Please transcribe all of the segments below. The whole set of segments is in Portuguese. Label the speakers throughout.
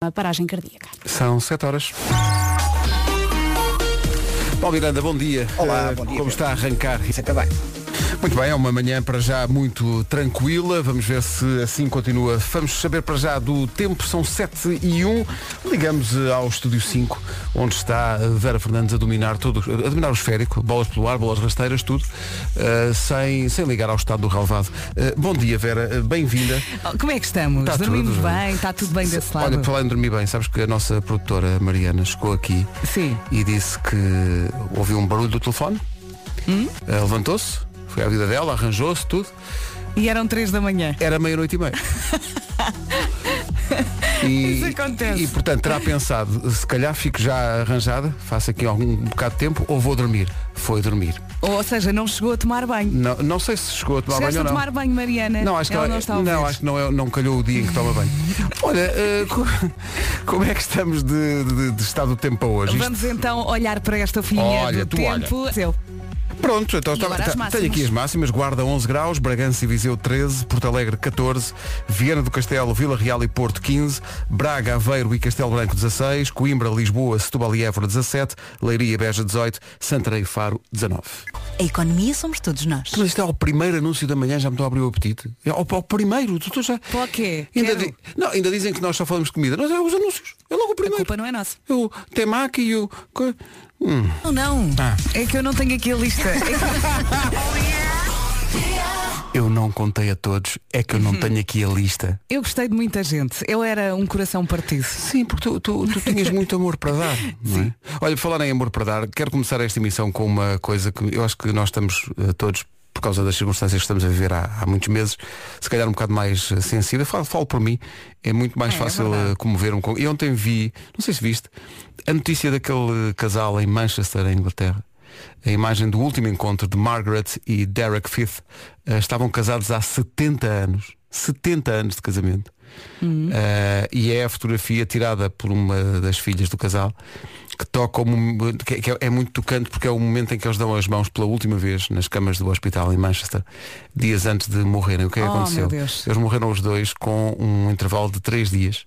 Speaker 1: uma paragem cardíaca.
Speaker 2: São 7 horas. Paulo Miranda, bom dia.
Speaker 3: Olá,
Speaker 2: Eh,
Speaker 3: bom dia,
Speaker 2: Como
Speaker 3: Pedro.
Speaker 2: está a arrancar?
Speaker 3: Você também.
Speaker 2: Muito bem, é uma manhã para já muito tranquila. Vamos ver se assim continua. Vamos saber para já do tempo. São 7 e 1. Ligamos eh, ao Estúdio 5, onde está a Vera Fernandes a dominar tudo, a dominar o esférico, bolas pelo ar, bolas rasteiras, tudo, eh, sem, sem ligar ao estado do relvado. Eh, bom dia, Vera. Eh, Bem-vinda.
Speaker 4: Como é que estamos?
Speaker 2: Tá
Speaker 4: Dormimos
Speaker 2: tudo.
Speaker 4: bem? Está tudo bem desse lado?
Speaker 2: Olha, por falar em dormir bem, sabes que a nossa produtora Mariana chegou aqui
Speaker 4: Sim.
Speaker 2: e disse que ouviu um barulho do telefone,
Speaker 4: Hum?
Speaker 2: eh, levantou-se, foi à vida dela, arranjou-se, tudo,
Speaker 4: E eram três da manhã.
Speaker 2: era meia-noite e meia. E,
Speaker 4: Isso acontece.
Speaker 2: e portanto terá pensado, se calhar fico já arranjada, faço aqui algum bocado de tempo ou vou dormir. Foi dormir.
Speaker 4: Ou seja, não chegou a tomar banho.
Speaker 2: Não, não sei se chegou a tomar
Speaker 4: Chegaste
Speaker 2: banho ou
Speaker 4: a
Speaker 2: não.
Speaker 4: tomar banho, Mariana?
Speaker 2: Não, acho que,
Speaker 4: ela
Speaker 2: ela-
Speaker 4: não está a ouvir.
Speaker 2: não, acho que não, é, não calhou o dia em que toma banho. Olha, eh, co- como é que estamos de, de- de estado do tempo para hoje? Isto-
Speaker 4: Vamos então olhar para esta folhinha
Speaker 2: Olha,
Speaker 4: do
Speaker 2: tu olha.
Speaker 4: tempo. Eu.
Speaker 2: Pronto, então
Speaker 4: E agora
Speaker 2: tá-
Speaker 4: as máximas.
Speaker 2: tenho aqui as máximas. Guarda 11 graus, Bragança e Viseu 13, Porto Alegre 14, Viana do Castelo, Vila Real e Porto 15, Braga, Aveiro e Castelo Branco 16, Coimbra, Lisboa, Setúbal e Évora 17, Leiria e Beja 18, Santarém e Faro 19.
Speaker 5: A economia somos todos nós.
Speaker 2: Mas isto é o primeiro anúncio da manhã, já me estou a abrir o apetite. É ao, ao primeiro, tu, tu já...
Speaker 4: Para o quê?
Speaker 2: Ainda,
Speaker 4: Quero.
Speaker 2: di- não, ainda dizem que nós só falamos de comida. Nós é os anúncios. É logo o
Speaker 4: A
Speaker 2: primeiro.
Speaker 4: culpa não é nossa.
Speaker 2: O temaki e o... co-
Speaker 4: Não, não.
Speaker 2: Tá.
Speaker 4: É que eu não tenho aqui a lista. É que-
Speaker 2: Eu não contei a todos, é que eu
Speaker 4: Uhum.
Speaker 2: não tenho aqui a lista.
Speaker 4: eu gostei de muita gente. Eu era um coração partido.
Speaker 2: Sim, porque tu, tu, tu tinhas muito amor para dar. Não é? Olha, falar em amor para dar, quero começar esta emissão com uma coisa que eu acho que nós estamos eh, todos, por causa das circunstâncias que estamos a viver há, há muitos meses, se calhar um bocado mais eh, sensível. Falo, falo por mim, é muito mais
Speaker 4: É, é
Speaker 2: fácil
Speaker 4: verdade.
Speaker 2: eh, comover-me. Com... E ontem vi, não sei se viste, a notícia daquele eh, casal em Manchester, em Inglaterra. A imagem do último encontro de Margaret e Derek Fifth eh, estavam casados há 70 anos. 70 anos de casamento. Uh, e é a fotografia tirada por uma das filhas do casal que toca o mom- que é- que é- é muito tocante porque é o momento em que eles dão as mãos pela última vez nas camas do hospital em Manchester dias antes de morrerem o que é que
Speaker 4: Oh,
Speaker 2: aconteceu
Speaker 4: meu Deus.
Speaker 2: eles morreram os dois com um intervalo de três dias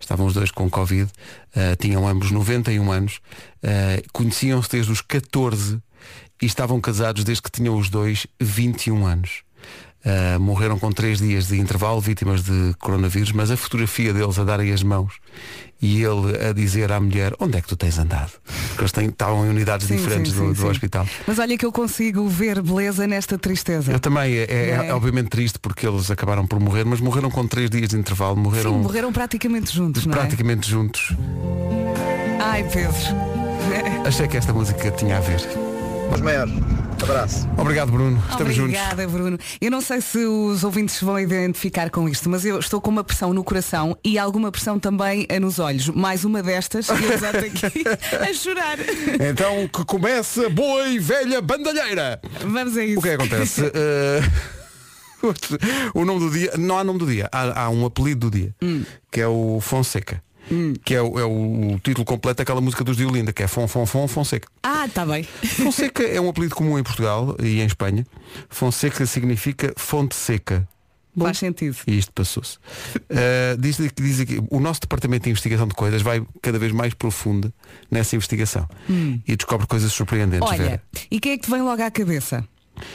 Speaker 2: estavam os dois com covid uh, tinham ambos 91 anos uh, conheciam-se desde os 14 e estavam casados desde que tinham os dois 21 anos Uh, morreram com três dias de intervalo, vítimas de coronavírus, mas a fotografia deles a darem as mãos e ele a dizer à mulher onde é que tu tens andado? Porque eles têm- estavam em unidades
Speaker 4: Sim,
Speaker 2: diferentes
Speaker 4: sim,
Speaker 2: do,
Speaker 4: sim,
Speaker 2: do
Speaker 4: sim.
Speaker 2: hospital.
Speaker 4: Mas olha que eu consigo ver beleza nesta tristeza.
Speaker 2: Eu também, é, é-
Speaker 4: Não é?
Speaker 2: é obviamente triste porque eles acabaram por morrer, mas morreram com três dias de intervalo, morreram,
Speaker 4: Sim, morreram praticamente juntos, não
Speaker 2: praticamente juntos.
Speaker 4: é? Ai, Pedro.
Speaker 2: Achei que esta música tinha a ver.
Speaker 3: Os maiores. Abraço.
Speaker 2: Obrigado, Bruno. Estamos juntos.
Speaker 4: Obrigada, Bruno. Eu não sei se os ouvintes se vão identificar com isto, mas eu estou com uma pressão no coração e alguma pressão também eh, nos olhos. Mais uma destas, e eu já estou aqui a chorar.
Speaker 2: Então que comece a boa e velha bandalheira.
Speaker 4: Vamos a isso.
Speaker 2: O que é que acontece? Eh, outro- o nome do dia, não há nome do dia, há, há um apelido do dia, que é o Fonseca. Que é o, é o título completo daquela música dos Diolinda, que é Fon Fon Fon Fonseca.
Speaker 4: Ah, está bem.
Speaker 2: Fonseca é um apelido comum em Portugal e em Espanha. Fonseca significa fonte seca.
Speaker 4: Faz sentido.
Speaker 2: E isto passou-se. Uh, diz, diz aqui, o nosso departamento de investigação de coisas vai cada vez mais profundo nessa investigação. E descobre coisas surpreendentes.
Speaker 4: Hum. Olha,
Speaker 2: Vera.
Speaker 4: e quem é que te vem logo à cabeça?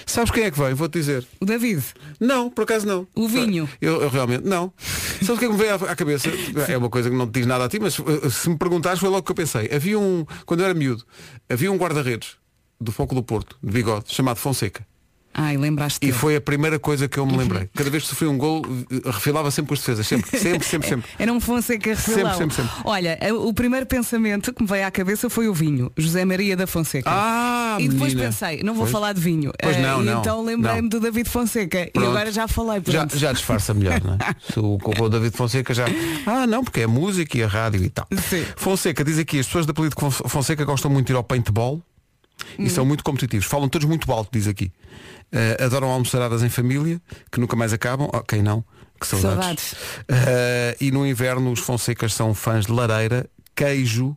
Speaker 2: Sabes quem é que vem? Vou-te dizer.
Speaker 4: O David.
Speaker 2: Não, por acaso não.
Speaker 4: O vinho.
Speaker 2: Eu, eu realmente não. Sabes o que é que me veio à, à cabeça? É uma coisa que não te diz nada a ti, mas uh, se me perguntares foi logo o que eu pensei. Havia um, quando eu era miúdo, havia um guarda-redes do Foco do Porto, de bigode, chamado Fonseca.
Speaker 4: Ai, lembraste-te.
Speaker 2: E foi a primeira coisa que eu
Speaker 4: Uhum.
Speaker 2: me lembrei. Cada vez que sofri um gol, refilava sempre com as defesas. Sempre, sempre, sempre, sempre.
Speaker 4: Era um Fonseca refilão.
Speaker 2: Sempre, sempre, sempre.
Speaker 4: Olha, eh, o primeiro pensamento que me veio à cabeça foi o vinho, José Maria da Fonseca.
Speaker 2: Ah,
Speaker 4: e depois
Speaker 2: menina.
Speaker 4: pensei, não vou
Speaker 2: Pois.
Speaker 4: falar de vinho.
Speaker 2: Pois
Speaker 4: Eh,
Speaker 2: não,
Speaker 4: e
Speaker 2: não,
Speaker 4: então lembrei-me
Speaker 2: não.
Speaker 4: do David Fonseca. E
Speaker 2: Pronto.
Speaker 4: agora já falei.
Speaker 2: Já,
Speaker 4: pronto.
Speaker 2: já disfarça melhor, não é? Se o, o David Fonseca já. Ah, não, porque é música e a rádio e tal.
Speaker 4: Sim.
Speaker 2: Fonseca diz aqui, as pessoas da apelido Fon- Fonseca gostam muito de ir ao paintball e
Speaker 4: Hum.
Speaker 2: são muito competitivos. Falam todos muito alto, diz aqui. Eh, adoram almoçaradas em família, que nunca mais acabam. Oh, quem não? Que saudades.
Speaker 4: Saudades.
Speaker 2: Eh, e no inverno os Fonsecas são fãs de lareira, queijo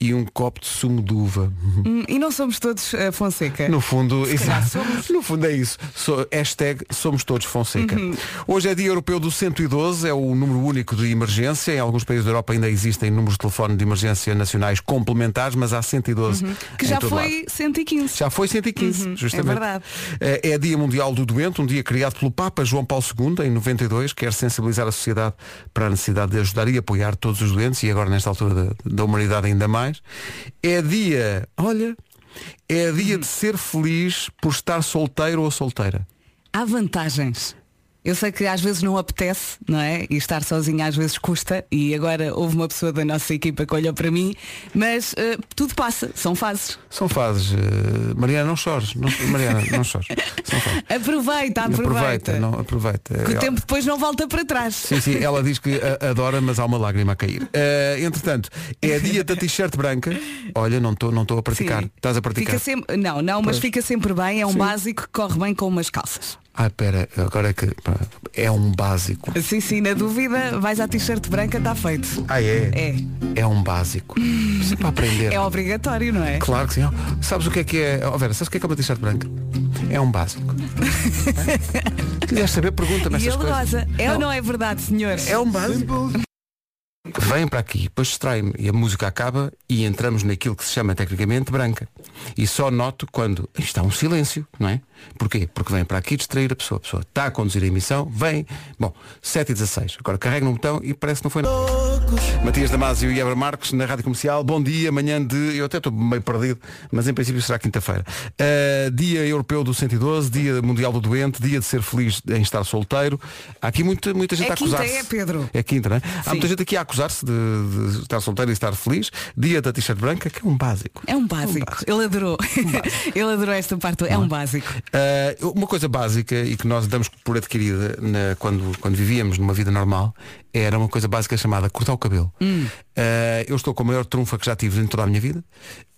Speaker 2: e um copo de sumo de uva.
Speaker 4: Hum, E não somos todos eh, Fonseca.
Speaker 2: No fundo,
Speaker 4: calhar
Speaker 2: exato.
Speaker 4: somos.
Speaker 2: no fundo é isso. So, hashtag somos todos Fonseca.
Speaker 4: Uhum.
Speaker 2: Hoje é dia europeu do 112, é o número único de emergência. Em alguns países da Europa ainda existem números de telefone de emergência nacionais complementares, mas há 112.
Speaker 4: Uhum. Que
Speaker 2: em
Speaker 4: já
Speaker 2: todo lado.
Speaker 4: foi 115.
Speaker 2: Já foi 115,
Speaker 4: Uhum,
Speaker 2: justamente.
Speaker 4: é verdade.
Speaker 2: Eh, É Dia Mundial do Doente, um dia criado pelo Papa João Paulo II, em 92, quer sensibilizar a sociedade para a necessidade de ajudar e apoiar todos os doentes, e agora nesta altura da, da humanidade ainda mais. É dia, olha, é dia de ser feliz por estar solteiro ou solteira.
Speaker 4: Há vantagens. Eu sei que às vezes não apetece, não é? E estar sozinha às vezes custa. E agora houve uma pessoa da nossa equipa que olhou para mim. Mas eh, tudo passa, são fases.
Speaker 2: São fases. eh, Mariana, não chores. Não, Mariana, não chores. São fases.
Speaker 4: Aproveita, aproveita.
Speaker 2: Aproveita, não, aproveita.
Speaker 4: Que o
Speaker 2: Eh,
Speaker 4: tempo depois não volta para trás.
Speaker 2: Sim, sim, ela diz que a- adora, mas há uma lágrima a cair. Eh, entretanto, é dia da t-shirt branca. Olha, não estou não tô a praticar.
Speaker 4: Sim.
Speaker 2: Estás a praticar.
Speaker 4: Fica sempre, não, não, mas
Speaker 2: Pois.
Speaker 4: fica sempre bem. É um
Speaker 2: Sim.
Speaker 4: básico que corre bem com umas calças.
Speaker 2: Ah, pera, agora é que. pá, É um básico.
Speaker 4: Sim, sim, na dúvida, vais à t-shirt branca, está feito.
Speaker 2: Ah, é?
Speaker 4: É.
Speaker 2: É um básico. Sempre para aprender.
Speaker 4: É obrigatório, não é?
Speaker 2: Claro que sim. Oh, Sabes o que é que é? Oh, Vera, sabes o que é que é uma t-shirt branca? É um básico. Quiseres saber, pergunta-me
Speaker 4: E
Speaker 2: essas
Speaker 4: ele
Speaker 2: coisas.
Speaker 4: goza. É ou não é verdade, senhores?
Speaker 2: É um básico. Vem para aqui, depois distrai-me e a música acaba e entramos naquilo que se chama tecnicamente branca. E só noto quando está um silêncio, não é? Porquê? Porque vem para aqui distrair a pessoa. A pessoa está a conduzir a emissão, vem. Bom, 7 e 16. Agora carrega no botão e parece que não foi nada. Matias Damasio e Ebra Marques na Rádio Comercial. Bom dia, manhã de... Eu até estou meio perdido, mas em princípio será quinta-feira. Uh, dia Europeu do 112, Dia Mundial do Doente, Dia de Ser Feliz em Estar Solteiro. Há aqui muita, muita gente
Speaker 4: É
Speaker 2: a
Speaker 4: quinta,
Speaker 2: acusar-se.
Speaker 4: é, Pedro?
Speaker 2: É quinta, não é? Há
Speaker 4: Sim.
Speaker 2: muita gente aqui a acusar-se de, de estar solteiro e estar feliz. Dia da t-shirt branca, que é um básico. Um
Speaker 4: É um básico. Ele adorou. Ele adorou esta parte. É um básico.
Speaker 2: Ah, uma coisa básica e que nós damos por adquirida na- quando, quando vivíamos numa vida normal era uma coisa básica chamada cortar o cabelo. Ah, eu estou com a maior trunfa que já tive em toda a minha vida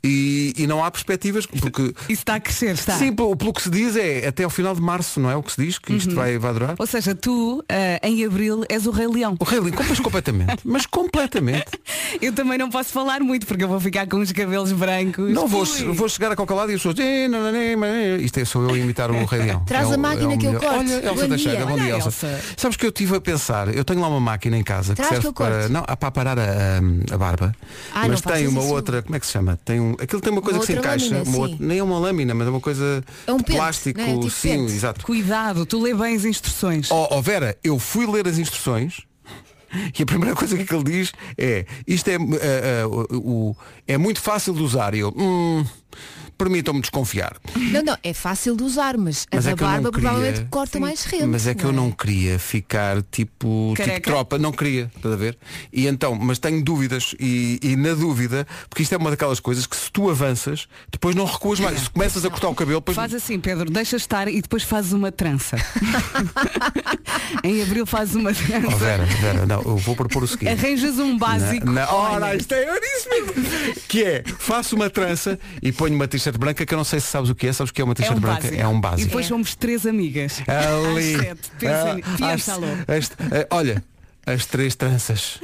Speaker 2: e, e não há perspectivas porque
Speaker 4: Isso está a crescer, está.
Speaker 2: sim pelo, pelo que se diz é até ao final de março não é o que se diz que isto vai, vai durar.
Speaker 4: Ou seja, tu, ah, em abril, és o Rei Leão.
Speaker 2: O Rei Leão, mas completamente, mas completamente.
Speaker 4: Eu também não posso falar muito porque eu vou ficar com os cabelos brancos.
Speaker 2: Não vou,
Speaker 4: Ui.
Speaker 2: vou chegar a qualquer lado e as pessoas. "Eh, não, não, não, não." Isto é sou eu a imitar o Rei Leão.
Speaker 1: Traz
Speaker 2: É o-
Speaker 1: a
Speaker 2: é o
Speaker 1: máquina que eu
Speaker 2: melhor.
Speaker 1: corte.
Speaker 2: Olha, Elsa
Speaker 1: Bom
Speaker 2: Teixeira,
Speaker 1: dia.
Speaker 2: bom dia,
Speaker 4: Olha,
Speaker 2: Elsa.
Speaker 4: Elsa.
Speaker 2: Sabes que eu estive a pensar, eu tenho lá uma máquina em casa que
Speaker 1: Traz
Speaker 2: serve
Speaker 1: que eu
Speaker 2: para.
Speaker 1: corte.
Speaker 2: Não, ah, para parar a, a- a barba.
Speaker 1: Ai,
Speaker 2: mas
Speaker 1: não
Speaker 2: tem
Speaker 1: faças
Speaker 2: uma
Speaker 1: isso.
Speaker 2: outra, como é que se chama? Tem um, aquilo tem uma coisa
Speaker 1: Uma
Speaker 2: que se
Speaker 1: outra
Speaker 2: encaixa,
Speaker 1: lâmina,
Speaker 2: uma
Speaker 1: sim.
Speaker 2: outra- nem é uma lâmina, mas é uma coisa
Speaker 1: É um
Speaker 2: de
Speaker 1: pente,
Speaker 2: plástico,
Speaker 1: não é? Tipo
Speaker 2: sim,
Speaker 1: pente.
Speaker 2: exato.
Speaker 4: Cuidado, tu lê bem as instruções.
Speaker 2: Ó ó, Oh, Vera, eu fui ler as instruções e a primeira coisa que ele diz é isto é, eh, eh, o, o- é muito fácil de usar. E eu, hum, permitam-me desconfiar.
Speaker 1: Não, não, é fácil de usar, mas,
Speaker 2: Mas
Speaker 1: a
Speaker 2: é
Speaker 1: da
Speaker 2: que eu não
Speaker 1: barba
Speaker 2: queria-
Speaker 1: provavelmente corta mais rente.
Speaker 2: Mas é que eu não queria ficar tipo, tipo
Speaker 4: Careca?
Speaker 2: tropa, não queria, estás a ver? E então, mas tenho dúvidas e, e na dúvida, porque isto é uma daquelas coisas que se tu avanças, depois não recuas mais. Se começas a cortar o cabelo, depois
Speaker 4: Faz assim, Pedro, deixa estar e depois fazes uma trança. em abril fazes uma
Speaker 2: Oh,
Speaker 4: trança.
Speaker 2: Vera, Vera, não, eu vou propor o seguinte.
Speaker 4: Arranjas um básico.
Speaker 2: Oh, Na, na, ora,
Speaker 4: Olha,
Speaker 2: isto é, eu disse mesmo. Que é, faço uma trança e ponho uma t-shirt branca que eu não sei se sabes o que é, sabes o que é uma
Speaker 4: é
Speaker 2: t-shirt
Speaker 4: um
Speaker 2: branca?
Speaker 4: básico.
Speaker 2: É um
Speaker 4: E
Speaker 2: básico.
Speaker 4: depois somos três amigas.
Speaker 2: Ali.
Speaker 4: Às sete. Pensa ni-
Speaker 2: Ah,
Speaker 4: pensa,
Speaker 2: às-
Speaker 4: Alô.
Speaker 2: as- eh, olha, as três tranças.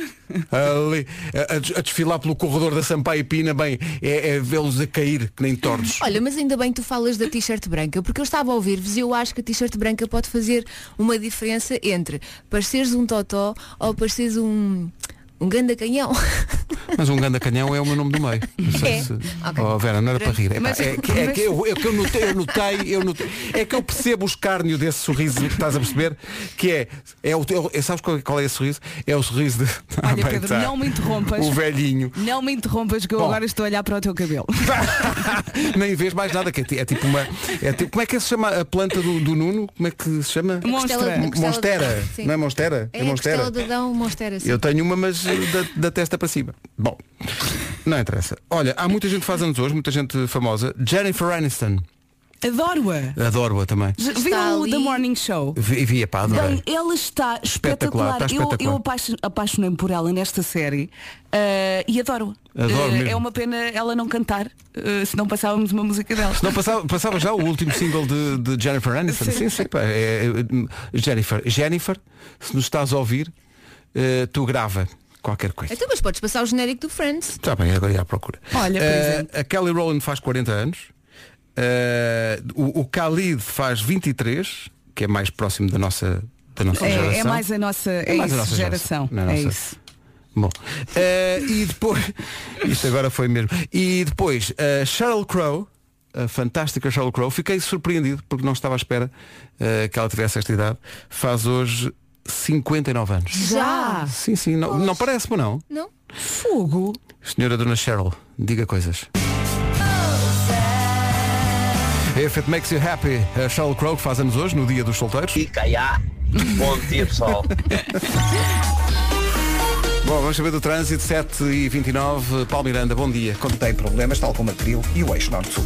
Speaker 2: Ali. Eh, A, a des- a desfilar pelo corredor da Sampaio Pina, bem, é, é vê-los a cair, que nem tordos.
Speaker 1: Olha, mas ainda bem que tu falas da t-shirt branca, porque eu estava a ouvir-vos e eu acho que a t-shirt branca pode fazer uma diferença entre pareceres um totó ou pareceres um, um ganda canhão.
Speaker 2: Mas um ganda canhão é o meu nome do meio. Não sei
Speaker 1: É.
Speaker 2: se...
Speaker 1: Ok.
Speaker 2: Oh, Vera, não era para rir. Epá,
Speaker 4: Mas-
Speaker 2: é, que, é que eu, é que eu notei, eu notei, eu notei- é que eu percebo o escárnio desse sorriso que estás a perceber, que é, é o teu, é- sabes qual, qual é esse sorriso? É o sorriso de. Ah,
Speaker 4: Olha,
Speaker 2: bem,
Speaker 4: Pedro,
Speaker 2: tá.
Speaker 4: não me interrompas.
Speaker 2: O velhinho.
Speaker 4: Não me interrompas que eu
Speaker 2: Bom.
Speaker 4: agora estou a olhar para o teu cabelo.
Speaker 2: Nem vês mais nada, que é, ti- é tipo uma. é tipo- como é que se chama a planta do, do Nuno? Como é que se chama?
Speaker 4: Monstra.
Speaker 1: Costela- costela-
Speaker 2: Monstera.
Speaker 1: Sim.
Speaker 2: Não é Monstera?
Speaker 1: É a costela de Adão, monstera. sim.
Speaker 2: Eu tenho uma, mas eh, da, da testa para cima. Bom, não interessa. Olha, há muita gente que faz anos hoje, muita gente famosa. Jennifer Aniston,
Speaker 4: Adoro-a.
Speaker 2: adoro-a também.
Speaker 4: Já
Speaker 1: Está
Speaker 4: Viram o
Speaker 1: ali.
Speaker 4: The Morning Show?
Speaker 2: Vi, via, pá, adorei.
Speaker 4: Bem, ela está espetacular.
Speaker 2: Espetacular, está
Speaker 4: Eu- Eu,
Speaker 2: espetacular.
Speaker 4: apaixo- apaixonei-me por ela nesta série eh, e adoro.
Speaker 2: Adoro
Speaker 4: Eh,
Speaker 2: mesmo.
Speaker 4: é uma pena ela não cantar, eh, se não passávamos uma música dela.
Speaker 2: Não, passava, passava já o último single de, de Jennifer Aniston. Sim,
Speaker 4: Sim.
Speaker 2: sim, pá. É, é, Jennifer, Jennifer, se nos estás a ouvir, eh, tu grava. qualquer coisa.
Speaker 1: Então, mas podes passar o genérico do Friends.
Speaker 2: Está bem, agora ia à procura.
Speaker 4: Olha, por
Speaker 2: Eh,
Speaker 4: exemplo.
Speaker 2: A Kelly Rowland faz 40 anos. Eh, o, o Khalid faz 23, que é mais próximo da nossa, da nossa geração.
Speaker 4: É, é mais a nossa, é
Speaker 2: mais
Speaker 4: isso,
Speaker 2: a nossa
Speaker 4: geração.
Speaker 2: Não é
Speaker 4: É
Speaker 2: nossa.
Speaker 4: isso.
Speaker 2: Bom, eh, e depois, isto agora foi mesmo. E depois, a Sheryl Crow, a fantástica Sheryl Crow, fiquei surpreendido porque não estava à espera eh, que ela tivesse esta idade, faz hoje 59 anos.
Speaker 1: Já!
Speaker 2: Sim, sim, não, não parece, mas não.
Speaker 1: Não?
Speaker 4: Fogo.
Speaker 2: Senhora Dona Cheryl, diga coisas. If It Makes You Happy, a Sheryl Crow que faz anos hoje, no Dia dos Solteiros.
Speaker 6: Caiá. Bom dia, pessoal.
Speaker 2: Bom, vamos saber do trânsito, 7h29. Paulo Miranda, bom dia.
Speaker 3: Tem problemas, tal como a Cril e o eixo norte-sul.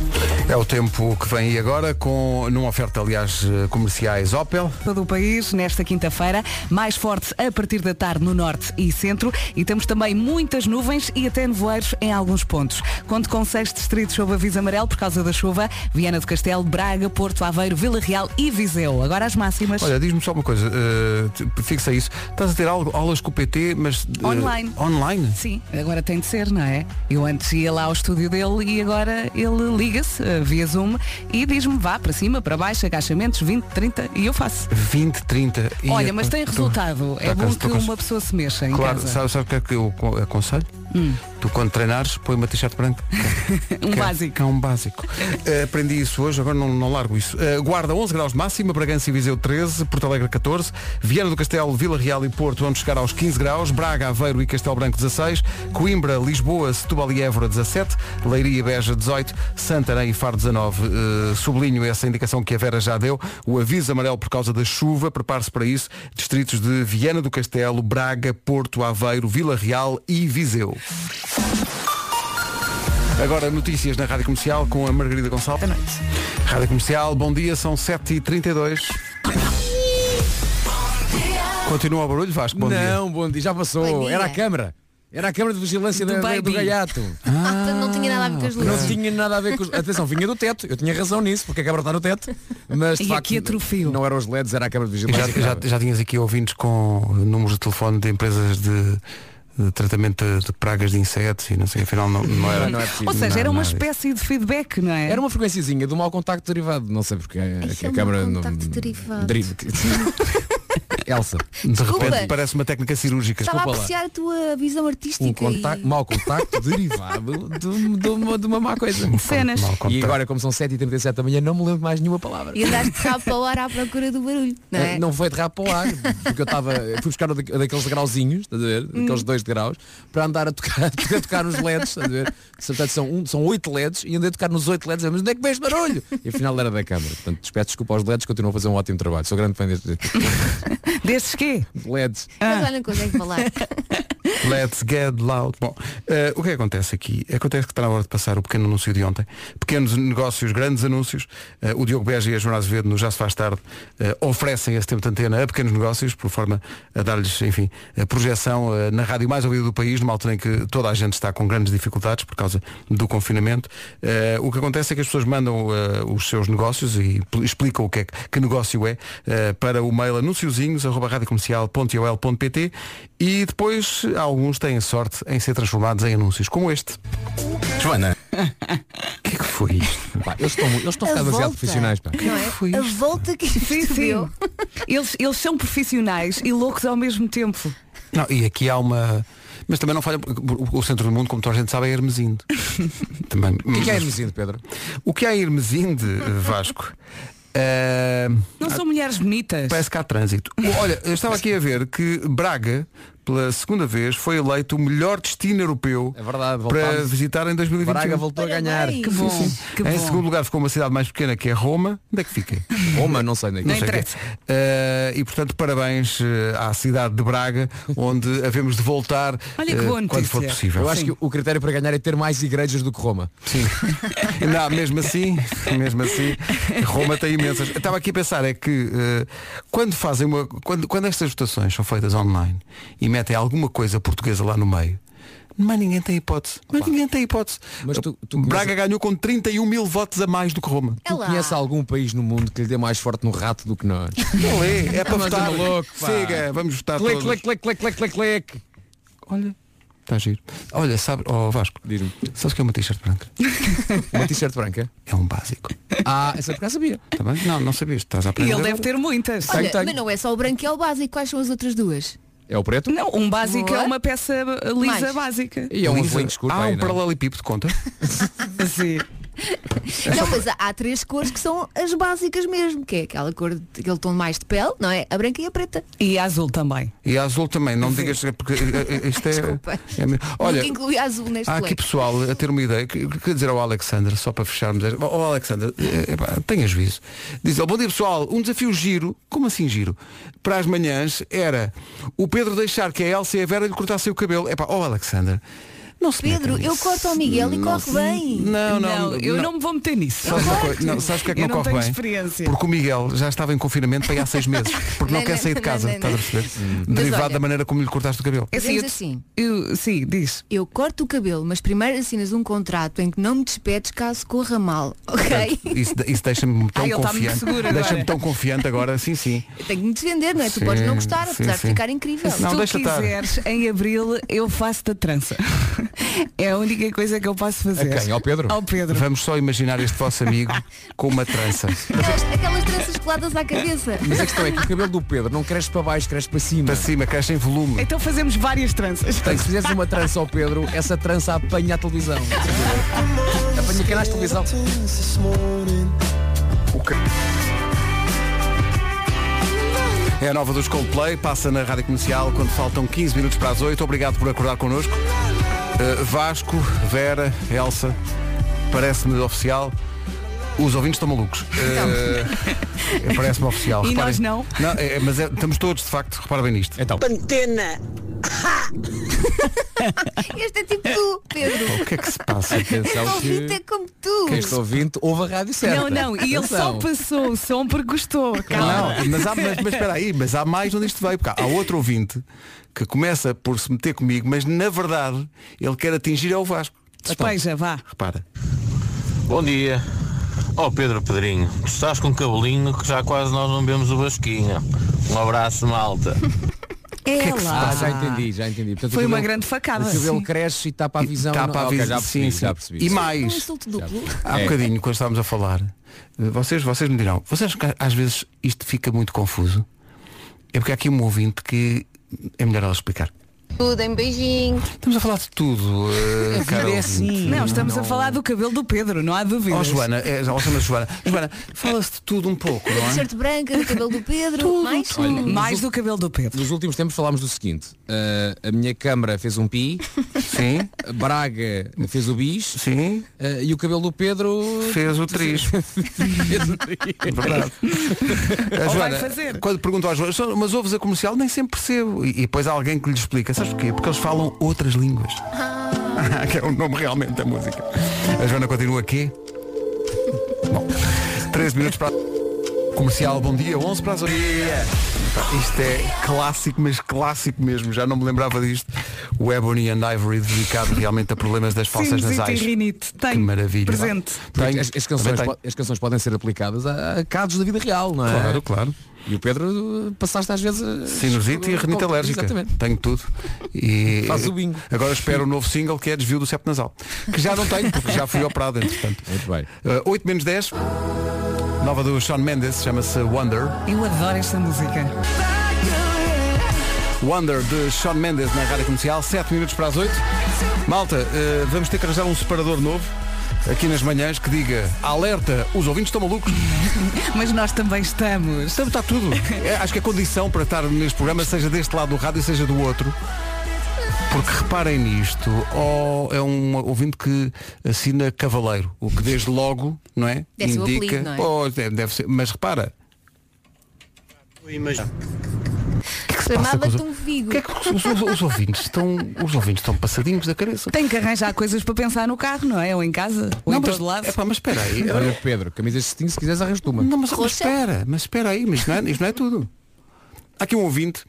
Speaker 2: É o tempo que vem aí agora, com, numa oferta, aliás, eh, comerciais Opel.
Speaker 4: Todo o país, nesta quinta-feira, mais forte a partir da tarde no norte e centro e temos também muitas nuvens e até nevoeiros em alguns pontos. Conto com seis distritos sob aviso amarelo por causa da chuva, Viana do Castelo, Braga, Porto Aveiro, Vila Real e Viseu. Agora as máximas.
Speaker 2: Olha, diz-me só uma coisa, eh, te- fixa isso. Estás a ter al- aulas com o PT, mas... eh,
Speaker 4: Online.
Speaker 2: online?
Speaker 4: Sim, agora tem de ser, não é? Eu antes ia lá ao estúdio dele e agora ele liga-se eh, via Zoom e diz-me vá para cima, para baixo, agachamentos, 20, 30 e eu faço.
Speaker 2: 20, 30... e-
Speaker 4: Olha, mas tem
Speaker 2: Tô-
Speaker 4: resultado.
Speaker 2: Por
Speaker 4: É
Speaker 2: acaso
Speaker 4: bom que
Speaker 2: estou cons-
Speaker 4: uma pessoa se mexa em
Speaker 2: Claro,
Speaker 4: casa. Hum.
Speaker 2: sabe, sabe o que é que eu co- aconselho? Tu quando treinares, põe uma t-shirt branca. Que
Speaker 4: Um
Speaker 2: é-
Speaker 4: básico.
Speaker 2: que é um básico. Eh, aprendi isso hoje, agora não, não largo isso. Eh, Guarda 11 graus de máxima, Bragança e Viseu 13, Porto Alegre 14, Viana do Castelo, Vila Real e Porto vão chegar aos 15 graus, Braga, Aveiro e Castelo Branco 16, Coimbra, Lisboa, Setúbal e Évora 17, Leiria e Beja 18, Santarém e Faro 19. Eh, sublinho essa indicação que a Vera já deu, o aviso amarelo por causa da chuva, prepare-se para isso, distritos de Viana do Castelo, Braga, Porto, Aveiro, Vila Real e Viseu. Agora notícias na Rádio Comercial com a Margarida Gonçalves. Boa noite. Rádio Comercial, bom dia, são 7h32. Continua o barulho, Vasco, bom dia.
Speaker 7: não, bom dia. Já
Speaker 1: Bom
Speaker 7: passou.
Speaker 1: dia.
Speaker 7: Era a câmara. Era a câmara de vigilância
Speaker 4: Do
Speaker 7: da- da- do
Speaker 4: baby.
Speaker 7: gaiato.
Speaker 1: Ah, Portanto, não tinha nada a ver com as
Speaker 2: Ah,
Speaker 7: Não
Speaker 1: luzes.
Speaker 7: tinha nada a ver com os... Atenção, vinha do teto. Eu tinha razão nisso, porque a câmara está no teto. Mas de
Speaker 4: E
Speaker 7: facto,
Speaker 4: aqui atrofiou.
Speaker 7: Não eram os LEDs, era a câmara de
Speaker 2: E Já,
Speaker 7: vigilância. que
Speaker 2: já,
Speaker 7: dava.
Speaker 2: já tinhas aqui ouvintes com números de telefone de empresas de, de tratamento de, de pragas de insetos e não sei, afinal não, não era.
Speaker 7: Não é preciso.
Speaker 4: Ou seja,
Speaker 2: Não,
Speaker 4: era uma
Speaker 2: nada
Speaker 4: espécie de feedback, não é?
Speaker 7: Era uma frequenciazinha do mau contacto derivado. Não sei porque a,
Speaker 1: Isso
Speaker 7: que
Speaker 1: é
Speaker 7: a
Speaker 1: um
Speaker 7: câmara.
Speaker 1: mau
Speaker 7: não-
Speaker 1: contacto derivado.
Speaker 7: Deriva- Elsa.
Speaker 2: De
Speaker 1: Desculpa.
Speaker 2: repente parece uma técnica cirúrgica.
Speaker 1: Estava a
Speaker 7: desculpa lá.
Speaker 1: apreciar a tua visão artística.
Speaker 7: Um contacto,
Speaker 1: e-
Speaker 7: mau contacto derivado de, um- de uma, de uma má coisa.
Speaker 2: Um
Speaker 4: Cenas.
Speaker 2: Mal
Speaker 7: E
Speaker 2: contacto.
Speaker 7: agora, como são 7h37 da manhã, não me lembro mais nenhuma palavra.
Speaker 1: E andaste de rabo para o ar à procura do barulho. Não é?
Speaker 7: Eh, Não foi de rabo para o ar, porque eu estava. Fui buscar o da- daqueles degrauzinhos, estás a ver?
Speaker 1: Hum.
Speaker 7: Daqueles dois degraus, para andar a tocar, a tocar nos LEDs, estás a ver? Portanto, são, um, são oito LEDs e andei a tocar nos oito LEDs, mas onde é que vem este barulho? E afinal era da câmara. Portanto, peço desculpa aos LEDs, continuam a fazer um ótimo trabalho. Sou grande fã destes
Speaker 4: Destes quê?
Speaker 7: LEDs.
Speaker 1: Mas olha, não consegue falar.
Speaker 2: Let's get loud. Bom, eh, o que é que acontece aqui? Acontece que está na hora de passar o pequeno anúncio de ontem. Pequenos negócios, grandes anúncios. Eh, o Diogo Beja e a Joana Azevedo, no Já se faz tarde, eh, oferecem esse tempo de antena a pequenos negócios, por forma a dar-lhes, enfim, a projeção eh, na rádio mais ouvida do país, numa altura em que toda a gente está com grandes dificuldades por causa do confinamento. Eh, o que acontece é que as pessoas mandam eh, os seus negócios e pl- explicam o que é que, que negócio é eh, para o mail anunciozinhos.radiocomercial.ol.pt e depois alguns têm sorte em ser transformados em anúncios como este.
Speaker 7: Joana,
Speaker 2: O que é que foi isto?
Speaker 7: pá, eles estão, eles estão
Speaker 1: A
Speaker 7: ficados demasiado
Speaker 1: volta.
Speaker 7: profissionais, pá.
Speaker 1: Não é?
Speaker 2: foi
Speaker 1: a volta que é
Speaker 4: Sim,
Speaker 1: isto deu.
Speaker 4: sim. Eles, eles são profissionais e loucos ao mesmo tempo.
Speaker 2: Não, e aqui há uma. Mas também não falha, porque o o centro do mundo, como toda a gente sabe, é Hermesindo. também.
Speaker 7: O que é que é Hermesinde, Pedro?
Speaker 2: O que é Hermesinde, Vasco? Eh,
Speaker 4: Não são mulheres bonitas.
Speaker 2: Parece que há trânsito. Olha, eu estava aqui a ver que Braga, pela segunda vez, foi eleito o melhor destino europeu
Speaker 7: É verdade,
Speaker 2: para um.
Speaker 7: voltámos.
Speaker 2: visitar em 2021.
Speaker 7: Braga voltou
Speaker 1: Parabéns.
Speaker 7: a ganhar.
Speaker 1: Que
Speaker 4: Que bom. Que
Speaker 2: em
Speaker 4: bom.
Speaker 2: segundo lugar ficou uma cidade mais pequena que é Roma. Onde é que fica?
Speaker 7: Roma, não sei é nem
Speaker 4: Nem
Speaker 7: sei o quê.
Speaker 4: interessa.
Speaker 2: Eh, e portanto parabéns eh, à cidade de Braga, onde havemos de voltar
Speaker 4: Olha que
Speaker 2: eh,
Speaker 4: boa
Speaker 2: quando for
Speaker 4: notícia.
Speaker 2: possível.
Speaker 7: Eu acho que o critério para ganhar é ter mais igrejas do que Roma.
Speaker 2: Sim. Não, mesmo assim, mesmo assim, Roma tem imensas. Eu Estava aqui a pensar é que eh, quando fazem uma. Quando, quando estas votações são feitas online e metem alguma coisa portuguesa lá no meio, mas ninguém tem hipótese. Mas ninguém tem hipótese.
Speaker 7: Mas tu- tu-
Speaker 2: Braga ganhou com 31 mil votos a mais do que Roma.
Speaker 1: É lá.
Speaker 7: Conhece algum país no mundo que lhe dê mais forte no rato do que nós?
Speaker 2: Não é, é para
Speaker 7: Mas é
Speaker 2: votar.
Speaker 7: maluco, pá.
Speaker 2: Siga, vamos votar
Speaker 7: Clique,
Speaker 2: todos.
Speaker 7: clique, clique, clique, clique, clique, clique.
Speaker 2: olha, está giro. Olha, sabe, oh Vasco,
Speaker 7: Diz-me.
Speaker 2: sabes o que é uma t-shirt branca?
Speaker 7: Uma t-shirt branca.
Speaker 2: É um básico.
Speaker 7: Ah, essa por acaso sabia.
Speaker 2: Está bem? Não, não sabias. Estás a
Speaker 4: E
Speaker 2: aprender.
Speaker 4: ele deve ter muitas.
Speaker 1: Olha,
Speaker 7: Tenho, tenho.
Speaker 1: mas não é só o branco e é o básico. Quais são as outras duas?
Speaker 7: É o preto?
Speaker 4: Não, um básico
Speaker 1: Boa.
Speaker 4: é uma peça lisa
Speaker 1: Mais.
Speaker 4: básica.
Speaker 7: E é um
Speaker 2: Lisa,
Speaker 7: azulinho escuro.
Speaker 2: Há
Speaker 7: pá, aí,
Speaker 2: um
Speaker 7: não?
Speaker 2: paralelepípedo, conta.
Speaker 4: Sim.
Speaker 1: Não, mas há, há três cores que são as básicas mesmo, que é aquela cor, de- aquele tom mais de pele, não é? A branca e a preta.
Speaker 4: E azul também.
Speaker 2: E a azul também, não me digas porque eh, eh, isto é.
Speaker 1: Desculpa.
Speaker 2: é mesmo. Olha,
Speaker 1: Nunca inclui a azul neste
Speaker 2: há aqui
Speaker 1: leque.
Speaker 2: pessoal a ter uma ideia, que que quer dizer ao Alexandre, só para fecharmos. esta- Ó Alexandre, eh, epá, tenha juízo. Diz ele, bom dia pessoal, um desafio giro, como assim giro? Para as manhãs era o Pedro deixar que a Elsa e a Vera lhe cortassem o cabelo. Epá, ó Alexandre. Não se
Speaker 1: Pedro,
Speaker 2: metam
Speaker 1: eu
Speaker 2: nisso.
Speaker 1: corto ao Miguel e
Speaker 2: Não
Speaker 1: corre
Speaker 2: se-
Speaker 1: bem.
Speaker 2: Não, não,
Speaker 4: eu não me vou meter nisso.
Speaker 2: Sabes, uma coisa? não, sabes porque é que
Speaker 4: Eu
Speaker 2: não,
Speaker 4: não
Speaker 2: corre
Speaker 4: tenho
Speaker 2: bem?
Speaker 4: experiência.
Speaker 2: Porque o Miguel já estava em confinamento para aí há seis meses, porque não,
Speaker 1: Não,
Speaker 2: quer
Speaker 1: não,
Speaker 2: sair de
Speaker 1: não,
Speaker 2: casa,
Speaker 1: não,
Speaker 2: estás a perceber? Derivado
Speaker 1: olha-
Speaker 2: da maneira como lhe cortaste o cabelo.
Speaker 4: É assim,
Speaker 1: Dizemos
Speaker 4: eu-
Speaker 1: assim.
Speaker 4: eu- sim, diz.
Speaker 1: Eu corto o cabelo, mas primeiro assinas um contrato em que não me despedes caso corra mal, ok?
Speaker 2: Portanto, isso isso deixa-me tão
Speaker 4: ele está muito
Speaker 2: confiante.
Speaker 4: seguro agora.
Speaker 2: Deixa-me tão confiante agora, sim, sim.
Speaker 1: Eu tenho que me defender, não é?
Speaker 2: Sim,
Speaker 1: tu podes não gostar,
Speaker 2: sim,
Speaker 1: apesar
Speaker 2: sim.
Speaker 1: de ficar incrível.
Speaker 2: Não,
Speaker 4: Se tu
Speaker 2: deixa estar.
Speaker 4: quiseres, em abril eu faço-te a trança. é a única coisa que eu posso fazer.
Speaker 7: A quem? Ao Pedro?
Speaker 4: Ao Pedro.
Speaker 2: Vamos só imaginar este vosso amigo com uma trança.
Speaker 1: Aquelas, aquelas tranças coladas à cabeça.
Speaker 7: Mas a questão é que o cabelo do Pedro não cresce para baixo, cresce para cima.
Speaker 2: Para cima, cresce em volume.
Speaker 4: Então fazemos várias tranças.
Speaker 7: Portanto, se fizeres uma trança ao Pedro, essa trança apanha a televisão. apanha canais de televisão.
Speaker 2: É a nova dos Coldplay, passa na Rádio Comercial quando faltam 15 minutos para as 8. Obrigado por acordar connosco. Uh, Vasco, Vera, Elsa, parece-me oficial. Os ouvintes estão malucos. Uh, parece-me oficial.
Speaker 4: Então. E
Speaker 2: reparem.
Speaker 4: nós não.
Speaker 2: é- é, mas é- estamos todos, de facto, repara bem nisto.
Speaker 7: Então,
Speaker 8: Pantena!
Speaker 1: Este é tipo tu, Pedro.
Speaker 2: O que é que se passa?
Speaker 7: atenção que
Speaker 1: Convite é como tu.
Speaker 7: quem está ouvinte ouve a rádio certa.
Speaker 4: Não, não, e ele só
Speaker 7: Atenção.
Speaker 4: passou o som porque gostou. Calma.
Speaker 2: Não, mas, há, mas, mas espera aí, mas há mais onde isto veio, porque há outro ouvinte que começa por se meter comigo, mas na verdade ele quer atingir ao Vasco.
Speaker 4: Despeja, vá.
Speaker 2: Repara.
Speaker 9: Bom dia. Oh Pedro Pedrinho, tu estás com um cabelinho que já quase nós não vemos o Vasquinho. Um abraço, malta.
Speaker 4: É
Speaker 2: que se
Speaker 4: lá.
Speaker 7: Ah, já entendi, já entendi. Portanto, o
Speaker 4: Foi uma
Speaker 7: cabelo-
Speaker 4: grande facada.
Speaker 7: O cabelo
Speaker 4: Sim.
Speaker 7: cresce e tapa a visão.
Speaker 2: Está
Speaker 7: não- é?
Speaker 2: para
Speaker 7: Ok,
Speaker 2: avisar.
Speaker 7: já percebi,
Speaker 2: sim, sim.
Speaker 7: já percebi.
Speaker 2: E
Speaker 1: Um
Speaker 4: é
Speaker 2: mais,
Speaker 1: insulto duplo.
Speaker 2: há um
Speaker 7: É.
Speaker 2: bocadinho, quando estávamos a falar, eh, vocês, vocês me dirão, vocês acham que às vezes isto fica muito confuso? É porque há aqui um ouvinte que é melhor ela explicar.
Speaker 10: Tudo em beijinho.
Speaker 2: Estamos a falar de tudo, eh, cara
Speaker 7: É
Speaker 2: ouvinte.
Speaker 7: assim.
Speaker 4: Não, estamos a falar do cabelo do Pedro, não há dúvida.
Speaker 2: Ó Joana, é, ela chama-se Joana. Joana, fala-se de tudo um pouco, não é?
Speaker 1: T-shirt branca, do cabelo do Pedro, mais um
Speaker 4: Mais do cabelo do Pedro.
Speaker 7: Nos últimos tempos falámos do seguinte. eh, a minha câmara fez um pi,
Speaker 2: Sim,
Speaker 7: a Braga fez o bis
Speaker 2: sim.
Speaker 7: eh, e o cabelo do Pedro...
Speaker 2: Fez o triz. É verdade. A
Speaker 4: Ou vai
Speaker 2: Joana,
Speaker 4: fazer.
Speaker 2: quando pergunto às Joana, "Só- mas ouves a comercial, nem sempre percebo. E, e depois há alguém que lhe explica. Sabes porquê? Porque eles falam outras línguas. que é o nome realmente da música. A Joana continua aqui. Bom, 13 minutos para. Comercial, bom dia, 11 para as 8. Pá, Isto é clássico, mas clássico mesmo. Já não me lembrava disto. O Ebony and Ivory dedicado realmente a problemas das falsas
Speaker 4: Sinusite
Speaker 2: nasais.
Speaker 4: e rinite.
Speaker 2: Que
Speaker 4: Tenho.
Speaker 2: maravilha.
Speaker 4: Presente.
Speaker 7: Porque
Speaker 2: Tenho.
Speaker 7: as, as
Speaker 2: Também
Speaker 7: canções,
Speaker 2: tenho.
Speaker 7: po- as canções podem ser aplicadas a, a casos da vida real, não é?
Speaker 2: Claro, claro.
Speaker 7: E o Pedro eh, passaste às vezes a-
Speaker 2: Sinusite e renite alérgica.
Speaker 7: Exatamente.
Speaker 2: Tenho tudo. E
Speaker 7: Faz o bingo.
Speaker 2: Agora espero o novo single que é Desvio do Septo Nasal. Que já não tenho, porque já fui operado, entretanto.
Speaker 7: Muito bem.
Speaker 2: Uh, 8 menos 10. Nova do Sean Mendes, chama-se Wonder.
Speaker 4: Eu adoro esta música.
Speaker 2: Wonder de Sean Mendes na rádio comercial, 7 minutos para as 8. Malta, uh, vamos ter que arranjar um separador novo aqui nas manhãs que diga alerta, os ouvintes estão malucos.
Speaker 4: Mas nós também estamos.
Speaker 2: Portanto, está tudo. É, acho que a condição para estar neste programa, seja deste lado do rádio, seja do outro. Porque reparem nisto, ou é um ouvinte que assina Cavaleiro, o que desde logo, não é?
Speaker 1: Deve ser o
Speaker 2: Indica.
Speaker 1: apelido, não é?
Speaker 2: Oh, deve, deve ser. Mas repara,
Speaker 1: Chamava-te
Speaker 2: coisa-
Speaker 1: um
Speaker 2: o
Speaker 1: figo.
Speaker 2: que é que os, os- os ouvintes estão. Os ouvintes estão passadinhos da cabeça.
Speaker 4: Tem que arranjar coisas para pensar no carro, não é? Ou em casa, ou
Speaker 1: um
Speaker 4: em
Speaker 2: mas, é
Speaker 4: todo lado.
Speaker 2: Epá, mas espera aí.
Speaker 7: Olha, Pedro, camisas de cetim, se quiseres arranjas-te uma.
Speaker 2: Não, mas, mas
Speaker 1: Roxa?
Speaker 2: espera, mas espera aí, mas isto não é, isto não é tudo. Há aqui um ouvinte,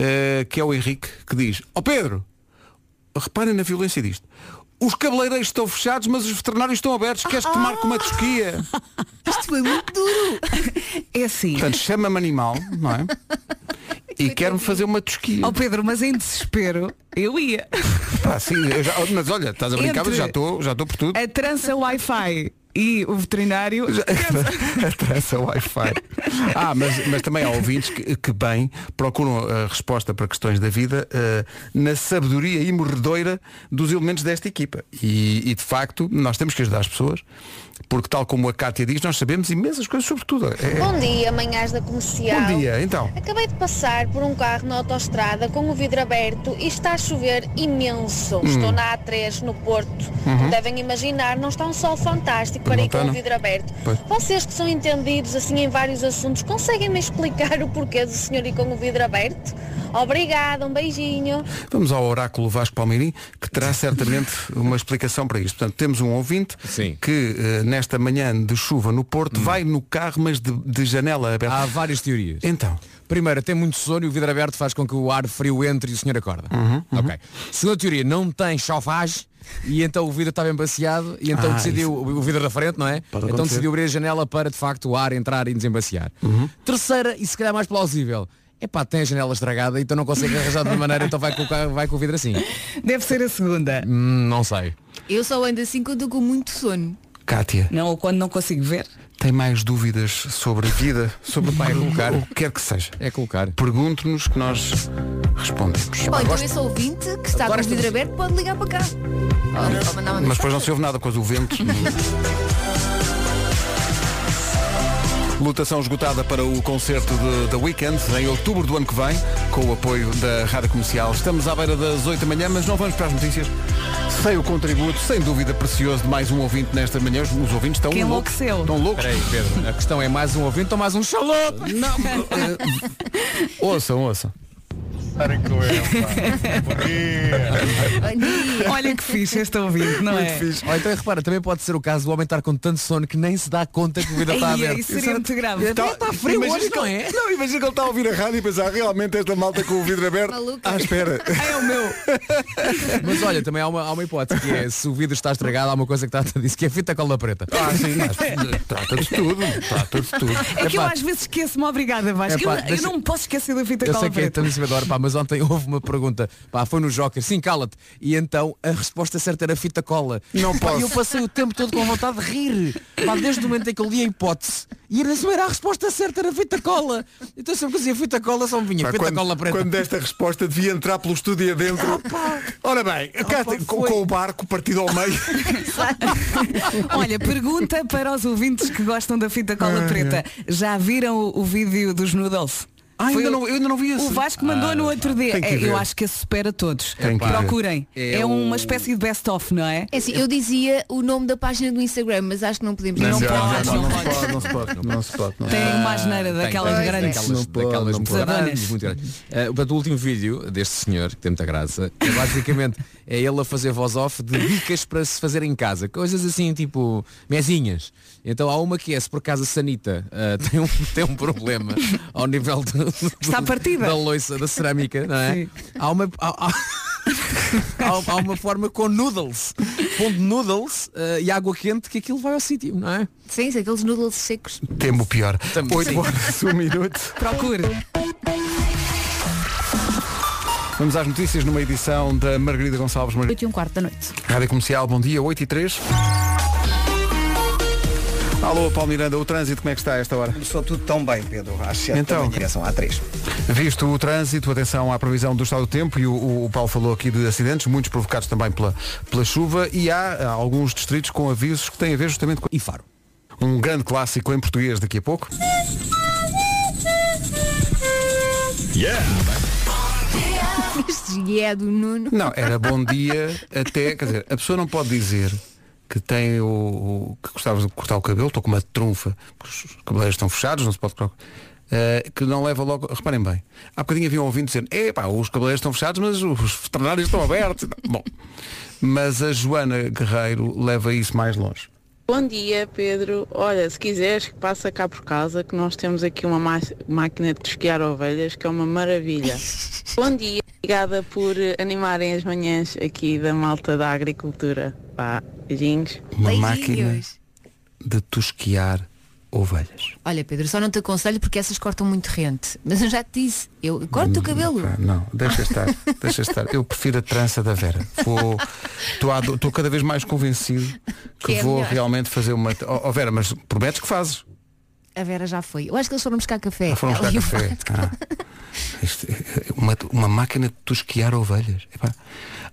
Speaker 2: eh, que é o Henrique, que diz, ó Pedro, reparem na violência disto. Os cabeleireiros estão fechados, mas os veterinários estão abertos. Queres que te marque uma tosquia?
Speaker 1: Isto foi muito duro.
Speaker 4: É assim.
Speaker 2: Portanto, chama-me animal, não é? e quer-me fazer uma tosquia.
Speaker 4: Ó Pedro, mas em desespero, eu ia.
Speaker 2: Pá, sim, eu já- mas olha, estás a brincar,
Speaker 4: Entre-
Speaker 2: mas já estou já estou por tudo.
Speaker 4: A trança Wi-Fi e o veterinário.
Speaker 2: a trança Wi-Fi. Ah, mas, mas também há ouvintes que, que bem procuram a resposta para questões da vida eh, na sabedoria imorredoira dos elementos desta equipa. E, e, de facto, nós temos que ajudar as pessoas, porque tal como a Cátia diz, nós sabemos imensas coisas sobre tudo. É-
Speaker 10: Bom dia, manhãs da comercial.
Speaker 2: Bom dia, então.
Speaker 10: Acabei de passar por um carro na autoestrada com o vidro aberto e está a chover
Speaker 2: Hum.
Speaker 10: imenso. Estou na A3, no Porto. Como devem imaginar, não está um sol fantástico para
Speaker 2: Uhum. não
Speaker 10: ir
Speaker 2: está,
Speaker 10: com
Speaker 2: não.
Speaker 10: o vidro aberto.
Speaker 2: Pois.
Speaker 10: Vocês que são entendidos assim em vários assuntos, conseguem me explicar o porquê do senhor ir com o vidro aberto? Obrigada, um beijinho.
Speaker 2: Vamos ao oráculo Vasco Palmeirim, que terá certamente uma explicação para isto. Portanto, temos um ouvinte
Speaker 7: Sim.
Speaker 2: que eh, nesta manhã de chuva no Porto vai no carro, mas de, de janela aberta.
Speaker 7: Há várias teorias.
Speaker 2: Então,
Speaker 7: Primeiro, tem muito sono e o vidro aberto faz com que o ar frio entre e o senhor acorda.
Speaker 2: Uhum,
Speaker 7: Ok. Segunda teoria, não tem chofage e então o vidro está bem baciado e então
Speaker 2: Ah,
Speaker 7: decidiu, o vidro da frente, não é?
Speaker 2: Pode
Speaker 7: então
Speaker 2: acontecer.
Speaker 7: decidiu abrir a janela para de facto o ar entrar e desembaciar.
Speaker 2: Uhum.
Speaker 7: Terceira, e se calhar mais plausível, é pá, tem a janela estragada então não consegue arranjar de outra maneira, então vai com, o carro- vai com o vidro assim.
Speaker 4: Deve ser a segunda.
Speaker 7: Hum, não sei.
Speaker 1: Eu só ando assim quando estou com muito sono.
Speaker 2: Cátia.
Speaker 4: Não, ou quando não consigo ver.
Speaker 2: tem mais dúvidas sobre a vida, sobre o que quer que seja.
Speaker 7: É colocar.
Speaker 2: Pergunte-nos que nós respondemos.
Speaker 1: Bom, então esse ouvinte que está com
Speaker 7: Agora
Speaker 1: o vidro
Speaker 7: estamos-
Speaker 1: aberto pode ligar para cá. Ou- ou mandar uma
Speaker 2: Ah, Mas depois
Speaker 1: mensagem.
Speaker 2: não se ouve nada com o vento. Lutação esgotada para o concerto de- da Weekend em outubro do ano que vem, com o apoio da Rádio Comercial. Estamos à beira das 8 da manhã, mas não vamos para as notícias. Sem o contributo, sem dúvida precioso de mais um ouvinte nesta manhã. Os os ouvintes estão
Speaker 4: Quem
Speaker 2: loucos.
Speaker 4: enlouqueceu?
Speaker 2: Estão loucos.
Speaker 7: Peraí, Pedro, a questão é mais um ouvinte ou mais um xalope?
Speaker 2: Ouçam, ouçam.
Speaker 4: Olha que fixe este ouvido, não é?
Speaker 7: Ou então repara, também pode ser o caso do homem estar com tanto sono que nem se dá conta que o vidro está é
Speaker 4: Ai,
Speaker 7: aberto.
Speaker 4: isso seria muito grave.
Speaker 7: Então,
Speaker 2: Tá- imagina que
Speaker 7: não
Speaker 4: é?
Speaker 2: ele- Não, imagina que ele está a ouvir a rádio e pensar "Ah, realmente esta malta com o vidro aberto
Speaker 1: Maluca.
Speaker 2: à Ah, espera.
Speaker 4: É o meu.
Speaker 7: Mas olha, também há uma, há uma hipótese que é, se o vidro está estragado, há uma coisa que trata disso, que é fita cola preta.
Speaker 2: Ah, sim, mas trata de tudo, trata de tudo.
Speaker 4: É que eu
Speaker 7: Epá.
Speaker 4: às vezes esqueço-me, obrigada, Vasco.
Speaker 7: Epá,
Speaker 4: eu, eu
Speaker 7: deixa-
Speaker 4: não me posso esquecer da fita
Speaker 7: Eu sei
Speaker 4: cola
Speaker 7: que é
Speaker 4: preta.
Speaker 7: estamos em cima da hora, pá, mas ontem houve uma pergunta, pá, foi no Joker, sim, cala-te. E então a resposta certa era fita cola.
Speaker 2: Não
Speaker 7: Pá,
Speaker 2: posso.
Speaker 7: E eu passei o tempo todo com vontade de rir. Pá, desde o momento em que eu li a hipótese. E era, era a resposta certa, era fita cola. Então sempre que dizia fita cola, só me vinha
Speaker 2: Pá,
Speaker 7: fita cola
Speaker 2: quando,
Speaker 7: preta.
Speaker 2: quando desta resposta devia entrar pelo estúdio adentro. Ora bem, cá tem- com,
Speaker 7: foi.
Speaker 2: com o barco partido ao meio.
Speaker 4: Olha, pergunta para os ouvintes que gostam da fita cola preta. Já viram o, o vídeo dos noodles?
Speaker 2: Ah,
Speaker 4: Foi
Speaker 2: ainda
Speaker 4: o-
Speaker 2: não- eu ainda não vi esse.
Speaker 4: O Vasco mandou no outro dia.
Speaker 2: tem que
Speaker 4: É,
Speaker 2: ver.
Speaker 4: eu acho que esse supera todos.
Speaker 2: Tem que ver.
Speaker 4: Procurem.
Speaker 7: É
Speaker 4: É,
Speaker 7: o-
Speaker 4: uma espécie de best-of, não é?
Speaker 1: É assim, eu dizia o nome da página do Instagram, mas acho que não podemos
Speaker 4: Não
Speaker 1: dizer.
Speaker 4: pode, não pode.
Speaker 2: não se pode, não se pode. não.
Speaker 4: Tem uma asneira daquelas
Speaker 7: tem,
Speaker 4: grandes.
Speaker 7: Daquelas,
Speaker 2: Não pode,
Speaker 7: daquelas
Speaker 2: não
Speaker 7: muito
Speaker 4: pode.
Speaker 7: grandes, muito grandes. Ah, portanto, o último vídeo deste senhor, que tem muita graça, é basicamente é ele a fazer voz off de dicas para se fazer em casa. Coisas assim, tipo, mezinhas. Então há uma que é, se por acaso a Sanita ah, tem, um, tem um problema ao nível do, do-
Speaker 4: Está partida.
Speaker 7: da loiça, da cerâmica, não é?
Speaker 4: Sim.
Speaker 7: Há uma... há- há- há- há uma forma com noodles pondo noodles ah, e água quente que aquilo vai ao sítio não é
Speaker 1: Sim, sim, aqueles noodles secos.
Speaker 2: Temo o pior.
Speaker 7: Também.
Speaker 2: 8 horas, 1 minuto.
Speaker 4: Procure.
Speaker 2: Vamos às notícias numa edição da Margarida Gonçalves. Mar-
Speaker 5: 8 e um quarto da noite.
Speaker 2: Rádio Comercial, bom dia, 8 e 3. Alô, Paulo Miranda, o trânsito como é que está a esta hora?
Speaker 3: Começou tudo tão bem, Pedro. Às 7
Speaker 2: Então.
Speaker 3: então. em direção à 3.
Speaker 2: Visto o trânsito, atenção à previsão do estado do tempo e o, o- o Paulo falou aqui de acidentes, muitos provocados também pela, pela chuva e há ah, alguns distritos com avisos que têm a ver justamente com
Speaker 7: e faro
Speaker 2: um grande clássico em português daqui a pouco.
Speaker 1: Este é do Nuno.
Speaker 2: Não, era bom dia até, quer dizer, a pessoa não pode dizer que tem o, o- que gostavas de cortar o cabelo, estou com uma trunfa, porque os cabeleiros estão fechados, não se pode cortar. eh, que não leva logo, reparem bem, há bocadinho havia um ouvinte dizendo, epá, os cabeleiros estão fechados, mas os veterinários estão abertos. Bom, mas a Joana Guerreiro leva isso mais longe.
Speaker 8: Bom dia, Pedro. Olha, se quiseres, que passa cá por casa, que nós temos aqui uma ma- máquina de tosquiar ovelhas, que é uma maravilha. Bom dia. Obrigada por eh, animarem as manhãs aqui da malta da agricultura. Vá, beijinhos.
Speaker 2: Uma
Speaker 1: Beijinhos.
Speaker 2: máquina de tosquiar ovelhas.
Speaker 1: Olha, Pedro, só não te aconselho porque essas cortam muito rente. Mas eu já te disse, eu
Speaker 2: Hum,
Speaker 1: corto o cabelo.
Speaker 2: Pá, Não, deixa estar, deixa estar. Eu prefiro a trança da Vera. Vou, estou, a- estou cada vez mais convencido que,
Speaker 1: Que é
Speaker 2: vou
Speaker 1: melhor.
Speaker 2: realmente fazer uma. Oh, oh, Vera, mas prometes que fazes?
Speaker 1: A Vera já foi. Eu acho que eles foram buscar café.
Speaker 2: Ah, foram buscar
Speaker 1: Ela e o
Speaker 2: café.
Speaker 1: Vasco.
Speaker 2: Ah. Isto é uma, uma máquina de tosquiar ovelhas. Epá,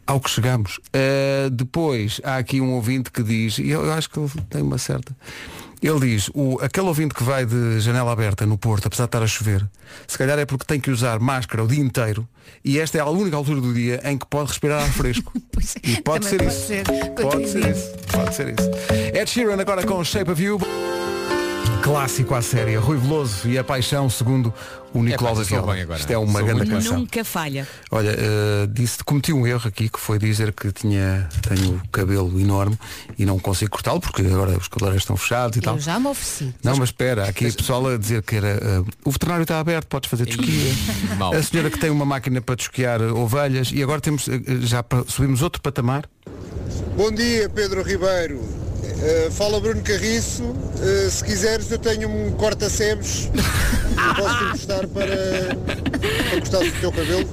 Speaker 2: ao que chegamos. Ah, depois há aqui um ouvinte que diz, e eu, eu acho que ele tem uma certa. Ele diz, o, aquele ouvinte que vai de janela aberta no Porto, apesar de estar a chover, se calhar é porque tem que usar máscara o dia inteiro e esta é a única altura do dia em que pode respirar ar fresco. e pode
Speaker 1: é, também
Speaker 2: ser
Speaker 1: pode
Speaker 2: isso. Pode
Speaker 1: ser.
Speaker 2: ser
Speaker 1: Coitadinho.
Speaker 2: isso. Pode ser isso. Ed Sheeran agora com Shape of You. Clássico à série, Rui Veloso e a paixão, segundo o Nicolau
Speaker 7: pá,
Speaker 2: da
Speaker 7: sou
Speaker 2: Viola.
Speaker 7: bem agora.
Speaker 2: Isto é uma
Speaker 7: Sou
Speaker 2: grande
Speaker 7: muito
Speaker 2: canção.
Speaker 4: Nunca falha.
Speaker 2: Olha, eh, disse, cometi um erro aqui que foi dizer que tinha, tenho cabelo enorme e não consigo cortá-lo porque agora os cabeleireiros estão fechados e tal.
Speaker 1: Eu já me ofereci.
Speaker 2: Não, mas espera, há aqui o pessoal a dizer que era eh, o veterinário está aberto, podes fazer tosquia.
Speaker 7: Mau.
Speaker 2: A senhora que tem uma máquina para tosquiar eh, ovelhas e agora temos, eh, eh, já pa- subimos outro patamar.
Speaker 11: Bom dia, Pedro Ribeiro. Eh, fala Bruno Carriço. Eh, se quiseres, eu tenho um corta-sebes que posso emprestar para, para cortar o teu cabelo.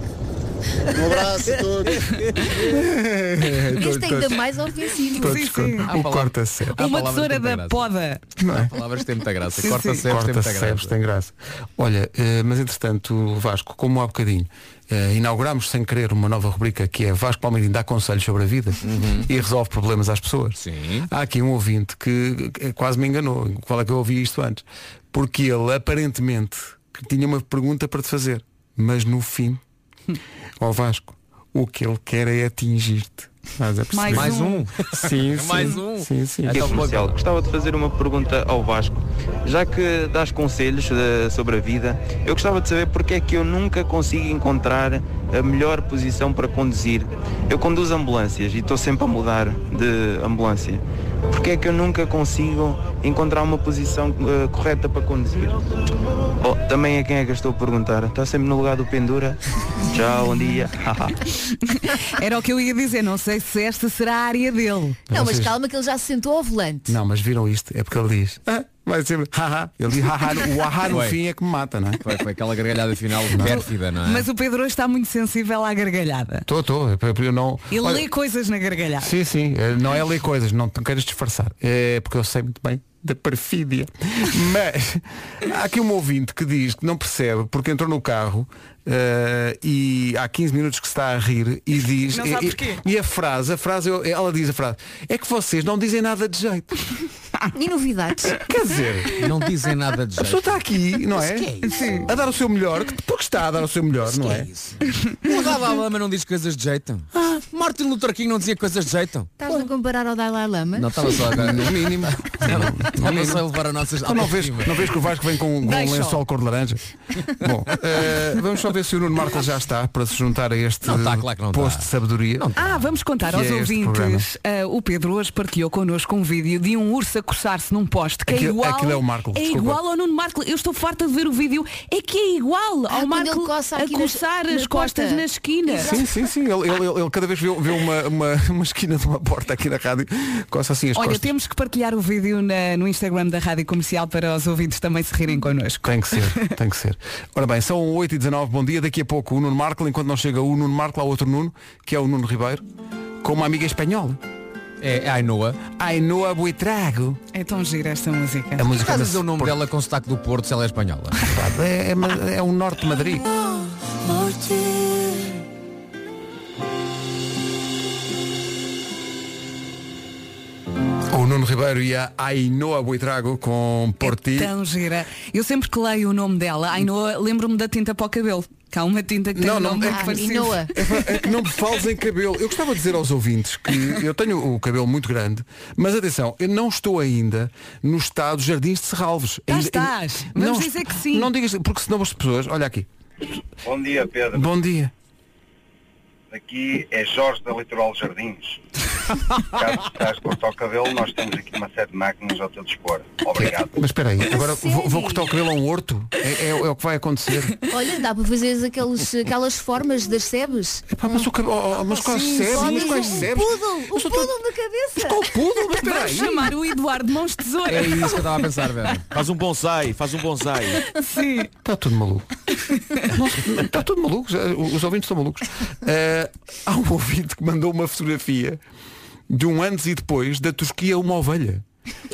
Speaker 11: Um abraço a todos.
Speaker 1: Este é ainda mais ofensivo.
Speaker 2: Todos cortam. o corta-sebes.
Speaker 4: Uma tesoura da poda.
Speaker 2: Não é?
Speaker 7: Palavras têm muita graça.
Speaker 4: Sim,
Speaker 7: Corta-sebes
Speaker 4: sim.
Speaker 7: tem muita
Speaker 2: Corta-sebes
Speaker 7: graça.
Speaker 2: tem graça. Olha, eh, mas entretanto, Vasco, como há bocadinho, eh, inauguramos sem querer uma nova rubrica que é Vasco Palmeirinho dá conselhos sobre a vida e resolve problemas às pessoas.
Speaker 7: Uhum. Sim.
Speaker 2: Há aqui um ouvinte que que quase me enganou. Qual é que eu ouvi isto antes? Porque ele aparentemente que tinha uma pergunta para te fazer, mas no fim, ó Vasco, o que ele quer é atingir-te. Estás a perceber?
Speaker 7: Mais um.
Speaker 2: Sim, sim.
Speaker 7: Mais um.
Speaker 2: Sim, sim.
Speaker 7: Então,
Speaker 6: Marcelo, gostava de fazer uma pergunta ao Vasco. Já que dás conselhos eh, sobre a vida, eu gostava de saber porque é que eu nunca consigo encontrar a melhor posição para conduzir. Eu conduzo ambulâncias e estou sempre a mudar de ambulância. Porque é que eu nunca consigo encontrar uma posição eh, correta para conduzir? Bom, também a quem é que eu estou a perguntar? Está sempre no lugar do pendura? Tchau, bom dia.
Speaker 4: Era o que eu ia dizer, não sei se esta será a área dele.
Speaker 1: Não, mas
Speaker 2: Vocês-
Speaker 1: calma que ele já se sentou ao volante.
Speaker 2: Não, mas viram isto? É porque ele diz. "Ah, vai sempre. Haha. Ele diz haha. no- O haha no
Speaker 7: Foi.
Speaker 2: fim é que me mata, não é?
Speaker 7: Foi, foi aquela gargalhada final pérfida, não é?
Speaker 4: Mas o Pedro hoje está muito sensível à gargalhada.
Speaker 2: Estou, estou. Eu não.
Speaker 4: Ele
Speaker 2: Olha,
Speaker 4: lê coisas na gargalhada.
Speaker 2: Sim, sim. eh, Não é ler coisas. Não te queiras disfarçar. É porque eu sei muito bem da perfídia. Mas há aqui um ouvinte que diz que não percebe porque entrou no carro eh, e há 15 minutos que está a rir e diz.
Speaker 4: Não sabe
Speaker 2: e-
Speaker 4: porquê.
Speaker 2: e, a frase, a frase, eu- ela diz a frase, é que vocês não dizem nada de jeito.
Speaker 1: E novidades.
Speaker 2: Quer dizer.
Speaker 7: Não dizem nada de
Speaker 2: A pessoa
Speaker 7: jeito.
Speaker 2: está aqui, não é? Sim. A dar o seu melhor, porque está a dar o seu melhor, não é?
Speaker 7: O Dalai Lama não diz coisas de jeito. Martin Luther King não dizia coisas de jeito.
Speaker 1: Estás a comparar ao Dalai Lama?
Speaker 7: Não estava só a
Speaker 2: No mínimo.
Speaker 7: Estava só a levar a nossas
Speaker 2: Tu não vês, não vês que o Vasco vem com, com um
Speaker 4: Deixa-o.
Speaker 2: lençol cor de laranja? Bom, eh, vamos só ver se o Nuno Marco já está para se juntar a este
Speaker 7: Não está, claro que não
Speaker 2: posto
Speaker 7: está.
Speaker 2: de sabedoria.
Speaker 4: Ah, vamos contar
Speaker 2: Que
Speaker 4: aos
Speaker 2: é este
Speaker 4: ouvintes. ah, o Pedro hoje partilhou connosco um vídeo de um urso a coçar-se num poste que
Speaker 2: Aquilo-
Speaker 4: é igual.
Speaker 2: aquilo é o Marco,
Speaker 4: é
Speaker 2: desculpa.
Speaker 4: igual ao Nuno Marco. Eu estou farta de ver o vídeo. É que é igual
Speaker 1: Ah, quando
Speaker 4: ao Marco
Speaker 1: ele coça
Speaker 4: a
Speaker 1: aqui nas-
Speaker 4: coçar
Speaker 1: na
Speaker 4: as costas
Speaker 1: costa.
Speaker 4: na esquina.
Speaker 2: Sim, sim, sim. Ele, ele- ele- ele cada vez vê, vê uma, uma, uma esquina de uma porta aqui na rádio, coça assim as
Speaker 4: Olha,
Speaker 2: costas.
Speaker 4: temos que partilhar o vídeo na- no Instagram da Rádio Comercial para os ouvintes também se rirem connosco.
Speaker 2: Tem que ser, tem que ser. Ora bem, são 8 e 19 bom dia. Daqui a pouco o Nuno Marco, enquanto não chega o Nuno Marco, há outro Nuno, que é o Nuno Ribeiro, com uma amiga espanhola.
Speaker 7: É, é a Ainoa.
Speaker 2: Ainhoa Buitrago.
Speaker 4: É tão gira esta música.
Speaker 2: A música
Speaker 7: Estás
Speaker 2: da
Speaker 7: a dizer o nome
Speaker 2: Porto.
Speaker 7: dela com sotaque do Porto, se ela é espanhola.
Speaker 2: É, é, ma- é um norte de Madrid. O Nuno Ribeiro e a Ainhoa Buitrago com Por Ti.
Speaker 4: É Tão gira. Eu sempre que leio o nome dela, Ainoa, lembro-me da tinta para o cabelo. Que há uma tinta que tem
Speaker 2: Não,
Speaker 4: um
Speaker 2: não-
Speaker 4: nome
Speaker 2: é-
Speaker 4: muito
Speaker 1: Ah, e
Speaker 4: parecido.
Speaker 1: Noah.
Speaker 2: É que não me fales em cabelo. Eu gostava de dizer aos ouvintes que eu tenho o cabelo muito grande, mas atenção, eu não estou ainda no estado Jardins de Serralves.
Speaker 4: Cá
Speaker 2: Ainda-
Speaker 4: estás. Vamos
Speaker 2: est-
Speaker 4: dizer que sim.
Speaker 2: Não digas, porque senão as pessoas, olha aqui.
Speaker 12: Bom dia, Pedro.
Speaker 2: Bom dia.
Speaker 12: Aqui é Jorge da Litoral Jardins. Caso estás cortar o cabelo, nós temos aqui uma série de máquinas ao teu dispor. Obrigado.
Speaker 2: Mas espera aí, agora vou,
Speaker 1: sério?
Speaker 2: vou cortar o cabelo a um horto? É, é- é o que vai acontecer.
Speaker 1: Olha, dá para fazeres aqueles, aquelas formas das sebes.
Speaker 2: Epá, mas o cabelo, oh, oh, mas quais sebes, mas
Speaker 1: Olha,
Speaker 2: quais
Speaker 4: um
Speaker 1: o
Speaker 2: sebes?
Speaker 1: poodle, o
Speaker 2: Eu só tô-
Speaker 1: poodle na
Speaker 2: Mas
Speaker 1: cabeça.
Speaker 2: qual poodle? Mas espera
Speaker 4: Podemos chamar o Eduardo Mons Tesoura.
Speaker 7: É isso que eu estava a pensar, velho.
Speaker 13: Faz um bonsai, faz um bonsai.
Speaker 2: É.
Speaker 4: Sim.
Speaker 2: Está Tá tudo maluco. Nossa, Está tá tudo maluco. já- Os ouvintes estão malucos. Eh, há um ouvinte que mandou uma fotografia de um antes e depois da Tosquia a uma ovelha.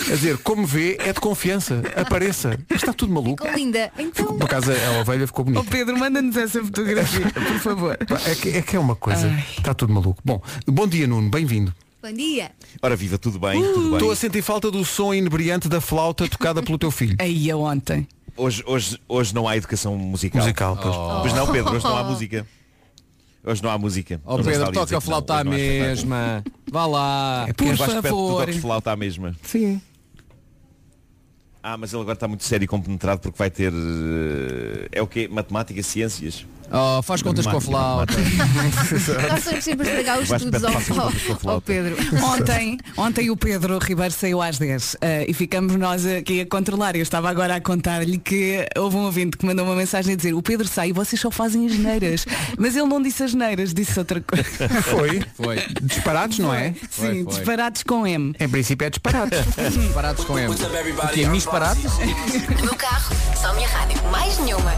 Speaker 2: A dizer, como vê, é de confiança. Apareça. Está tudo maluco.
Speaker 1: Ficou linda. Então,
Speaker 2: Por acaso a ovelha ficou bonita.
Speaker 4: Ó Pedro, manda-nos essa fotografia, por favor.
Speaker 2: Pá, É que é, que é uma coisa. Está tudo maluco. Bom, bom dia Nuno, bem-vindo.
Speaker 1: bom dia.
Speaker 13: Ora viva, tudo bem, tudo bem.
Speaker 2: Estou a sentir falta do som inebriante da flauta tocada pelo teu filho.
Speaker 4: Aí é ontem.
Speaker 13: Hoje, hoje, hoje não há educação musical.
Speaker 2: Musical, pois.
Speaker 13: Oh. Pois não, Pedro, hoje não há música. Hoje não há música.
Speaker 7: Ó
Speaker 13: Não sei se
Speaker 7: Oh, Pedro, toca
Speaker 13: alguém dizer
Speaker 7: a
Speaker 13: que não,
Speaker 7: flauta à
Speaker 13: hoje não há espetáculo.
Speaker 7: mesma. Vá lá.
Speaker 13: É porque eu acho que Pedro, tu toques flauta à mesma.
Speaker 2: Sim.
Speaker 13: Ah, mas ele agora está muito sério e compenetrado porque vai ter. eh, É o quê? Matemática, ciências?
Speaker 7: Oh, faz contas com a flauta.
Speaker 1: Nós somos sempre a estragar os
Speaker 13: Vais
Speaker 1: estudos ao,
Speaker 13: para- faço contas com
Speaker 1: ao,
Speaker 13: a
Speaker 1: ao
Speaker 13: flauta.
Speaker 1: Pedro.
Speaker 4: Ontem, ontem o Pedro Ribeiro saiu às 10 eh, e ficamos nós aqui a controlar. Eu estava agora a contar-lhe que houve um ouvinte que mandou uma mensagem a dizer o Pedro sai e vocês só fazem as neiras. Mas ele não disse as neiras, disse outra coisa.
Speaker 2: Foi.
Speaker 7: Foi.
Speaker 2: Disparados, não é?
Speaker 4: Sim, disparados com M.
Speaker 2: Em princípio é disparados.
Speaker 7: Disparados com M. O é quê? Mis parados?
Speaker 5: No carro, só minha rádio, mais nenhuma.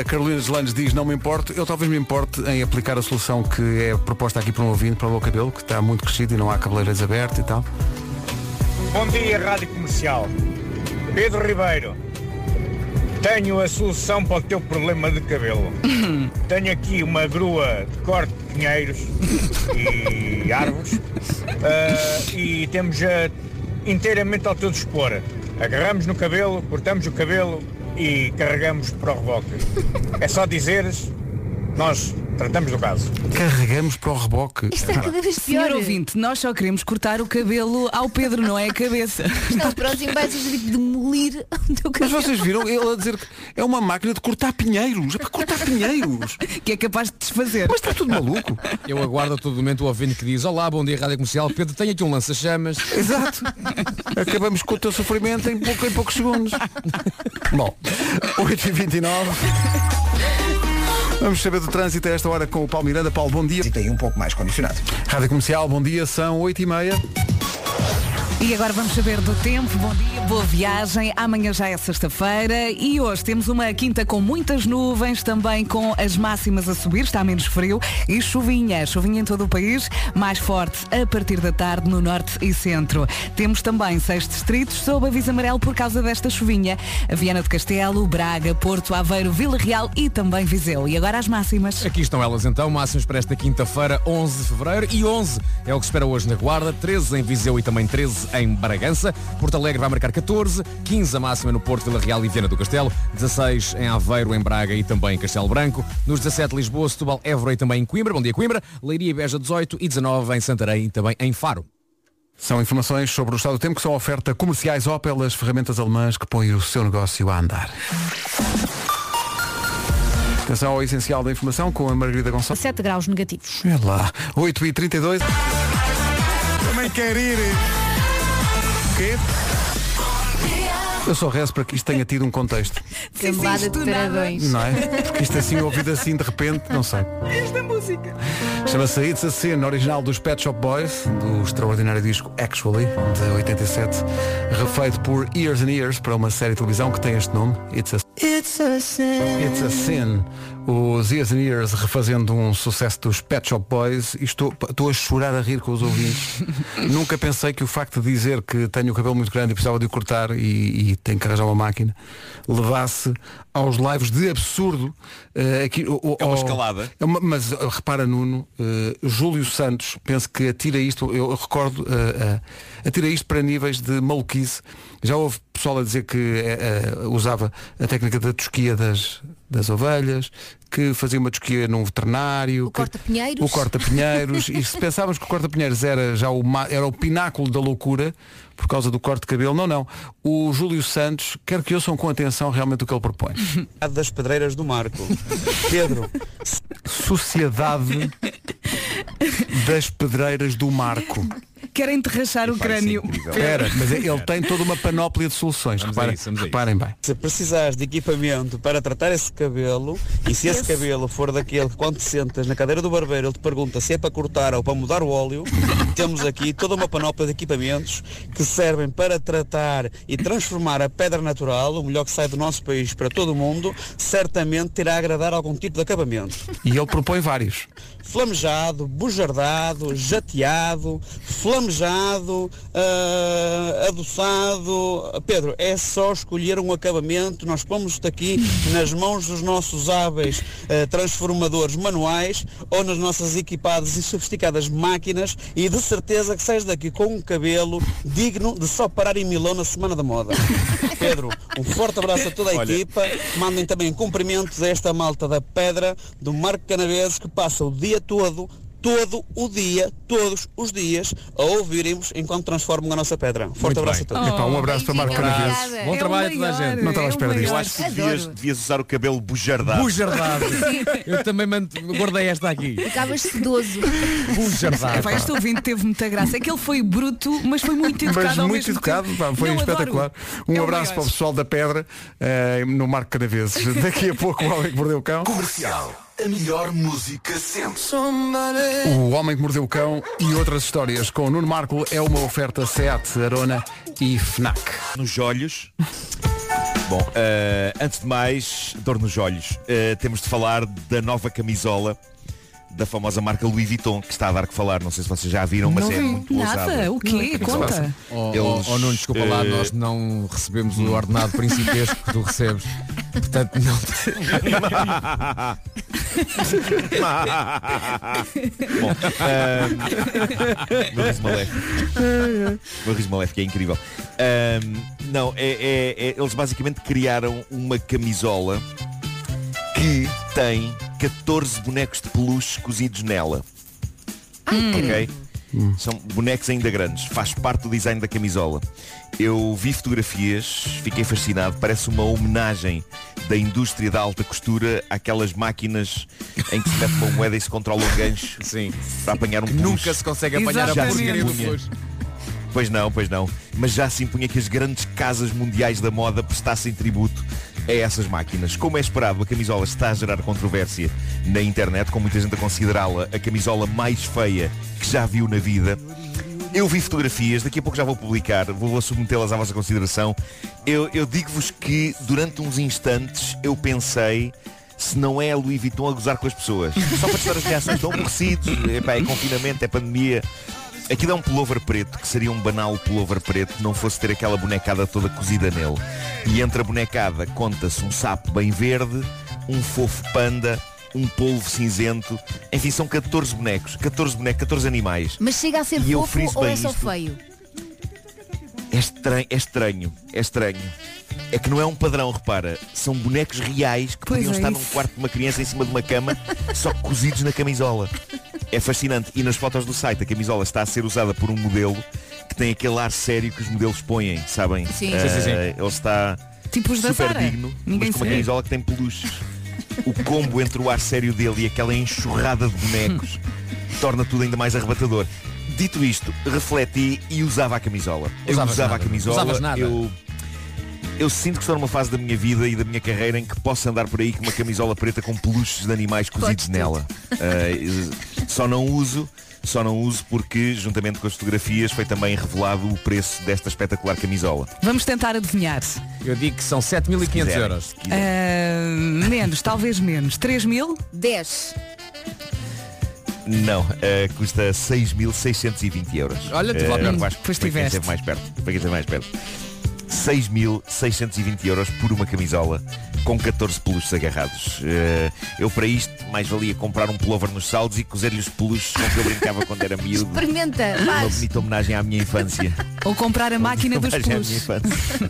Speaker 2: A Carolina Gelandes diz, não me importo, eu talvez me importe em aplicar a solução que é proposta aqui para um ouvinte, para o meu cabelo, que está muito crescido e não há cabeleiras abertas e tal.
Speaker 14: Bom dia, Rádio Comercial. Pedro Ribeiro, tenho a solução para o teu problema de cabelo. Tenho aqui uma grua de corte de pinheiros e árvores ah, e temos a, inteiramente ao teu dispor. Agarramos no cabelo, cortamos o cabelo e carregamos para o reboque. É só dizeres, nós tratamos do caso.
Speaker 2: Carregamos para o reboque.
Speaker 1: Isto é cada vez
Speaker 4: Senhor
Speaker 1: pior.
Speaker 4: ouvinte, nós só queremos cortar o cabelo ao Pedro, não é a cabeça.
Speaker 1: Estão prontos em vez de demolir o teu
Speaker 2: Mas
Speaker 1: cabelo.
Speaker 2: vocês viram ele a dizer que é uma máquina de cortar pinheiros. É para cortar pinheiros.
Speaker 4: Que é capaz de desfazer.
Speaker 2: Mas está tudo maluco.
Speaker 7: Eu aguardo a todo momento o ouvinte que diz Olá, bom dia Rádio Comercial Pedro, tenho aqui um lança-chamas
Speaker 2: Exato. Acabamos com o teu sofrimento em, pouco, em poucos segundos. Bom, 8h29. Vamos saber do trânsito a esta hora com o Paulo Miranda. Paulo, bom dia. E
Speaker 3: tem um pouco mais condicionado.
Speaker 2: Rádio Comercial, bom dia. São 8h30.
Speaker 4: E agora vamos saber do tempo. Bom dia, boa viagem. Amanhã já é sexta-feira e hoje temos uma quinta com muitas nuvens, também com as máximas a subir, está menos frio e chuvinha, chuvinha em todo o país, mais forte a partir da tarde no norte e centro. Temos também seis distritos sob aviso amarelo por causa desta chuvinha. Viana de Castelo, Braga, Porto, Aveiro, Vila Real e também Viseu. E agora as máximas.
Speaker 7: Aqui estão elas então, máximos para esta quinta-feira 11 de Fevereiro e 11 é o que se espera hoje na Guarda 13 em Viseu e também 13 em Bragança Porto Alegre vai marcar 14 15 a máxima no Porto, Vila Real e Viana do Castelo 16 em Aveiro, em Braga e também em Castelo Branco Nos 17 Lisboa, Setúbal, Évora e também em Coimbra Bom dia Coimbra Leiria e Beja 18 e 19 em Santarém e também em Faro
Speaker 2: São informações sobre o estado do tempo que são oferta comerciais Opel, as ferramentas alemãs que põem o seu negócio a andar. Atenção ao essencial da informação com a Margarida Gonçalves.
Speaker 15: 7 graus negativos.
Speaker 2: É lá. 8h32. Também quer ir. Quê? Eu só rezo para que isto tenha tido um contexto.
Speaker 1: Cambada de paradões.
Speaker 2: Não é? Porque isto assim ouvido assim de repente, não sei.
Speaker 4: Esta música.
Speaker 2: Chama-se It's a Sin, original dos Pet Shop Boys, do extraordinário disco Actually, de 87, refeito por Years and Years para uma série de televisão que tem este nome, It's a
Speaker 16: It's a sin.
Speaker 2: It's a Sin. Os Years and Years refazendo um sucesso dos Pet Shop Boys e estou, estou a chorar a rir com os ouvintes. Nunca pensei que o facto de dizer que tenho o cabelo muito grande e precisava de o cortar e, e tenho que arranjar uma máquina levasse aos lives de absurdo. eh, aqui, o- o-
Speaker 13: É uma
Speaker 2: ao-
Speaker 13: escalada.
Speaker 2: é uma- mas uh, repara, Nuno, uh, Júlio Santos, penso que atira isto, eu recordo, uh, uh, atira isto para níveis de maluquice. Já houve pessoal a dizer que uh, uh, usava a técnica da tosquia das, das ovelhas, que fazia uma tosquia num veterinário. O
Speaker 1: corta-pinheiros.
Speaker 2: O corta-pinheiros. e se pensávamos que o corta-pinheiros era já o, ma- era o pináculo da loucura, por causa do corte de cabelo, não, não. O Júlio Santos, quero que ouçam com atenção realmente o que ele propõe.
Speaker 17: das pedreiras do Marco. Pedro.
Speaker 2: Sociedade das Pedreiras do Marco.
Speaker 4: querem te rachar o crânio.
Speaker 2: Espera, mas ele tem toda uma panóplia de soluções. Reparem, reparem bem.
Speaker 17: Se precisares de equipamento para tratar esse cabelo, e se esse cabelo for daquele que quando te sentas na cadeira do barbeiro ele te pergunta se é para cortar ou para mudar o óleo, temos aqui toda uma panóplia de equipamentos que servem para tratar e transformar a pedra natural, o melhor que sai do nosso país para todo o mundo, certamente terá a agradar algum tipo de acabamento.
Speaker 2: E ele propõe vários.
Speaker 17: Flamejado, bujardado, jateado, flamejado, ah, adoçado. Pedro, é só escolher um acabamento. Nós pomos-te aqui nas mãos dos nossos hábeis ah, transformadores manuais ou nas nossas equipadas e sofisticadas máquinas e de certeza que sais daqui com um cabelo digno de só parar em Milão na Semana da Moda. Pedro, um forte abraço a toda a
Speaker 13: Olha.
Speaker 17: equipa. Mandem também cumprimentos a esta malta da pedra do Marco Canaveses que passa o dia todo, todo o dia, todos os dias, a ouvirmos enquanto transformam a nossa pedra. Forte
Speaker 2: Muito
Speaker 17: abraço
Speaker 2: bem.
Speaker 4: Oh,
Speaker 17: a todos.
Speaker 2: Epá, um abraço para Marco Canaveses.
Speaker 4: É
Speaker 17: Bom trabalho
Speaker 7: a toda a gente.
Speaker 2: Não estava à espera disto.
Speaker 13: Eu acho que devias, devias usar o cabelo bujardado.
Speaker 7: Bujardado. Eu também mant- guardei esta aqui.
Speaker 1: Ficavas sedoso.
Speaker 7: Bujardado.
Speaker 4: É, pá, este ouvinte teve muita graça. É que ele foi bruto, mas foi muito educado.
Speaker 2: Mas
Speaker 4: ao
Speaker 2: muito
Speaker 4: mesmo
Speaker 2: educado,
Speaker 4: tempo.
Speaker 2: pá, foi
Speaker 4: Não, adoro.
Speaker 2: espetacular. Um
Speaker 4: É o
Speaker 2: abraço
Speaker 4: melhor.
Speaker 2: para o pessoal da Pedra, eh, no Marco Canaveses. Daqui a pouco o Homem que Mordeu o Cão.
Speaker 15: Comercial. A melhor música sempre.
Speaker 2: O Homem que Mordeu o Cão e outras histórias com o Nuno Marco é uma oferta SEAT, Arona e FNAC.
Speaker 13: Nos olhos. Bom, eh, antes de mais, dor nos olhos. Eh, temos de falar da nova camisola da famosa marca Louis Vuitton, que está a dar que falar. Não sei se vocês já viram, mas
Speaker 4: Não
Speaker 13: é
Speaker 4: vi
Speaker 13: muito
Speaker 4: nada.
Speaker 13: ousada.
Speaker 4: O quê?
Speaker 13: Não é que se
Speaker 4: Conta.
Speaker 13: passa.
Speaker 7: Oh,
Speaker 13: Eles,
Speaker 7: oh, oh, Nuno, desculpa lá,
Speaker 13: eh, hum.
Speaker 7: nós não recebemos o ordenado principesco que tu recebes. Portanto, não.
Speaker 13: Bom, eh, ahm, meu riso maléfico. Meu riso maléfico é incrível. Ahm, não, é- é- é- eles basicamente criaram uma camisola que tem 14 bonecos de peluche cozidos nela.
Speaker 7: Hum.
Speaker 13: Ok? São bonecos ainda grandes. Faz parte do design da camisola. Eu vi fotografias, fiquei fascinado. Parece uma homenagem da indústria da alta costura àquelas máquinas em que se mete uma moeda e se controla um gancho para apanhar um peluche.
Speaker 7: Nunca se consegue apanhar a
Speaker 13: Já se
Speaker 7: porcaria do
Speaker 13: impunha.
Speaker 7: peluche.
Speaker 13: Pois não, pois não. Mas já se impunha que as grandes casas mundiais da moda prestassem tributo a essas máquinas. Como é esperado, a camisola está a gerar controvérsia na internet, com muita gente a considerá-la a camisola mais feia que já viu na vida. Eu vi fotografias, daqui a pouco já vou publicar, vou, vou submetê-las à vossa consideração. Eu, eu digo-vos que durante uns instantes eu pensei se não é a Louis Vuitton a gozar com as pessoas. Só para testar as reações, estão aborrecidos, Epá, é confinamento, é pandemia. Aquilo é um pullover preto, que seria um banal pullover preto, não fosse ter aquela bonecada toda cozida nele. E entre a bonecada conta-se um sapo bem verde, um fofo panda, um polvo cinzento. Enfim, são 14 bonecos, 14 bonecos, 14 animais.
Speaker 1: Mas chega a ser
Speaker 13: E eu
Speaker 1: fofo
Speaker 13: friso
Speaker 1: ou
Speaker 13: bem
Speaker 1: é só
Speaker 13: isto.
Speaker 1: feio?
Speaker 13: É estranho, é estranho, é estranho. É que não é um padrão, repara. São bonecos reais que
Speaker 4: Pois
Speaker 13: podiam
Speaker 4: é
Speaker 13: estar
Speaker 4: isso.
Speaker 13: num quarto de uma criança em cima de uma cama, só que cozidos na camisola. É fascinante. E nas fotos do site, a camisola está a ser usada por um modelo que tem aquele ar sério que os modelos põem, sabem?
Speaker 4: Sim.
Speaker 13: Eh,
Speaker 4: Sim, sim, sim.
Speaker 13: Ele está
Speaker 4: Tipo os da
Speaker 13: super
Speaker 4: Zara.
Speaker 13: digno,
Speaker 4: Ninguém
Speaker 13: mas com
Speaker 4: se
Speaker 13: uma
Speaker 4: vê.
Speaker 13: camisola que tem peluches. O combo entre o ar sério dele e aquela enxurrada de bonecos torna tudo ainda mais arrebatador. Dito isto, refleti e usava a camisola.
Speaker 7: Usavas
Speaker 13: eu usava
Speaker 7: nada.
Speaker 13: a camisola.
Speaker 7: Usavas nada.
Speaker 13: Eu, eu sinto que estou numa fase da minha vida e da minha carreira em que posso andar por aí com uma camisola preta com peluches de animais cozidos nela. Ah, só não uso, só não uso porque, juntamente com as fotografias, foi também revelado o preço desta espetacular camisola.
Speaker 4: Vamos tentar adivinhar.
Speaker 7: Eu digo que são 7.500 euros.
Speaker 4: Ah, menos, talvez menos. 3 mil?
Speaker 1: 10.
Speaker 13: Não, eh, custa 6.620 euros.
Speaker 4: Olha, estive lá
Speaker 13: Eh,
Speaker 4: perto.
Speaker 13: eu acho que
Speaker 4: Pois
Speaker 13: foi quem
Speaker 4: estiveste.
Speaker 13: esteve mais perto. Foi quem esteve mais perto. 6.620 euros por uma camisola com 14 peluches agarrados. Eh, eu para isto mais valia comprar um pullover nos saldos e cozer-lhe os peluches com que eu brincava quando era miúdo.
Speaker 1: Experimenta,
Speaker 13: Uma
Speaker 1: faz.
Speaker 13: bonita homenagem à minha infância.
Speaker 4: Ou comprar a máquina dos
Speaker 13: Homenagem à é minha
Speaker 4: peluches.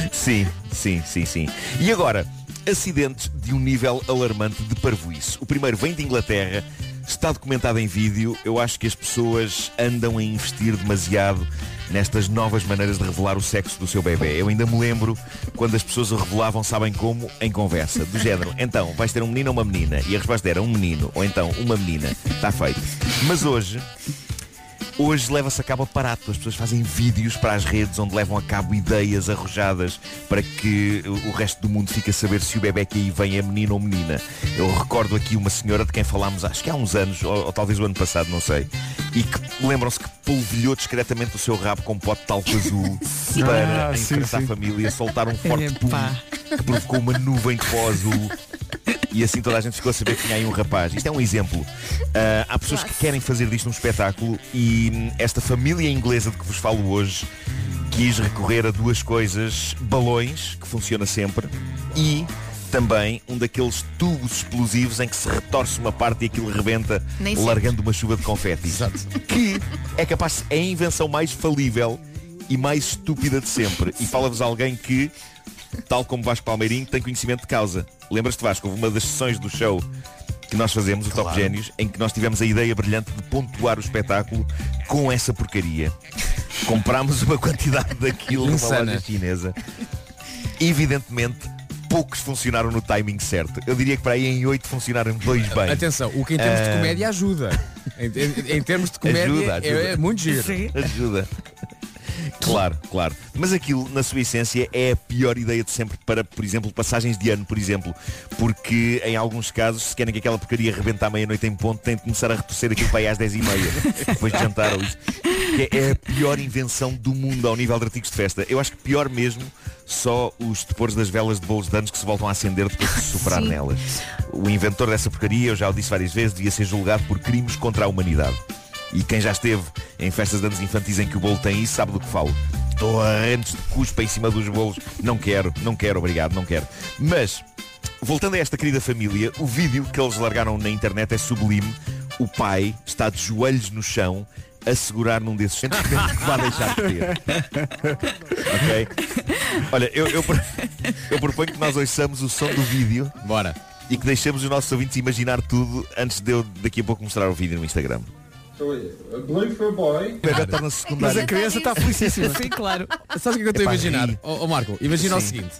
Speaker 13: infância. sim, sim, sim, sim. E agora, acidentes de um nível alarmante de parvoíce. O primeiro vem de Inglaterra, está documentado em vídeo. Eu acho que as pessoas andam a investir demasiado nestas novas maneiras de revelar o sexo do seu bebê. Eu ainda me lembro quando as pessoas o revelavam, sabem como, em conversa. Do género, então, vais ter um menino ou uma menina? E a resposta era um menino, ou então uma menina. Está feito. Mas hoje, Hoje leva-se a cabo aparato. As pessoas fazem vídeos para as redes onde levam a cabo ideias arrojadas para que o resto do mundo fique a saber se o bebê que aí vem é menino ou menina. Eu recordo aqui uma senhora de quem falámos acho que há uns anos, ou, ou talvez o ano passado, não sei, e que lembram-se que polvilhou discretamente o seu rabo com um pote de talco azul
Speaker 7: Sim.
Speaker 13: para,
Speaker 7: Ah,
Speaker 13: em
Speaker 7: sim,
Speaker 13: frente à
Speaker 7: sim.
Speaker 13: família, soltar um forte
Speaker 7: Epá.
Speaker 13: pum que provocou uma nuvem de pó azul. E assim toda a gente ficou a saber que tinha aí um rapaz. Isto é um exemplo. Ah, há pessoas que querem fazer disto um espetáculo e hum, esta família inglesa de que vos falo hoje quis recorrer a duas coisas. Balões, que funciona sempre, e também um daqueles tubos explosivos em que se retorce uma parte e aquilo rebenta,
Speaker 16: Nem sempre.
Speaker 13: largando uma chuva de confetti. Que é capaz, é a invenção mais falível e mais estúpida de sempre. E fala-vos alguém que tal como Vasco Palmeirinho, tem conhecimento de causa. Lembras-te, Vasco, houve uma das sessões do show que nós fazemos, o Top Génios, em que nós tivemos a ideia brilhante de pontuar o espetáculo com essa porcaria. Comprámos uma quantidade daquilo numa
Speaker 7: Insana.
Speaker 13: loja chinesa. Evidentemente, poucos funcionaram no timing certo. Eu diria que para aí em oito funcionaram dois bem.
Speaker 7: Atenção, o que em termos de
Speaker 13: Ah,
Speaker 7: comédia ajuda. Em, em- em termos de comédia
Speaker 13: ajuda, ajuda.
Speaker 7: É, é muito giro.
Speaker 13: Ajuda. Claro, claro. Mas aquilo, na sua essência, é a pior ideia de sempre para, por exemplo, passagens de ano, por exemplo. Porque, em alguns casos, se querem que aquela porcaria rebente à meia-noite em ponto, têm de começar a retorcer aquilo para aí às 10h30. depois de jantar ou isso. Que é a pior invenção do mundo ao nível de artigos de festa. Eu acho que pior mesmo só os depores das velas de bolos de anos que se voltam a acender depois de se superar
Speaker 1: Sim.
Speaker 13: nelas. O inventor dessa porcaria, eu já o disse várias vezes, devia ser julgado por crimes contra a humanidade. E quem já esteve em festas de anos infantis em que o bolo tem isso sabe do que falo. Torrentes de cuspa em cima dos bolos. Não quero, não quero, obrigado, não quero. Mas, voltando a esta querida família, o vídeo que eles largaram na internet é sublime. O pai está de joelhos no chão a segurar num desses sentimentos que vai deixar de ter. Ok? Olha, eu, eu, pro- eu proponho que nós ouçamos o som do vídeo. Bora. E que deixemos os nossos ouvintes imaginar tudo antes de eu daqui a pouco mostrar o vídeo no Instagram. tá
Speaker 18: Blue for boy.
Speaker 13: O bebê torna-se
Speaker 7: Mas é
Speaker 13: secundário.
Speaker 7: a criança está felicíssima. Sim, claro. Sabe o que é que eu estou a
Speaker 13: Epá,
Speaker 7: imaginar?
Speaker 13: ri.
Speaker 7: Ó ó, Marco, imagina
Speaker 13: Sim.
Speaker 7: o seguinte.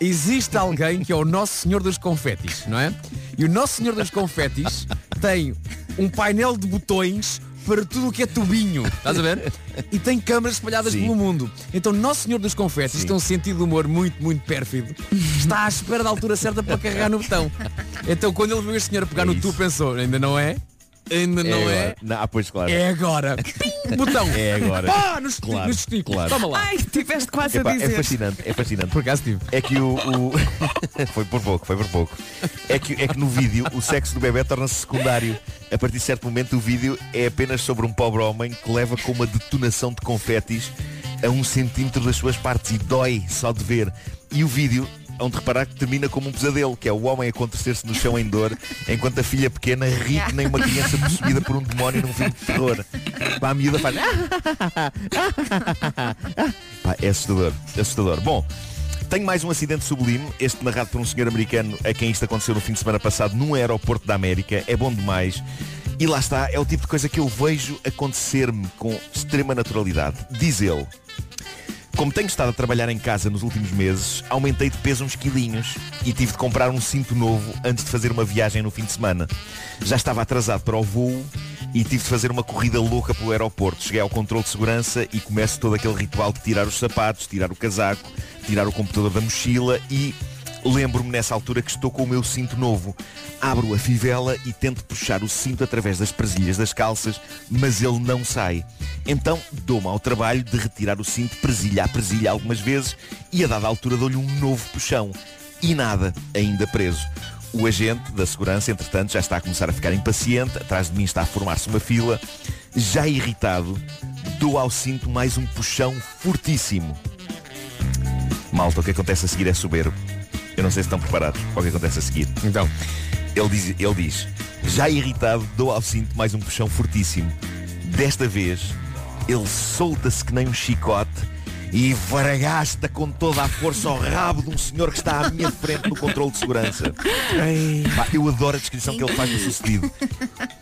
Speaker 7: Existe alguém que é o Nosso Senhor dos Confetis, não é? E o Nosso Senhor dos Confetis tem um painel de botões para tudo o que é tubinho, estás a ver? E tem câmaras espalhadas pelo mundo. Então Nosso Senhor dos Confetis tem um sentido de humor muito, muito pérfido. Está à espera da altura certa para carregar no botão. Então quando ele viu este senhor pegar no tu, pensou, ainda não é? Ainda
Speaker 13: É
Speaker 7: não
Speaker 13: agora.
Speaker 7: é?
Speaker 13: Não, ah, pois claro.
Speaker 7: É agora. Pim, botão. Ah,
Speaker 13: É agora.
Speaker 7: Pá, nos,
Speaker 13: Claro,
Speaker 7: nos testículos.
Speaker 13: claro.
Speaker 7: Toma lá.
Speaker 4: Ai, tiveste quase
Speaker 13: Epá,
Speaker 4: a
Speaker 13: é
Speaker 4: dizer.
Speaker 13: fascinante, é fascinante.
Speaker 7: Por acaso tive.
Speaker 13: É que o. o- foi por pouco, foi por pouco. É que, é que no vídeo o sexo do bebê torna-se secundário. A partir de certo momento o vídeo é apenas sobre um pobre homem que leva com uma detonação de confetis a um centímetro das suas partes e dói só de ver. E o vídeo, onde reparar que termina como um pesadelo, que é o homem a acontecer-se no chão em dor, enquanto a filha pequena ri que nem uma criança possuída por um demónio num filme de terror. Pá, a miúda faz. "Ah!" Pá, é assustador, assustador. Bom, tenho mais um acidente sublime, este narrado por um senhor americano a quem isto aconteceu no fim de semana passado num aeroporto da América. É bom demais. E lá está, é o tipo de coisa que eu vejo acontecer-me com extrema naturalidade. Diz ele. Como tenho estado a trabalhar em casa nos últimos meses, aumentei de peso uns quilinhos e tive de comprar um cinto novo antes de fazer uma viagem no fim de semana. Já estava atrasado para o voo e tive de fazer uma corrida louca pelo aeroporto. Cheguei ao controle de segurança e começo todo aquele ritual de tirar os sapatos, tirar o casaco, tirar o computador da mochila e lembro-me nessa altura que estou com o meu cinto novo. Abro a fivela e tento puxar o cinto através das presilhas das calças, mas ele não sai. Então dou-me ao trabalho de retirar o cinto presilha a presilha algumas vezes e a dada altura dou-lhe um novo puxão. E nada, ainda preso. O agente da segurança, entretanto, já está a começar a ficar impaciente, atrás de mim está a formar-se uma fila. Já irritado, dou ao cinto mais um puxão fortíssimo. Malta, o que acontece a seguir é soberbo. Eu não sei se estão preparados para o que acontece a seguir. Então. Ele diz, ele diz já irritado, dou ao cinto mais um puxão fortíssimo. Desta vez, ele solta-se que nem um chicote e varagasta com toda a força ao rabo de um senhor que está à minha frente no controle de segurança. Pá, eu adoro a descrição que ele faz do sucedido.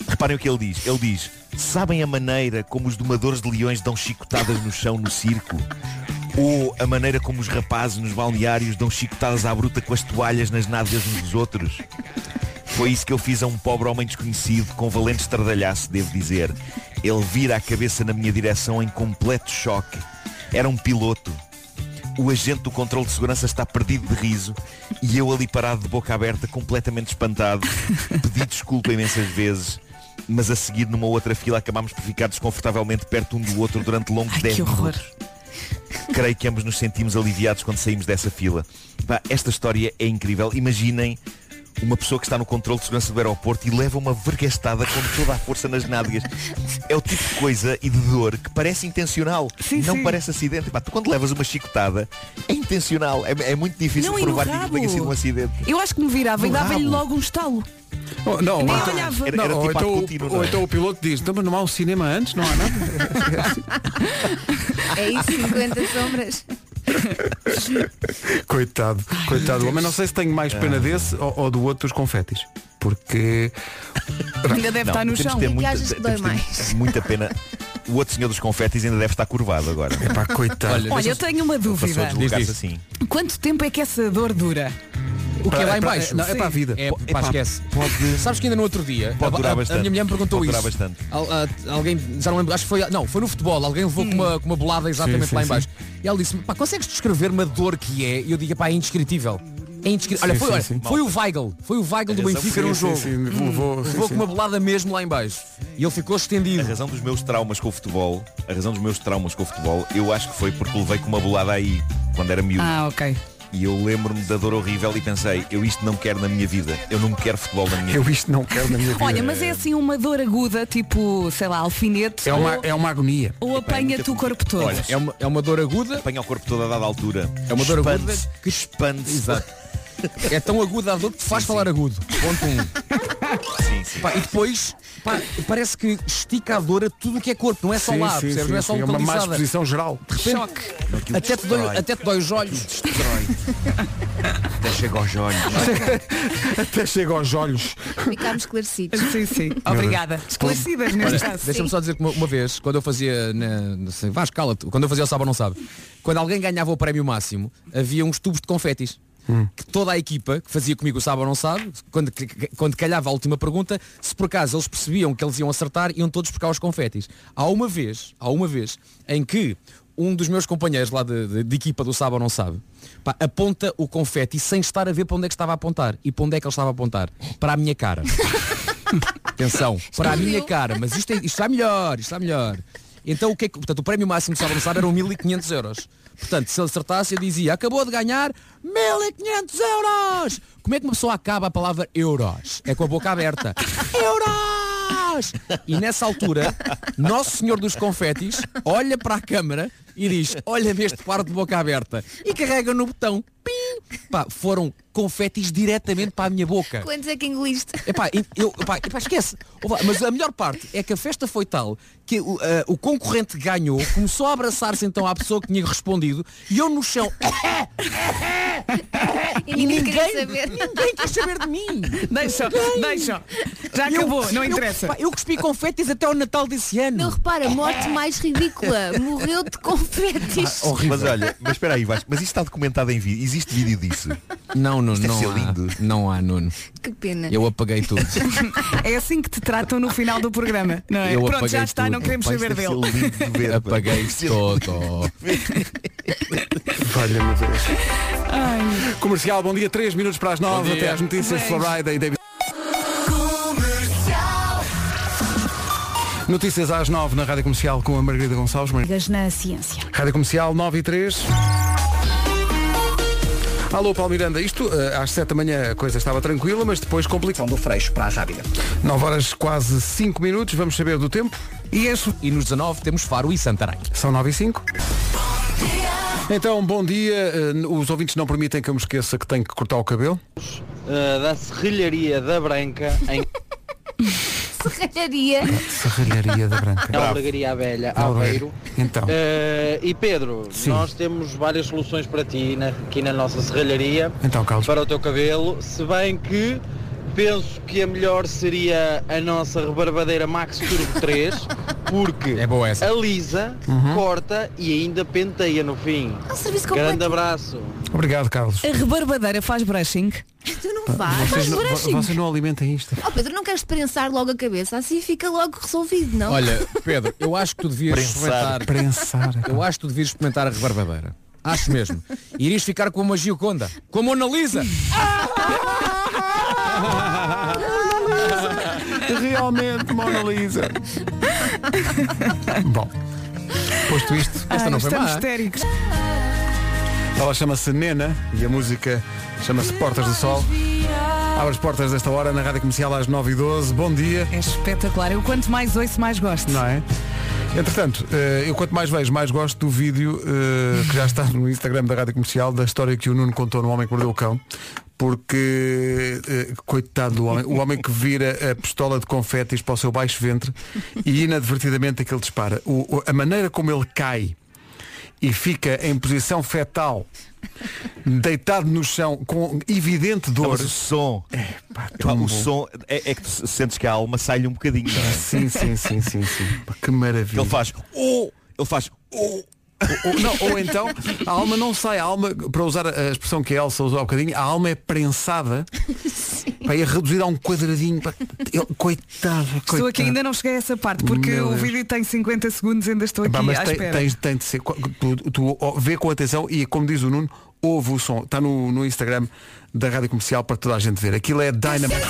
Speaker 13: Reparem o que ele diz. Ele diz, sabem a maneira como os domadores de leões dão chicotadas no chão no circo? Ou a maneira como os rapazes nos balneários dão chicotadas à bruta com as toalhas nas nádegas uns dos outros? Foi isso que eu fiz a um pobre homem desconhecido com valente estradalhaço, devo dizer. Ele vira a cabeça na minha direção em completo choque. Era um piloto. O agente do controle de segurança está perdido de riso e eu ali parado de boca aberta, completamente espantado. Pedi desculpa imensas vezes, mas a seguir numa outra fila acabámos por ficar desconfortavelmente perto um do outro durante longos 10 minutos. Creio que ambos nos sentimos aliviados quando saímos dessa fila. Pá, esta história é incrível. Imaginem uma pessoa que está no controle de segurança do aeroporto e leva uma vergastada com toda a força nas nádegas. É o tipo de coisa e de dor que parece intencional. não parece acidente. Pá, tu quando levas uma chicotada, é intencional. É, é muito difícil
Speaker 4: Não, e no
Speaker 13: provar que aquilo tenha
Speaker 4: rabo?
Speaker 13: sido um acidente.
Speaker 4: Eu acho que me virava e
Speaker 13: No
Speaker 4: dava-lhe
Speaker 13: rabo.
Speaker 4: logo um estalo.
Speaker 2: Oh, não,
Speaker 4: Nem
Speaker 2: ou então-
Speaker 4: olhava.
Speaker 13: Era- era
Speaker 2: não, ou
Speaker 13: tipo
Speaker 2: então,
Speaker 13: a Coutinho, não
Speaker 2: ou
Speaker 13: é?
Speaker 2: então o piloto diz, "Então, mas não há um cinema antes, não há nada.
Speaker 1: É isso, 50 sombras.
Speaker 2: Coitado, coitado. do homem. não sei se tenho mais pena desse ou, ou do outro dos confetis. Porque.
Speaker 13: Ainda deve Não, estar no temos de chão. ter muita- temos de ter Muita pena. O outro senhor dos confetes ainda deve estar curvado agora. É
Speaker 2: pá, coitado.
Speaker 4: Olha, eu tenho uma dúvida.
Speaker 13: deslocar-se assim.
Speaker 4: Quanto tempo é que essa dor dura? O que é lá embaixo?
Speaker 7: Não, é para a
Speaker 4: Sim.
Speaker 7: vida. É,
Speaker 13: Pode-
Speaker 7: pá,
Speaker 13: epá,
Speaker 7: esquece. Sabes que ainda no outro dia
Speaker 13: Pode
Speaker 7: a-
Speaker 13: durar
Speaker 7: a,
Speaker 13: bastante.
Speaker 7: a minha mulher me perguntou
Speaker 13: Pode
Speaker 7: isso.
Speaker 13: durar bastante.
Speaker 7: Al- a- alguém, já não lembro, acho que foi. Não, foi no futebol, alguém levou
Speaker 4: Hum.
Speaker 7: com, uma, com uma bolada exatamente
Speaker 13: Sim, sim,
Speaker 7: lá embaixo. E ela disse-me, pá, consegues descrever-me a dor que é? E eu digo, pá, é indescritível. É indescri...
Speaker 2: Sim,
Speaker 7: Olha, foi,
Speaker 2: sim,
Speaker 7: olha,
Speaker 2: sim.
Speaker 7: foi o Weigl, foi o Weigl do
Speaker 13: A razão
Speaker 7: Benfica
Speaker 13: por-
Speaker 2: um
Speaker 7: num
Speaker 13: sim,
Speaker 7: jogo.
Speaker 13: sim, levou- sim,
Speaker 7: levou
Speaker 13: sim. É
Speaker 7: com uma bolada mesmo lá embaixo. E ele ficou estendido.
Speaker 13: A razão dos meus traumas com o futebol, a razão dos meus traumas com o futebol, eu acho que foi porque levei com uma bolada aí, quando era miúdo.
Speaker 4: Ah, ok.
Speaker 13: E eu lembro-me da dor horrível e pensei, eu isto não quero na minha vida. Eu não quero futebol na minha vida.
Speaker 2: Eu isto não quero na minha
Speaker 4: Olha, mas
Speaker 13: Eh,
Speaker 4: é assim uma dor aguda, tipo, sei lá, alfinete.
Speaker 13: É uma-
Speaker 4: ou,
Speaker 2: é uma agonia.
Speaker 4: Ou apanha-te o corpo todo.
Speaker 13: Olha, é
Speaker 7: uma, é uma dor aguda.
Speaker 13: Apanha o corpo todo a dada altura.
Speaker 7: É uma dor aguda
Speaker 13: Expande-se,
Speaker 7: que
Speaker 13: expande-se.
Speaker 7: Exato. É tão aguda a dor que te faz falar agudo. Ponto um. Pá, e depois pá, parece que estica a dor a tudo o que é corpo, não é só
Speaker 2: Sim,
Speaker 7: lá,
Speaker 2: sim,
Speaker 7: percebes?
Speaker 2: sim,
Speaker 7: não é só
Speaker 2: sim, é uma má
Speaker 7: localizada.
Speaker 2: exposição geral.
Speaker 7: De repente, Até te, dói,
Speaker 2: destrói.
Speaker 7: até te dói os olhos. Destrói.
Speaker 13: Até chega aos olhos.
Speaker 7: é
Speaker 2: Até chega aos olhos.
Speaker 1: Ficámos esclarecidos.
Speaker 4: Sim, sim.
Speaker 7: Obrigada.
Speaker 4: Esclarecidas
Speaker 7: Olha,
Speaker 4: neste caso.
Speaker 7: Deixa-me só dizer que uma, uma vez, quando eu fazia, na, não sei, Vasco, cala-te, quando eu fazia o Sábado Não Sabe, quando alguém ganhava o prémio máximo, havia uns tubos de confetis. Que toda a equipa que fazia comigo o Sábado Não Sabe, quando, quando calhava a última pergunta, se por acaso eles percebiam que eles iam acertar, iam todos buscar os confetis. Há uma vez, há uma vez, em que um dos meus companheiros lá de, de- de equipa do Sábado Não Sabe, pá, aponta o confeti sem estar a ver para onde é que estava a apontar. E para onde é que ele estava a apontar? Para a minha cara. Atenção, para a minha cara, mas isto, é- isto está melhor, isto está melhor. Então o que é que, portanto, o prémio máximo que estava a lançar eram 1500 euros. Portanto, se ele acertasse, eu dizia, acabou de ganhar 1500 euros! Como é que uma pessoa acaba a palavra euros? É com a boca aberta. Euros! E nessa altura, Nosso Senhor dos Confetis olha para a câmara e diz, olha-me este par de boca aberta. E carrega no botão. Pim! Pá, foram confetis diretamente para a minha boca.
Speaker 1: Quantos é que engoliste?
Speaker 7: Epá, e- eu, epá, epá, esquece. Opa, Mas a melhor parte é que a festa foi tal que o, ah, o concorrente ganhou, começou a abraçar-se então à pessoa que tinha respondido e eu no chão.
Speaker 1: E ninguém queria saber.
Speaker 7: ninguém quer saber de mim.
Speaker 4: Deixa, deixa. Já
Speaker 7: Eu-
Speaker 4: acabou, não
Speaker 7: eu-
Speaker 4: interessa.
Speaker 7: pá, Eu, cuspi confetes até ao Natal desse ano.
Speaker 1: Não repara, morte mais ridícula. Morreu de
Speaker 13: Ah,
Speaker 1: confetes.
Speaker 13: Mas olha, mas espera aí, Vasco, mas isto está documentado em vídeo. Existe vídeo disso?
Speaker 7: Não, não,
Speaker 2: é
Speaker 13: Isto deve
Speaker 7: não
Speaker 13: ser
Speaker 7: há.
Speaker 13: lindo.
Speaker 7: Não há, Nuno.
Speaker 1: Que pena.
Speaker 7: Eu apaguei tudo.
Speaker 4: É assim que te tratam no final do programa. Não é?
Speaker 7: Eu
Speaker 4: Pronto, já
Speaker 7: apaguei
Speaker 4: está,
Speaker 7: tudo.
Speaker 4: não queremos
Speaker 7: Pá, isto
Speaker 4: saber
Speaker 7: deve
Speaker 4: dele.
Speaker 7: ser lindo de ver, pá. Apaguei todo.
Speaker 2: Valha-me Deus. Comercial, bom dia, 3 minutos para as 9,
Speaker 15: dia.
Speaker 2: até às notícias de
Speaker 15: Beijo.
Speaker 2: Florida e David. Notícias às 9 na Rádio Comercial com a Margarida Gonçalves. Mar-
Speaker 16: na ciência.
Speaker 2: Rádio Comercial 9 e 3. Alô, Paulo Miranda, isto eh, às 7 da manhã a coisa estava tranquila, mas depois complicação
Speaker 3: do freixo para a rábida.
Speaker 2: 9 horas quase 5 minutos, vamos saber do tempo.
Speaker 7: E, este, e nos 19 temos Faro e Santarém.
Speaker 2: São 9 e 5. Então, bom dia. Eh, Os ouvintes não permitem que eu me esqueça que tenho que cortar o cabelo.
Speaker 19: Uh, da Serrilharia da Branca em
Speaker 1: Serralharia.
Speaker 2: Serralharia da Branca.
Speaker 19: Albergaria Velha,
Speaker 2: Bravo.
Speaker 7: é.
Speaker 19: Aveiro.
Speaker 2: Então.
Speaker 19: Uh, e Pedro,
Speaker 2: Sim.
Speaker 19: nós temos várias soluções para ti na- aqui na nossa serralharia
Speaker 2: Então, Carlos.
Speaker 19: para o teu cabelo, se bem que penso que a melhor seria a nossa rebarbadeira Max Turbo 3 porque
Speaker 7: É
Speaker 13: É
Speaker 19: alisa,
Speaker 2: Uhum.
Speaker 19: corta e ainda penteia no fim.
Speaker 4: É um serviço
Speaker 19: Grande
Speaker 4: completo.
Speaker 19: abraço.
Speaker 2: Obrigado, Carlos.
Speaker 4: A rebarbadeira faz brushing.
Speaker 1: Tu não vais.
Speaker 2: Vocês
Speaker 1: Faz
Speaker 2: não, vo-
Speaker 1: brushing.
Speaker 2: vocês não alimentem isto. é
Speaker 1: Oh Pedro, não queres prensar logo a cabeça? Assim fica logo resolvido, não?
Speaker 7: Olha, Pedro, eu acho que tu devias
Speaker 2: Prensar.
Speaker 7: experimentar.
Speaker 2: Prensar.
Speaker 7: Eu acho que tu devias experimentar a rebarbadeira. Acho mesmo. E irias ficar com uma Gioconda. Com a Mona Lisa.
Speaker 2: Realmente, Mona Lisa. Bom, posto isto, esta
Speaker 4: Ai,
Speaker 2: não foi
Speaker 4: estamos
Speaker 2: má.
Speaker 4: histéricos.
Speaker 2: Ela chama-se Nena e a música chama-se Portas do Sol. Abre as portas desta hora na Rádio Comercial às 9h12. Bom dia.
Speaker 4: É espetacular. Eu quanto mais ouço, mais gosto.
Speaker 2: Não é? Entretanto, eh, eu quanto mais vejo, mais gosto do vídeo eh, que já está no Instagram da Rádio Comercial da história que o Nuno contou no Homem que Mordeu o Cão. Porque, eh, coitado do homem, o homem que vira a pistola de confetes para o seu baixo ventre e inadvertidamente aquele dispara. O- o- a maneira como ele cai e fica em posição fetal, deitado no chão, com evidente dor.
Speaker 13: Tá, Então, Mas o som.
Speaker 2: tão bom.
Speaker 13: o som é, é que tu se- sentes que a alma sai-lhe um bocadinho. não é?
Speaker 2: Sim, sim, sim, sim, sim. Pá, Que maravilha.
Speaker 13: Ele faz. Oh! Ele faz. Oh!
Speaker 2: Ou, ou- não, ou então a alma não sai, a alma, para usar a expressão que a Elsa usou há bocadinho, a alma é prensada pá, e é reduzida a um quadradinho. pá. Eu- coitado,
Speaker 4: Estou aqui,
Speaker 2: coitado.
Speaker 4: ainda não cheguei a essa parte, porque
Speaker 2: Meu
Speaker 4: o
Speaker 2: Deus.
Speaker 4: vídeo tem 50 segundos, ainda estou aqui
Speaker 2: Pá, mas
Speaker 4: à
Speaker 2: tem,
Speaker 4: espera.
Speaker 2: tens, tem de ser. Tu, tu ó, vê com atenção e como diz o Nuno, ouve o som. Está no, no Instagram da Rádio Comercial para toda a gente ver. Aquilo é
Speaker 4: Tá
Speaker 2: Dynamite.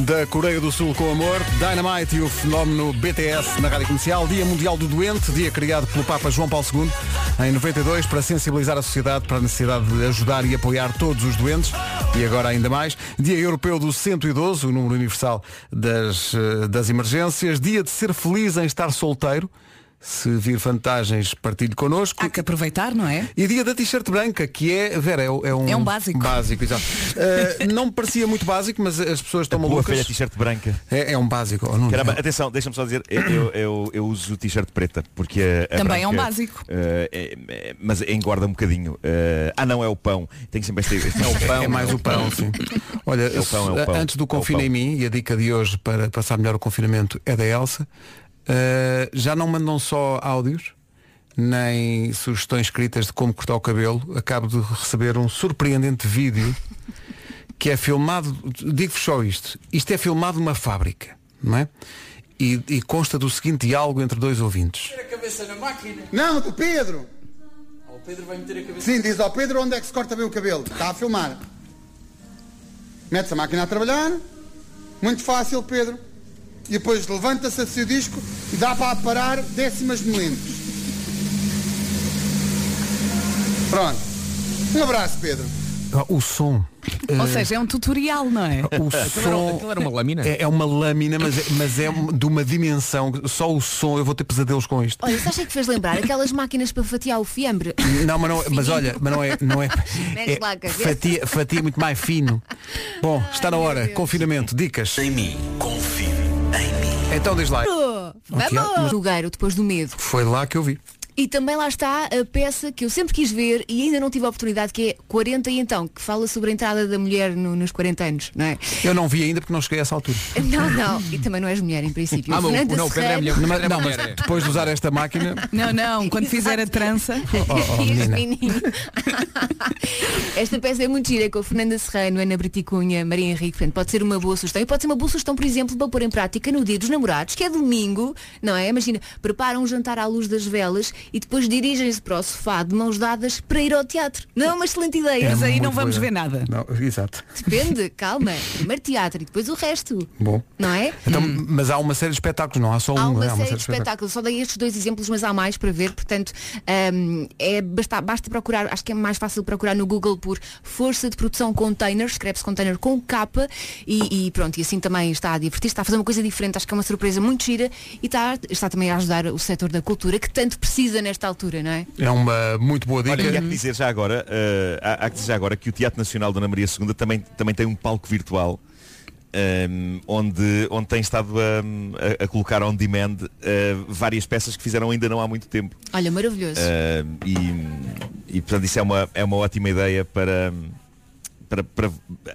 Speaker 2: Da Coreia do Sul com amor, Dynamite e o fenómeno BTS na Rádio Comercial, Dia Mundial do Doente, dia criado pelo Papa João Paulo II em 92 para sensibilizar a sociedade para a necessidade de ajudar e apoiar todos os doentes e agora ainda mais. Dia Europeu do 112, o número universal das, eh, das emergências, dia de ser feliz em estar solteiro. Se vir vantagens, partilhe connosco.
Speaker 4: Há que aproveitar, não é?
Speaker 2: E dia da t-shirt branca, que é, Vera, é, é um...
Speaker 4: É um básico.
Speaker 2: Básico, exato. Eh, não me parecia muito básico, mas as pessoas estão
Speaker 13: É Boa
Speaker 2: malucas.
Speaker 13: velha t-shirt branca.
Speaker 2: É, é um básico. oh, Nuno.
Speaker 13: Caramba, atenção, deixa-me só dizer, eu, eu, eu- eu uso t-shirt preta, porque a- a
Speaker 4: Também é um
Speaker 13: branca,
Speaker 4: básico.
Speaker 13: eh, é- é- mas engorda um bocadinho. Eh, ah não, é o pão. Tem sempre este. este- É o pão.
Speaker 2: É mais o pão, sim. Olha,
Speaker 13: É o pão, é o pão.
Speaker 2: antes do
Speaker 13: É o
Speaker 2: confina
Speaker 13: pão.
Speaker 2: em mim, e a dica de hoje para passar melhor o confinamento é da Elsa, eh, já não mandam só áudios, nem sugestões escritas de como cortar o cabelo. Acabo de receber um surpreendente vídeo que é filmado, digo-vos só isto, isto é filmado numa fábrica, não é? E, e consta do seguinte diálogo entre dois ouvintes.
Speaker 18: a cabeça na máquina.
Speaker 11: Não, do Pedro!
Speaker 18: O Pedro vai meter a cabeça.
Speaker 11: Sim, diz ao Pedro onde é que se corta bem o cabelo. Está a filmar. Mete-se a máquina a trabalhar. Muito fácil, Pedro. E depois levanta-se a seu disco e dá para parar décimas de milímetros. Pronto. Um abraço, Pedro.
Speaker 2: Ah, O som.
Speaker 4: Ou
Speaker 2: eh, Oh.
Speaker 4: seja, é um tutorial, não é?
Speaker 2: O som É, é uma lâmina, mas é, mas é um- de uma dimensão. que Só o som, eu vou ter pesadelos com isto.
Speaker 1: Olha, sabes o que é que fez lembrar? Aquelas máquinas para fatiar o fiambre.
Speaker 2: Não, mas, não, mas olha, mas não é. Não é,
Speaker 1: Mexe lá a
Speaker 2: é
Speaker 1: cabeça.
Speaker 2: fatia, fatia muito mais fino. Bom, está na hora. Confinamento, dicas. Em mim, confio em mim. Então diz lá.
Speaker 1: Vamos! Jogueiro, depois do medo.
Speaker 2: Foi lá que eu vi.
Speaker 1: E também lá está a peça que eu sempre quis ver e ainda não tive a oportunidade, que é 40 e então, que fala sobre a entrada da mulher no- nos 40 anos, não é?
Speaker 2: Eu não vi ainda porque não cheguei a essa altura.
Speaker 1: Não, não, e também não és mulher em princípio.
Speaker 2: Ah, mas
Speaker 1: Fernanda
Speaker 2: é
Speaker 1: Serrano-
Speaker 2: Mas- Não, mas depois de usar esta máquina.
Speaker 4: Não, não, quando fizer a trança.
Speaker 2: Oh, oh,
Speaker 1: Este
Speaker 2: menina.
Speaker 1: menino. Esta peça é muito gira com a Fernanda Serrano, Ana Briticunha, Maria Henrique, portanto, pode ser uma boa sugestão. E pode ser uma boa sugestão, por exemplo, para pôr em prática no dia dos namorados, que é domingo, não é? Imagina, preparam um jantar à luz das velas e depois dirigem-se para o sofá de mãos dadas para ir ao teatro. Não é uma excelente ideia.
Speaker 4: Mas aí não
Speaker 2: muito
Speaker 4: vamos
Speaker 2: boa.
Speaker 4: ver nada.
Speaker 2: Não, exato.
Speaker 1: Depende, calma. Primeiro teatro e depois o resto,
Speaker 2: Bom.
Speaker 1: não é?
Speaker 2: Então, Mas há uma série de espetáculos, não há só
Speaker 1: Há
Speaker 13: Hum,
Speaker 2: um.
Speaker 1: uma
Speaker 2: é? Há
Speaker 1: série de espetáculos, só dei estes dois exemplos, mas há mais para ver, portanto, hum, é, basta, basta procurar, acho que é mais fácil procurar no Google por Força de Produção Container, escreve-se container com capa e, e pronto, e assim também está a divertir, está a fazer uma coisa diferente, acho que é uma surpresa muito gira e está, está também a ajudar o setor da cultura que tanto precisa nesta altura, não é?
Speaker 2: É uma muito boa dica.
Speaker 13: Olha, e há que dizer já agora, eh, há, há que dizer já agora que o Teatro Nacional Dona Maria II também, também tem um palco virtual ehm, onde, onde tem estado ehm, a, a colocar on demand eh, várias peças que fizeram ainda não há muito tempo.
Speaker 1: Olha, maravilhoso.
Speaker 13: Ehm, e, E portanto isso é uma, é uma ótima ideia para, para, para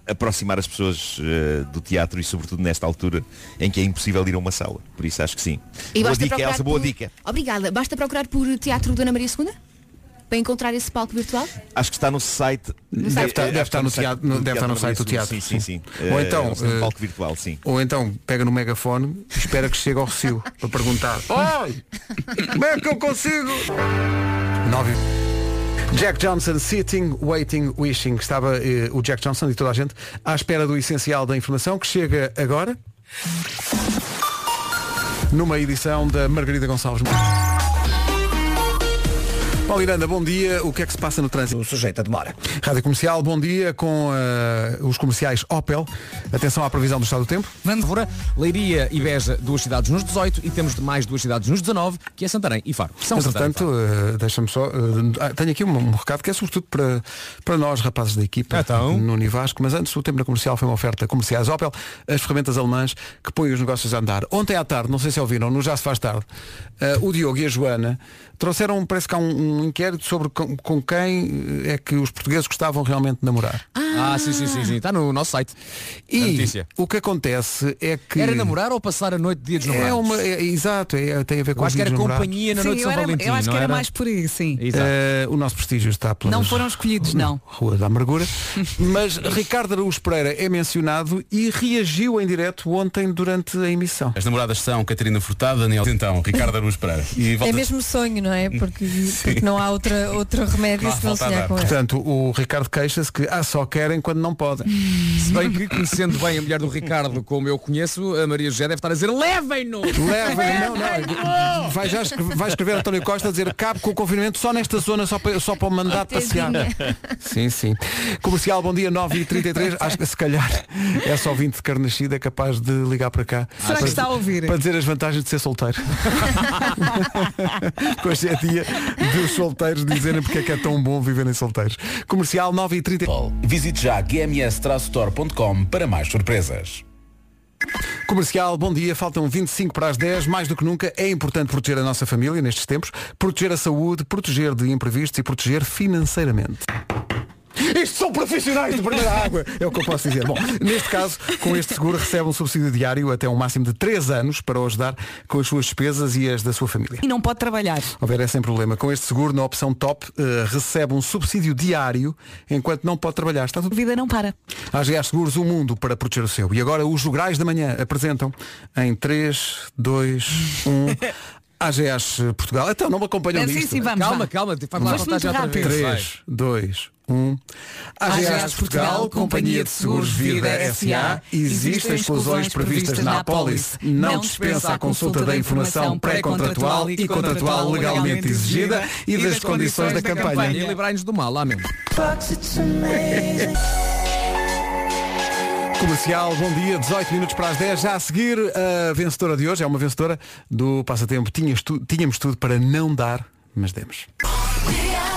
Speaker 13: aproximar as pessoas eh, do teatro e sobretudo nesta altura em que é impossível ir a uma sala. Por isso acho que sim.
Speaker 1: E
Speaker 13: boa
Speaker 1: basta
Speaker 13: dica,
Speaker 1: procurar
Speaker 13: Elsa, boa
Speaker 1: por-
Speaker 13: dica.
Speaker 1: Obrigada. Basta procurar por Teatro Dona Maria II para encontrar esse palco virtual.
Speaker 13: Acho que está no site.
Speaker 2: Deve
Speaker 13: eh,
Speaker 2: estar-
Speaker 13: eh,
Speaker 2: deve
Speaker 13: acho que
Speaker 2: estar no teatro- deve estar no site do teatro,
Speaker 13: Sim, sim, sim.
Speaker 2: sim. Ou
Speaker 13: Eh,
Speaker 2: então,
Speaker 13: está no
Speaker 2: eh,
Speaker 13: palco virtual, sim.
Speaker 2: Ou então pega no megafone e espera que chegue ao Recio para perguntar. Oi! Como é que eu consigo? Nove. Jack Johnson sitting, waiting, wishing. Estava eh, o Jack Johnson e toda a gente à espera do essencial da informação que chega agora numa edição da Margarida Gonçalves. Paulo Miranda, bom dia. O que é que se passa no trânsito? O sujeito a demora. Rádio Comercial, bom dia com eh, os comerciais Opel. Atenção à previsão do estado do tempo.
Speaker 7: Vandevora, Leiria e Beja, duas cidades nos 18 e temos mais duas cidades nos 19, que é Santarém e Faro. São Santarém.
Speaker 2: Entretanto, eh, deixa-me só. eh, ah, tenho aqui um, um recado que é sobretudo para, para nós, rapazes da equipa,
Speaker 7: Então?
Speaker 2: no Univasco, mas antes o tempo da comercial foi uma oferta comerciais Opel, as ferramentas alemãs que põem os negócios a andar. Ontem à tarde, não sei se ouviram, no Já se faz tarde, eh, o Diogo e a Joana trouxeram, parece que há um, um inquérito sobre com, com quem é que os portugueses gostavam realmente de namorar.
Speaker 7: Ah, sim, sim, sim, sim. Está no nosso site.
Speaker 2: E
Speaker 7: É notícia.
Speaker 2: o que acontece é que.
Speaker 7: Era namorar ou passar a noite de dia dos namorados?
Speaker 2: É uma, é- é- exato, é- tem a ver com
Speaker 7: acho
Speaker 2: os
Speaker 7: que era
Speaker 2: dias dos
Speaker 7: companhia na
Speaker 2: namorados.
Speaker 7: noite de São Valentim.
Speaker 4: eu acho
Speaker 7: não
Speaker 4: que era, mais por aí, sim.
Speaker 16: É.
Speaker 2: Eh, o nosso prestígio está pelas
Speaker 4: Não foram escolhidos, não.
Speaker 2: Rua da Amargura. Mas Ricardo Araújo Pereira é mencionado e reagiu em direto ontem durante a emissão.
Speaker 16: As namoradas são Catarina Furtado, Daniel Então, Ricardo Aruz Pereira. E
Speaker 20: É
Speaker 16: volta
Speaker 20: mesmo sonho, não é? Porque, porque não há outra, outro remédio
Speaker 16: Não há
Speaker 20: se não
Speaker 16: volta a
Speaker 20: sonhar
Speaker 16: dar.
Speaker 2: Tá
Speaker 20: com
Speaker 13: é?
Speaker 20: ele.
Speaker 2: Portanto, o Ricardo queixa-se que ah, só querem quando não podem.
Speaker 7: Se bem que, conhecendo bem a mulher do Ricardo, como eu conheço, a Maria José deve estar a dizer levem-no!
Speaker 2: Levem, não, não. Vai, já escrever, vai escrever António Costa a dizer cabe com o confinamento só nesta zona, só para, só para o mandato passear. Sim, sim. Comercial, bom dia, 9h33. Acho que se calhar é só 20 de carnascida capaz de ligar para cá.
Speaker 4: Será que
Speaker 2: para,
Speaker 4: está a ouvir?
Speaker 2: Para dizer as vantagens de ser solteiro. Que Hoje é dia dos solteiros dizerem porque é que é tão bom viverem solteiros. Comercial 9h30.
Speaker 16: Visite já gms-store.com para mais surpresas.
Speaker 2: Comercial, bom dia. Faltam 25 para as 10. Mais do que nunca, é importante proteger a nossa família nestes tempos, proteger a saúde, proteger de imprevistos e proteger financeiramente. Isto são profissionais de primeira água, é o que eu posso dizer. Bom, neste caso, com este seguro recebe um subsídio diário até um máximo de 3 anos para o ajudar com as suas despesas e as da sua família.
Speaker 4: E não pode trabalhar.
Speaker 2: Houver é sem problema. Com este seguro, na opção top, eh, recebe um subsídio diário enquanto não pode trabalhar. Está tudo... A
Speaker 4: vida não para.
Speaker 2: AGA Seguros, o mundo para proteger o seu. E agora os Jograis da Manhã apresentam em um, 3, 2, 1... AGAs Portugal. Então, não me acompanham
Speaker 7: Sim,
Speaker 2: nisto.
Speaker 7: sim, vamos, Calma, vá. calma, faz lá a Foste contagem muito outra vez. rápido.
Speaker 2: 3, 2, 1. AGAs Portugal, Companhia de Seguros Vida S.A. Existem exclusões previstas na apólice. Não dispensa a consulta da informação pré-contratual e contratual legalmente exigida e das condições da
Speaker 7: E
Speaker 2: campanha.
Speaker 7: livrai-nos do mal, lá mesmo.
Speaker 2: Comercial, bom dia, 18 minutos para as 10. Já a seguir, a vencedora de hoje é uma vencedora do passatempo. Tinhas tu- tínhamos tudo para não dar, mas demos.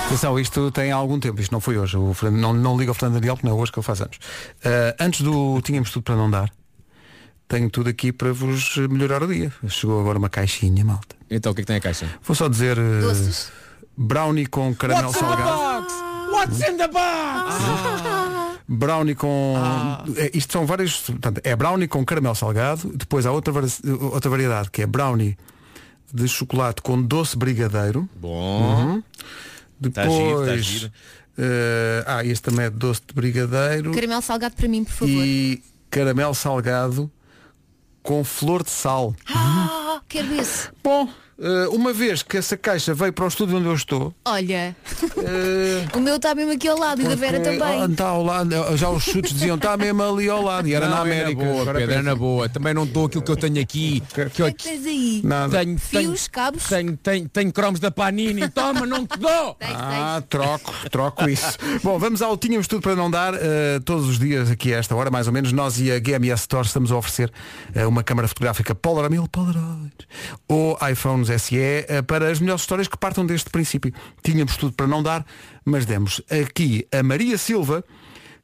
Speaker 2: Atenção, isto tem há algum tempo, isto não foi hoje. O Fernando- não, não liga ao Fernando Daniel, porque não é hoje que ele faz anos. Ah, antes do Tínhamos Tudo para Não Dar, tenho tudo aqui para vos melhorar o dia. Chegou agora uma caixinha, malta.
Speaker 7: Então o que é que tem a caixa?
Speaker 2: Vou só dizer. ah, Brownie com caramelo salgado. Ah.
Speaker 14: What's in the box?
Speaker 2: Brownie com.
Speaker 14: Ah.
Speaker 2: é, Isto são várias. Portanto, é brownie com caramelo salgado. Depois há outra, vari- outra variedade que é brownie de chocolate com doce brigadeiro.
Speaker 13: Bom.
Speaker 2: Uhum.
Speaker 13: Tá
Speaker 2: Depois.
Speaker 13: giro, tá giro.
Speaker 2: eh, ah, este também é doce de brigadeiro.
Speaker 1: Caramelo salgado para mim, por favor.
Speaker 2: e caramelo salgado com flor de sal.
Speaker 1: Ah, quero esse.
Speaker 2: Bom. Eh, uma vez que essa caixa veio para o estúdio onde eu estou,
Speaker 1: Olha. o meu está mesmo aqui ao lado e da Vera
Speaker 2: Eh, porque,
Speaker 1: também.
Speaker 2: ah, tá ao lado, já os chutes diziam, está mesmo ali ao lado, e era
Speaker 7: Não,
Speaker 2: na
Speaker 7: é
Speaker 2: América.
Speaker 7: boa,
Speaker 2: Agora
Speaker 7: Pedro, é
Speaker 2: pensa.
Speaker 7: na boa. Também não dou aquilo que eu tenho aqui. Que
Speaker 1: O
Speaker 7: eu
Speaker 1: que é que tens aí?
Speaker 2: Nada.
Speaker 7: Tenho,
Speaker 1: Fios, cabos?
Speaker 7: Tenho, tenho, tenho cromos da Panini. Toma, não te dou!
Speaker 2: Ah, troco, troco isso. Bom, vamos ao Tínhamos Tudo para Não Dar. eh, todos os dias, aqui a esta hora, mais ou menos, nós e a GMS Store estamos a oferecer eh, uma câmara fotográfica Polaroid, mil Polaroid, ou iPhones SE, eh, para as melhores histórias que partam deste princípio. Tínhamos tudo para não dar, mas demos. Aqui, a Maria Silva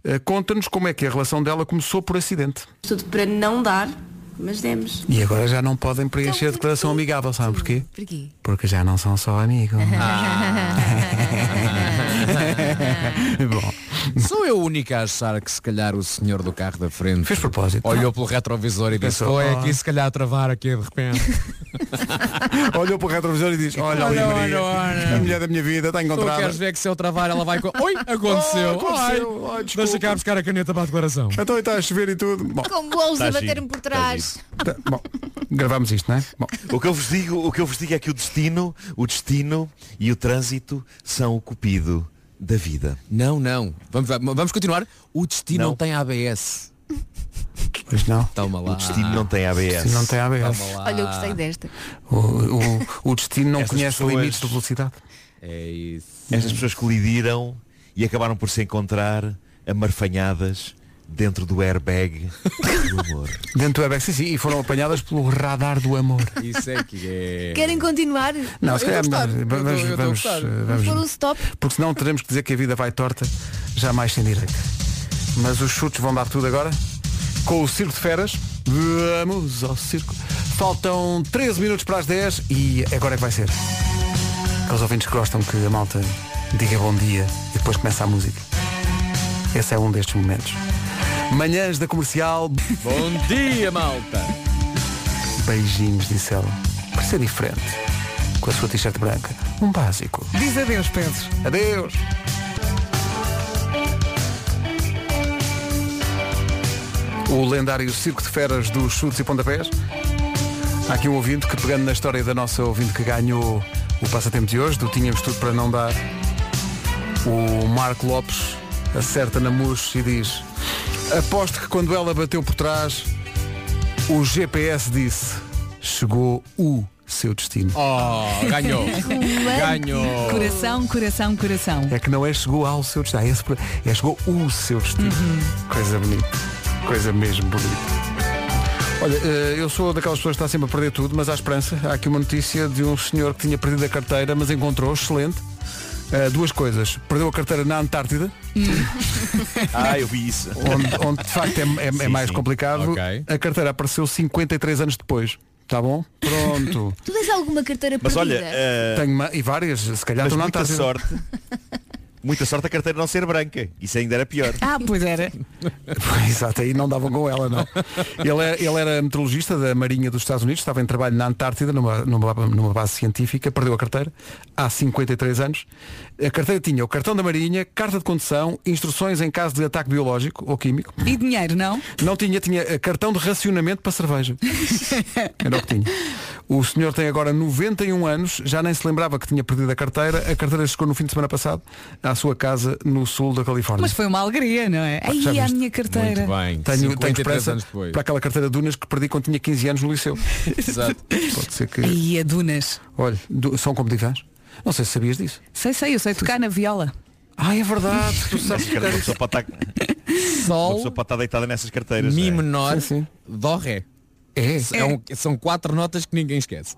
Speaker 2: eh, conta-nos como é que a relação dela começou por acidente.
Speaker 21: Tudo para não dar, mas demos. Então,
Speaker 2: E agora já não podem preencher declaração amigável, sabem porquê?
Speaker 21: Porquê?
Speaker 2: Ah, Porque já não são só amigos.
Speaker 7: o único a achar que se calhar o senhor do carro da frente
Speaker 2: fez propósito.
Speaker 7: Olhou pelo retrovisor e disse,
Speaker 2: Pensou,
Speaker 7: "Oh, é
Speaker 2: "Ah."
Speaker 7: aqui se calhar a travar aqui de repente.
Speaker 2: Olhou para o retrovisor e diz, olha ali
Speaker 7: Olha,
Speaker 2: Maria,
Speaker 7: olha, olha.
Speaker 2: a mulher da minha vida está
Speaker 7: Tu
Speaker 2: encontrada.
Speaker 7: queres ver que se eu travar ela vai com. Oi, aconteceu.
Speaker 2: Oh, aconteceu.
Speaker 7: Ai,
Speaker 2: Ai, desculpa.
Speaker 7: deixa cá buscar a caneta para a declaração.
Speaker 2: Então está a chover e tudo. Bom,
Speaker 1: Com bolos
Speaker 13: Tá
Speaker 1: a
Speaker 13: giro,
Speaker 1: bater-me por trás.
Speaker 2: tá- bom, gravámos isto, não é? Bom,
Speaker 13: O que eu vos digo, o que eu vos digo é que o destino, o destino e o trânsito são o cupido da vida.
Speaker 7: Não, não. Vamos, vamos continuar. O destino não, tem ABS.
Speaker 2: Pois não.
Speaker 7: Toma lá.
Speaker 13: O destino não tem ABS.
Speaker 2: O destino não tem ABS.
Speaker 7: Toma lá.
Speaker 1: Olha, eu gostei desta.
Speaker 2: O, o- o destino não
Speaker 13: Estas
Speaker 2: conhece
Speaker 13: pessoas-
Speaker 2: limites de velocidade.
Speaker 7: É isso.
Speaker 13: Estas pessoas colidiram e acabaram por se encontrar amarfanhadas dentro do airbag do amor.
Speaker 2: Dentro do ABS, sim, sim, e foram apanhadas pelo radar do amor.
Speaker 7: Isso é que é.
Speaker 1: Querem continuar?
Speaker 2: Não, se
Speaker 7: Eu
Speaker 2: calhar é
Speaker 7: estou a
Speaker 2: melhor.
Speaker 7: gostar.
Speaker 2: vamos,
Speaker 7: Eu estou- eu estou a
Speaker 2: vamos,
Speaker 7: gostar.
Speaker 2: eh,
Speaker 1: Vamos
Speaker 2: vamos-
Speaker 1: pôr um stop.
Speaker 2: porque senão teremos que dizer que a vida vai torta, jamais sem direito. Mas os chutes vão dar tudo agora. Com o Circo de Feras, vamos ao circo. Faltam 13 minutos para as 10 e agora é que vai ser. Aqueles ouvintes que gostam que a malta diga bom dia e depois começa a música. Esse é um destes momentos. Manhãs da comercial.
Speaker 7: Bom dia, malta.
Speaker 2: Beijinhos, disse ela. Para ser diferente. Com a sua t-shirt branca. Um básico.
Speaker 4: Diz adeus, Pedro.
Speaker 2: Adeus. O lendário Circo de Feras dos Chutes e Pontapés. Há aqui um ouvinte que, pegando na história da nossa ouvinte que ganhou o passatempo de hoje, do Tínhamos Tudo para Não Dar, o Marco Lopes acerta na mousse e diz Aposto que quando ela bateu por trás, o GPS disse Chegou o seu destino.
Speaker 7: Oh, ganhou. ganhou.
Speaker 4: Coração, coração, coração.
Speaker 2: É que não é chegou ao seu destino. É, esse, pro- é chegou o seu destino.
Speaker 13: Uhum.
Speaker 2: Coisa bonita. Coisa mesmo bonita. Olha, eh, eu sou daquelas pessoas que está sempre a perder tudo, mas há esperança. Há aqui uma notícia de um senhor que tinha perdido a carteira, mas encontrou, excelente. Eh, duas coisas. Perdeu a carteira na Antártida,
Speaker 13: Ah, eu vi isso.
Speaker 2: onde, onde, de facto é, é- é
Speaker 13: Sim,
Speaker 2: mais
Speaker 13: sim.
Speaker 2: complicado.
Speaker 7: Ok.
Speaker 2: A carteira apareceu 53 anos depois. Está bom? Pronto.
Speaker 1: Tu tens alguma carteira
Speaker 13: Mas
Speaker 1: perdida?
Speaker 13: olha, eh,
Speaker 2: Tenho uma- e várias, se calhar
Speaker 13: mas
Speaker 2: estão na
Speaker 13: muita
Speaker 2: Antártida.
Speaker 13: sorte. Muita sorte a carteira não ser branca. Isso ainda era pior.
Speaker 4: Ah, pois era.
Speaker 2: Exato, aí não davam com ela, não. Ele era, ele era meteorologista da Marinha dos Estados Unidos, estava em trabalho na Antártida, numa, numa, numa base científica, perdeu a carteira há 53 anos. A carteira tinha o cartão da Marinha, carta de condução, instruções em caso de ataque biológico ou químico.
Speaker 4: E dinheiro, não?
Speaker 2: Não tinha, tinha eh, cartão de racionamento para cerveja. Era o que tinha. O senhor tem agora 91 anos, já nem se lembrava que tinha perdido a carteira. A carteira chegou no fim de semana passado à sua casa no sul da Califórnia.
Speaker 4: Mas foi uma alegria, não é?
Speaker 2: já
Speaker 4: Aí a
Speaker 2: viste?
Speaker 4: minha
Speaker 7: Muito
Speaker 4: carteira.
Speaker 7: bem.
Speaker 2: Tenho, tenho
Speaker 7: 53
Speaker 2: esperança
Speaker 7: anos depois.
Speaker 2: para aquela carteira de Dunas que perdi quando tinha 15 anos no liceu.
Speaker 7: Exato.
Speaker 2: Pode ser que.
Speaker 4: Aí a Dunas.
Speaker 2: Olha, du- são como divãs. Não sei se sabias disso.
Speaker 4: Sei, sei, eu sei tocar na viola.
Speaker 2: Ah, é verdade. Tu sabes
Speaker 13: Uma pessoa pode estar, uma pessoa
Speaker 7: Sol,
Speaker 13: pode estar deitada nessas carteiras.
Speaker 7: Mi
Speaker 13: não é?
Speaker 7: menor,
Speaker 2: Sim, sim.
Speaker 7: Dó, Ré.
Speaker 2: É,
Speaker 7: É um- são quatro notas que ninguém esquece.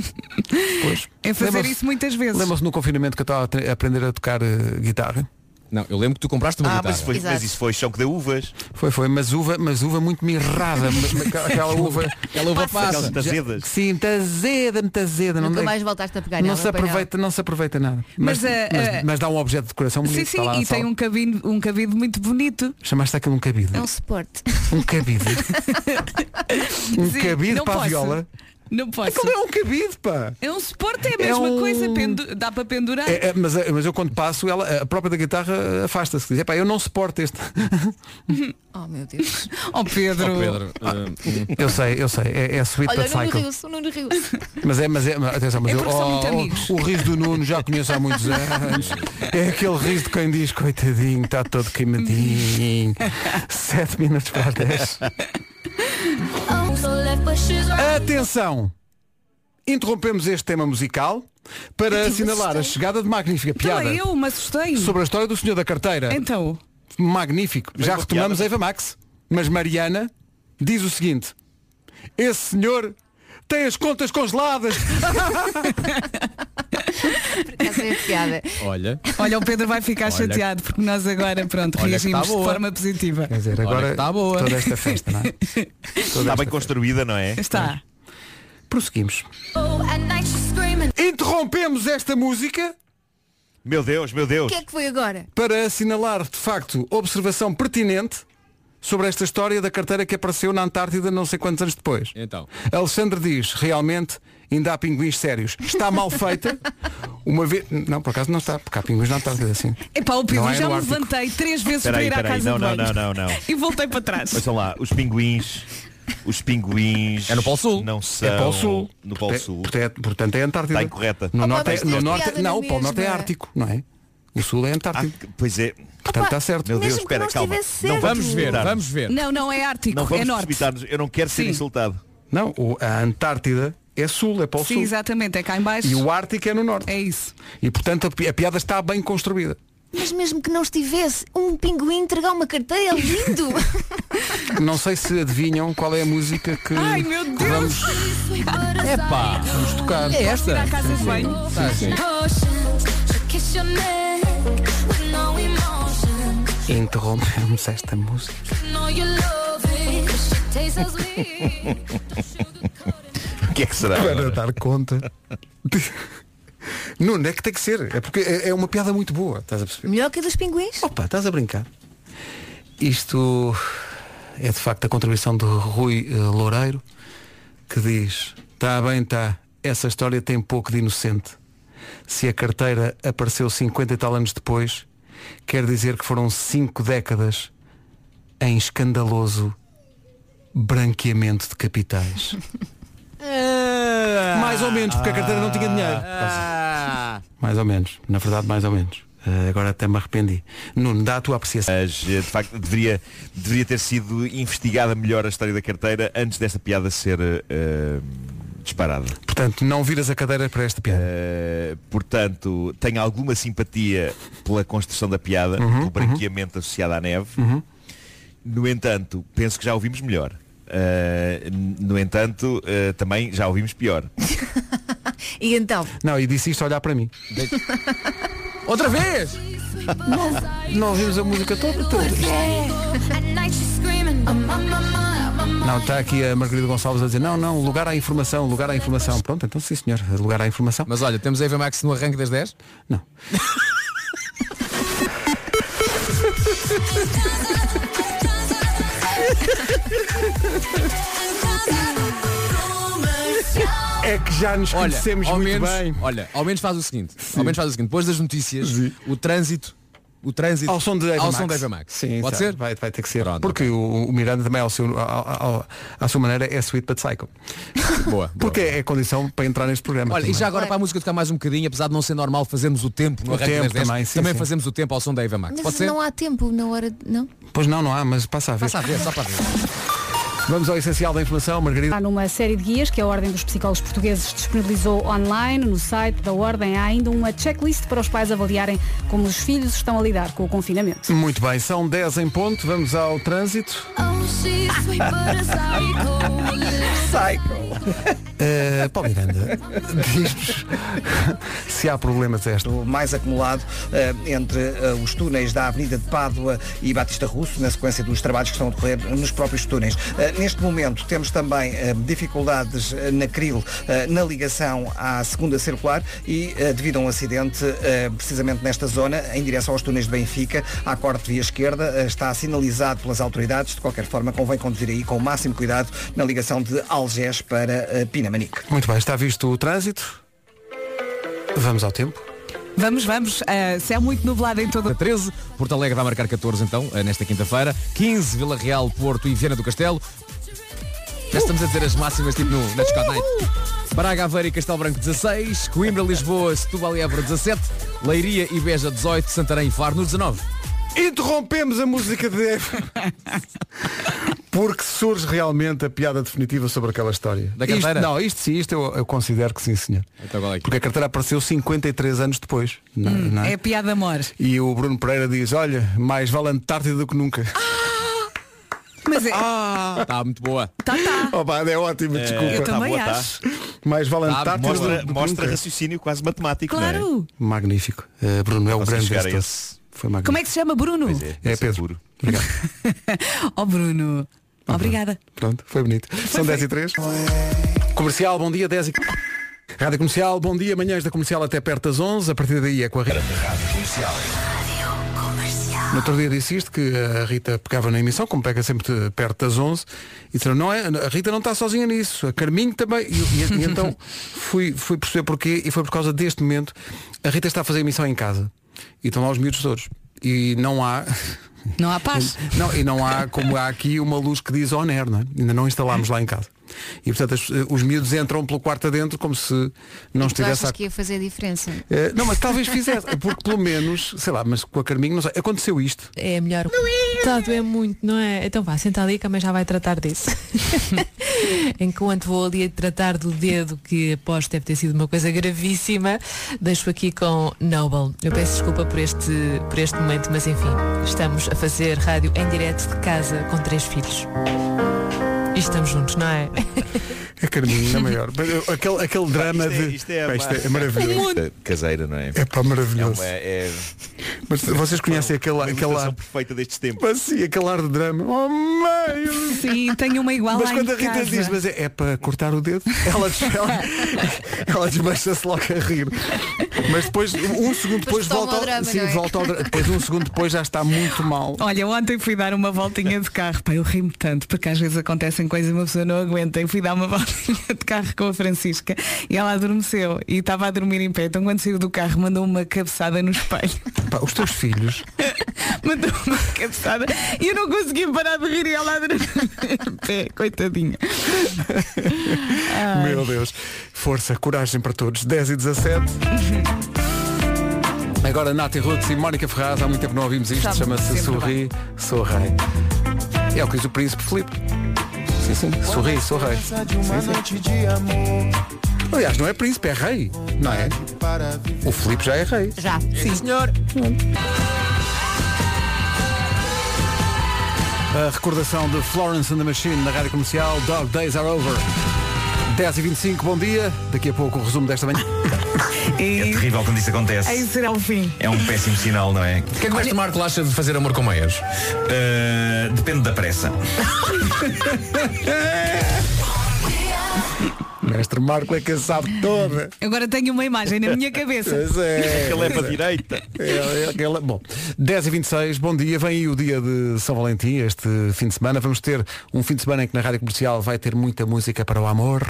Speaker 2: depois.
Speaker 4: É fazer isso muitas vezes.
Speaker 2: Lembram-se no confinamento que eu estava a tre- a aprender a tocar eh, guitarra?
Speaker 7: Não, eu lembro que tu compraste uma
Speaker 13: Ah,
Speaker 7: guitarra.
Speaker 13: mas, foi- mas
Speaker 1: Exato.
Speaker 13: isso foi chão que deu uvas.
Speaker 2: Foi, foi, mas uva, mas uva muito mirrada. mas- mas aquela- aquela uva.
Speaker 7: Aquela uva
Speaker 13: Aquelas
Speaker 7: passa.
Speaker 13: tazedas.
Speaker 2: Sim, muito azeda, muito azeda. Não,
Speaker 1: Nunca
Speaker 2: é-
Speaker 1: mais voltaste a pegar
Speaker 2: não
Speaker 1: nela,
Speaker 2: se
Speaker 1: pois não.
Speaker 2: aproveita, não se aproveita nada. Mas,
Speaker 4: Mas,
Speaker 2: mas,
Speaker 4: eh, eh,
Speaker 2: mas dá um objeto de decoração bonito.
Speaker 4: Sim,
Speaker 2: está lá na
Speaker 4: sim, e
Speaker 2: sala.
Speaker 4: tem um cabido, um cabido muito bonito.
Speaker 2: Chamaste aquilo um cabide.
Speaker 1: É um suporte.
Speaker 2: Um cabide. um
Speaker 4: Sim,
Speaker 2: cabide
Speaker 4: não
Speaker 2: para
Speaker 4: posso.
Speaker 2: a viola.
Speaker 4: Não posso.
Speaker 2: Aquilo é um cabide, pá.
Speaker 4: É um suporte, é a mesma
Speaker 2: um-
Speaker 4: coisa, pendu- dá para pendurar.
Speaker 2: É, é, mas, é, mas eu quando passo, ela, a própria da guitarra eh, afasta-se. Diz, "Epá, eu não suporto este.
Speaker 1: Oh meu Deus.
Speaker 4: Oh Pedro.
Speaker 7: Oh, Pedro, ah,
Speaker 2: eu sei, eu sei. É, é a suite
Speaker 13: Tá
Speaker 1: Olha,
Speaker 2: para
Speaker 1: o Nuno
Speaker 2: cycle.
Speaker 1: riu-se, o Nuno riu-se.
Speaker 2: Mas é, mas é, mas atenção, mas
Speaker 4: É
Speaker 2: eu, oh,
Speaker 4: porque são muito amigos.
Speaker 2: o riso do Nuno já conheço há muitos anos. É aquele riso de quem diz, coitadinho, está todo queimadinho. Sete minutos para as dez. Atenção! Interrompemos este tema musical para assinalar a chegada de magnífica
Speaker 4: assim. Então
Speaker 2: piada
Speaker 4: é eu, me assustei.
Speaker 2: sobre a história do senhor da carteira.
Speaker 4: Então,
Speaker 2: Magnífico. Já retomamos a Eva Max. Mas Mariana diz o seguinte. Esse senhor tem as contas congeladas.
Speaker 1: Essa é a piada.
Speaker 7: olha,
Speaker 4: olha, o Pedro vai ficar
Speaker 7: Olha que-
Speaker 4: chateado porque nós agora, pronto,
Speaker 7: Olha que
Speaker 4: reagimos
Speaker 7: tá
Speaker 4: de
Speaker 7: boa.
Speaker 4: forma positiva.
Speaker 2: Quer dizer,
Speaker 7: Olha
Speaker 2: agora
Speaker 7: que está boa. Tá
Speaker 2: toda esta festa, não é?
Speaker 13: Está bem construída, não é?
Speaker 4: Está.
Speaker 2: Prosseguimos. Interrompemos esta música
Speaker 13: Meu Deus, meu
Speaker 1: O
Speaker 13: Deus.
Speaker 1: que é que foi agora?
Speaker 2: Para assinalar, de facto, observação pertinente sobre esta história da carteira que apareceu na Antártida não sei quantos anos depois.
Speaker 7: Então.
Speaker 2: Alexandre diz, realmente, ainda há pinguins sérios. Está mal feita. Uma vez. Não, por acaso não está, porque há pinguins na Antártida, sim.
Speaker 4: Epá, o Pedro,
Speaker 2: Não é
Speaker 4: já
Speaker 2: no
Speaker 4: me
Speaker 2: Ártico.
Speaker 4: levantei três vezes para
Speaker 13: Peraí,
Speaker 4: ir à
Speaker 13: peraí,
Speaker 4: casa
Speaker 13: não,
Speaker 4: de
Speaker 13: não,
Speaker 4: banho.
Speaker 13: não, não, não.
Speaker 4: E voltei para trás.
Speaker 13: Ouçam lá, os pinguins. Os pinguins. É no Polo Sul. Não são.
Speaker 2: É Polo Sul.
Speaker 13: No Polo Sul.
Speaker 2: Portanto, portanto, é Antártida.
Speaker 13: Está incorreta.
Speaker 2: No norte, é- no norte não, o Polo Norte é Ártico, não é? O Sul é Antártico.
Speaker 13: pois é.
Speaker 2: Portanto, está certo.
Speaker 13: Meu Deus, espera, calma. Não
Speaker 7: Vamos ver, vamos ver.
Speaker 4: Não, não é Ártico,
Speaker 13: Não
Speaker 4: é
Speaker 13: vamos
Speaker 4: Norte.
Speaker 13: precipitar-nos. Eu não quero ser
Speaker 4: Sim.
Speaker 13: insultado.
Speaker 2: Não, o- a Antártida é Sul, é Polo
Speaker 4: Sim,
Speaker 2: Sul.
Speaker 4: exatamente, é cá em baixo.
Speaker 2: E o Ártico é no norte.
Speaker 4: É isso.
Speaker 2: E portanto a, pi- a piada está bem construída.
Speaker 1: Mas mesmo que não estivesse, um pinguim entregar uma carteira é lindo.
Speaker 2: Não sei se adivinham qual é a música que,
Speaker 1: Ai, meu
Speaker 2: que
Speaker 1: Deus.
Speaker 2: vamos,
Speaker 7: Epá.
Speaker 2: vamos tocar.
Speaker 7: É esta? Ir à casa de banho.
Speaker 2: Sim, sim. Interrompemos esta música.
Speaker 13: O que é que será?
Speaker 2: Para
Speaker 13: agora?
Speaker 2: dar conta. Nuno, é que tem que ser. É porque é é uma piada muito boa. Estás a perceber?
Speaker 1: Melhor que a dos pinguins?
Speaker 2: Opa, estás a brincar. Isto é de facto a contribuição de Rui eh, Loureiro, que diz, está bem, está, essa história tem pouco de inocente. Se a carteira apareceu 50 e tal anos depois, quer dizer que foram cinco décadas em escandaloso branqueamento de capitais. Mais ou menos, porque a carteira não tinha dinheiro. Mais ou menos. Na verdade, mais ou menos. Eh, agora até me arrependi. Nuno, dá a tua apreciação.
Speaker 13: Mas, eh, de facto, deveria, deveria ter sido investigada melhor a história da carteira antes desta piada ser eh, disparada.
Speaker 2: Portanto, não viras a cadeira para esta piada.
Speaker 13: Eh, portanto, tenho alguma simpatia pela construção da piada,
Speaker 2: Uhum,
Speaker 13: pelo branqueamento associado à neve. No entanto, penso que já ouvimos melhor. Eh, no entanto, eh, também já ouvimos pior.
Speaker 1: E então?
Speaker 2: Não, e disse isto a olhar para mim.
Speaker 7: Outra vez!
Speaker 2: Não, não ouvimos a música toda. Não, está aqui a Margarida Gonçalves a dizer, não, não, lugar à informação, lugar à informação. Pronto, então sim senhor, lugar à informação.
Speaker 7: Mas olha, temos a Eva Max no arranque das 10?
Speaker 2: Não. É que já nos
Speaker 7: Olha,
Speaker 2: conhecemos
Speaker 7: ao
Speaker 2: muito
Speaker 7: menos,
Speaker 2: bem.
Speaker 7: olha, ao menos faz o seguinte, ao menos faz o seguinte, depois das notícias, o trânsito, o trânsito
Speaker 2: Ao som de Eva
Speaker 7: ao
Speaker 2: Max.
Speaker 7: som de Eva Max.
Speaker 2: Sim,
Speaker 7: Pode
Speaker 2: tá.
Speaker 7: ser?
Speaker 2: Vai, vai ter que ser. Porque o, o Miranda também, ao seu, ao- ao- à sua maneira, é sweet but psycho.
Speaker 7: Boa.
Speaker 2: Porque é a condição para entrar neste programa.
Speaker 7: Olha, e
Speaker 2: também.
Speaker 7: já agora para a música tocar mais um bocadinho, apesar de não ser normal fazermos o tempo no
Speaker 2: O
Speaker 7: arranque
Speaker 2: tempo
Speaker 7: das 10,
Speaker 2: também, sim, sim.
Speaker 7: fazemos o tempo ao som da Eva Max. Pode
Speaker 1: Mas
Speaker 7: ser?
Speaker 1: não há tempo na hora de. Não?
Speaker 2: Pois não, não há, mas passa a ver.
Speaker 7: Passa a ver, só para ver.
Speaker 2: Vamos ao essencial da informação, Margarida.
Speaker 9: Há numa série de guias que a Ordem dos Psicólogos Portugueses disponibilizou online, no site da Ordem, há ainda uma checklist para os pais avaliarem como os filhos estão a lidar com o confinamento.
Speaker 2: Muito bem, são 10 em ponto, vamos ao trânsito. Uh, Paulo Miranda, diz-nos se há problemas este.
Speaker 3: mais acumulado eh, entre eh, os túneis da Avenida de Pádua e Batista Russo, na sequência dos trabalhos que estão a decorrer nos próprios túneis. Eh, neste momento temos também eh, dificuldades eh, na Cril, eh, na ligação à segunda circular e eh, devido a um acidente eh, precisamente nesta zona, em direção aos túneis de Benfica, à corte via esquerda, eh, está sinalizado pelas autoridades. De qualquer forma, convém conduzir aí com o máximo cuidado na ligação de Algés para eh, Pinamanique.
Speaker 2: Muito bem, está visto o trânsito. Vamos ao tempo.
Speaker 7: Vamos, vamos. Ah, céu muito nublado em toda 13. Porto Alegre vai marcar 14 então, ah, nesta quinta-feira. 15, Vila Real, Porto e Viana do Castelo. Já estamos a dizer as máximas tipo no, na Discord Night. Braga, Aveiro e Castelo Branco 16, Coimbra, Lisboa, Setúbal e Évora 17, Leiria e Beja 18, Santarém e Faro no 19.
Speaker 2: Interrompemos a música de Eva. Porque surge realmente a piada definitiva sobre aquela história.
Speaker 7: Da carteira?
Speaker 2: Isto, não, isto sim, isto eu, eu considero que sim, senhor.
Speaker 13: Então é
Speaker 2: Porque a carteira apareceu 53 anos depois. não-
Speaker 4: Hum,
Speaker 2: não é?
Speaker 4: é piada amor.
Speaker 2: E o Bruno Pereira diz, olha, mais vale Antártida do que nunca.
Speaker 4: Mas é.
Speaker 2: Ah.
Speaker 7: Está muito boa.
Speaker 4: Tá, tá.
Speaker 2: Opa, é ótimo,
Speaker 13: É,
Speaker 2: desculpa.
Speaker 13: eu também Tá boa, tá. acho.
Speaker 2: Mais vale
Speaker 13: Tá,
Speaker 2: Antártida
Speaker 13: mostra-
Speaker 2: do que
Speaker 13: mostra
Speaker 2: nunca.
Speaker 13: raciocínio quase matemático,
Speaker 4: Claro.
Speaker 13: não é?
Speaker 2: Magnífico. Eh, Bruno, é o
Speaker 13: Vocês
Speaker 2: grande
Speaker 13: chegarem a
Speaker 2: vencedor.
Speaker 13: esse-
Speaker 2: Foi magnífico.
Speaker 4: Como é que se chama Bruno?
Speaker 2: É, Pedro. Obrigado.
Speaker 4: Oh Bruno. Obrigada.
Speaker 2: Pronto, foi bonito. São 10 e 3. Comercial, bom dia, 10 e... Rádio Comercial, bom dia. Manhãs da Comercial até perto das 11. A partir daí é com a Rita. No outro dia disse isto, que a Rita pegava na emissão, como pega sempre de- perto das 11, e disseram, não é, a Rita não está sozinha nisso, a Carminho também. E, e- e então fui, fui perceber porquê, e foi por causa deste momento. A Rita está a fazer a emissão em casa, e estão lá os miúdos todos. E não há...
Speaker 4: Não há paz.
Speaker 2: Não, e não há, como há aqui, uma luz que diz on air, não é? Ainda não instalámos lá em casa. E portanto as- eh, os miúdos entram pelo quarto adentro como se não
Speaker 1: tu
Speaker 2: estivesse
Speaker 1: achas
Speaker 2: a
Speaker 1: que ia fazer diferença?
Speaker 2: eh, não, mas talvez fizesse, é porque pelo menos, sei lá, mas com a Carminho, não sei, aconteceu isto.
Speaker 20: É melhor. Está a doer muito, não é? Então vá, senta ali que a mãe já vai tratar disso. Enquanto vou ali a tratar do dedo, que após deve ter sido uma coisa gravíssima, deixo aqui com Noble. Eu peço desculpa por este, por este momento, mas enfim, estamos a fazer rádio em direto de casa com três filhos. E estamos juntos, não é?
Speaker 2: A Carminho na maior. eh, Aquele, aquele drama
Speaker 13: Isto é-
Speaker 2: de.
Speaker 13: isto é
Speaker 2: Pá,
Speaker 13: uma-
Speaker 2: isto é maravilhoso.
Speaker 13: Muito. Caseira, não é?
Speaker 2: É pá, maravilhoso.
Speaker 13: É uma- é-
Speaker 2: Mas vocês conhecem aquele,
Speaker 13: uma
Speaker 2: aquele
Speaker 13: ilustração
Speaker 2: ar.
Speaker 13: perfeita destes tempos.
Speaker 2: Mas sim, aquele ar de drama. Oh, mãe!
Speaker 4: Sim, tenho uma igual
Speaker 2: Mas
Speaker 4: lá
Speaker 2: quando
Speaker 4: em
Speaker 2: a Rita
Speaker 4: casa.
Speaker 2: diz, mas é, é para cortar o dedo, ela, des- ela, ela desmancha-se logo a rir. Mas depois, um segundo depois,
Speaker 4: Depois toma
Speaker 2: volta,
Speaker 4: o drama,
Speaker 2: sim,
Speaker 4: não é?
Speaker 2: volta ao dra- Depois, um segundo depois, já está muito mal.
Speaker 4: Olha, ontem fui dar uma voltinha de carro, pá, eu ri-me tanto, porque às vezes acontecem coisas e uma pessoa não aguenta. Eu fui dar uma voltinha de carro com a Francisca e ela adormeceu e estava a dormir em pé. Então quando saiu do carro mandou uma cabeçada no espelho.
Speaker 2: Pá, os teus filhos.
Speaker 4: mandou uma cabeçada e eu não conseguia parar de rir e ela a dormir em pé, coitadinha. Ai.
Speaker 2: Meu Deus. Força, coragem para todos. 10 e 17. Agora Nati Roots e Mónica Ferraz. Há muito tempo não ouvimos isto.
Speaker 4: Sabe
Speaker 2: Chama-se
Speaker 4: sempre
Speaker 2: Sorri, Sou Rei. É o que diz o Príncipe Filipe. Sim, sim. Sorri, Sou Rei. Sim, sim. Aliás, não é príncipe, é rei, não é? O Filipe já é rei.
Speaker 1: Já.
Speaker 4: Sim, senhor.
Speaker 2: A recordação de Florence and the Machine na rádio comercial Dog Days Are Over. 10 e 25 bom dia. Daqui a pouco o resumo desta manhã.
Speaker 13: É terrível quando isso acontece.
Speaker 4: Aí será o fim.
Speaker 13: É um péssimo sinal, não é? O que é que o mestre Marco acha de fazer amor com meias? Eh, depende da pressa.
Speaker 2: Mestre Marco é que sabe toda.
Speaker 4: Agora tenho uma imagem na minha cabeça.
Speaker 2: Pois é.
Speaker 13: Aquele é para a direita.
Speaker 2: É, é aquela- Bom, 10 e 26 bom dia. Vem aí o dia de São Valentim, este fim de semana. Vamos ter um fim de semana em que na Rádio Comercial vai ter muita música para o amor.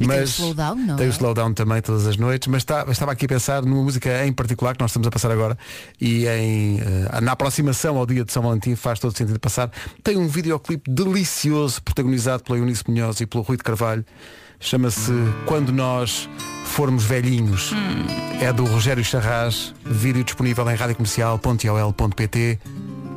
Speaker 1: E tem o slowdown, não
Speaker 2: Tem
Speaker 1: é?
Speaker 2: o slowdown também todas as noites, mas está- estava aqui a pensar numa música em particular que nós estamos a passar agora e em, eh, na aproximação ao dia de São Valentim faz todo sentido passar. Tem um videoclipe delicioso protagonizado pela Eunice Munhoz e pelo Rui de Carvalho. Chama-se Quando Nós Formos Velhinhos.
Speaker 1: Hum.
Speaker 2: É do Rogério Charras, vídeo disponível em radiocomercial.ol.pt.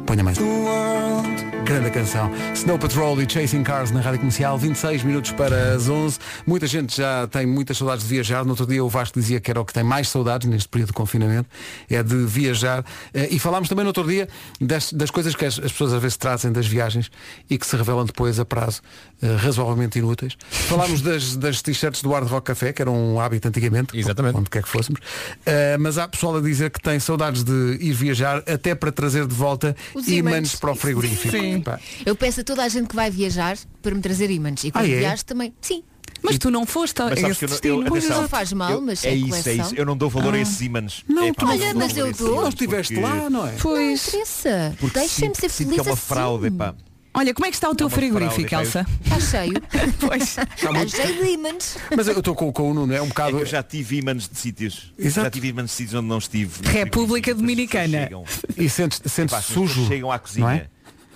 Speaker 2: Ponha mais. um. Grande canção. Snow Patrol e Chasing Cars na rádio comercial, 26 minutos para as 11. Muita gente já tem muitas saudades de viajar. No outro dia o Vasco dizia que era o que tem mais saudades neste período de confinamento, é de viajar. Eh, E falámos também no outro dia das, das coisas que as, as pessoas às vezes trazem das viagens e que se revelam depois a prazo eh, razoavelmente inúteis. Falámos das, das t-shirts do Hard Rock Café, que era um hábito antigamente, Exatamente. onde quer que fôssemos. Eh, mas há pessoal a dizer que tem saudades de ir viajar até para trazer de volta
Speaker 1: Os
Speaker 2: imãs
Speaker 1: ímãs.
Speaker 2: para o frigorífico. Pá.
Speaker 1: Eu peço a toda a gente que vai viajar para me trazer ímãs. E quando
Speaker 2: Ah, é?
Speaker 1: viajas também. Sim.
Speaker 4: Mas tu não foste
Speaker 13: Mas sabes que eu não- eu-
Speaker 1: Pois
Speaker 13: atenção,
Speaker 1: não faz mal,
Speaker 13: eu-
Speaker 1: mas
Speaker 13: é,
Speaker 1: é,
Speaker 13: isso, é
Speaker 1: coleção.
Speaker 13: isso. Eu não dou valor a esses ímãs. É, pá,
Speaker 1: Olha,
Speaker 13: não
Speaker 1: mas
Speaker 13: valor
Speaker 1: eu
Speaker 13: a esses
Speaker 1: dou.
Speaker 13: ímãs porque-
Speaker 2: é?
Speaker 4: Pois.
Speaker 1: Não interessa.
Speaker 13: Porque
Speaker 1: Deixem-me
Speaker 13: sinto-
Speaker 1: ser
Speaker 13: sinto
Speaker 1: feliz
Speaker 13: que é uma
Speaker 1: assim.
Speaker 13: fraude, pá.
Speaker 4: Olha, como é que está o teu
Speaker 13: uma fraude,
Speaker 4: frigorífico,
Speaker 13: pá, eu-
Speaker 4: Elsa?
Speaker 1: Está cheio.
Speaker 4: pois.
Speaker 1: Está
Speaker 13: muito-
Speaker 1: cheio de ímãs.
Speaker 2: Mas eu estou com, com o Nuno, é um bocado.
Speaker 13: eu já tive ímãs de sítios.
Speaker 2: Exato.
Speaker 13: Já tive ímãs de sítios onde não é estive.
Speaker 4: República Dominicana.
Speaker 2: E sentes, sentes
Speaker 13: Epá, as pessoas
Speaker 2: sujo.
Speaker 13: Chegam à
Speaker 2: não
Speaker 13: cozinha.
Speaker 2: é?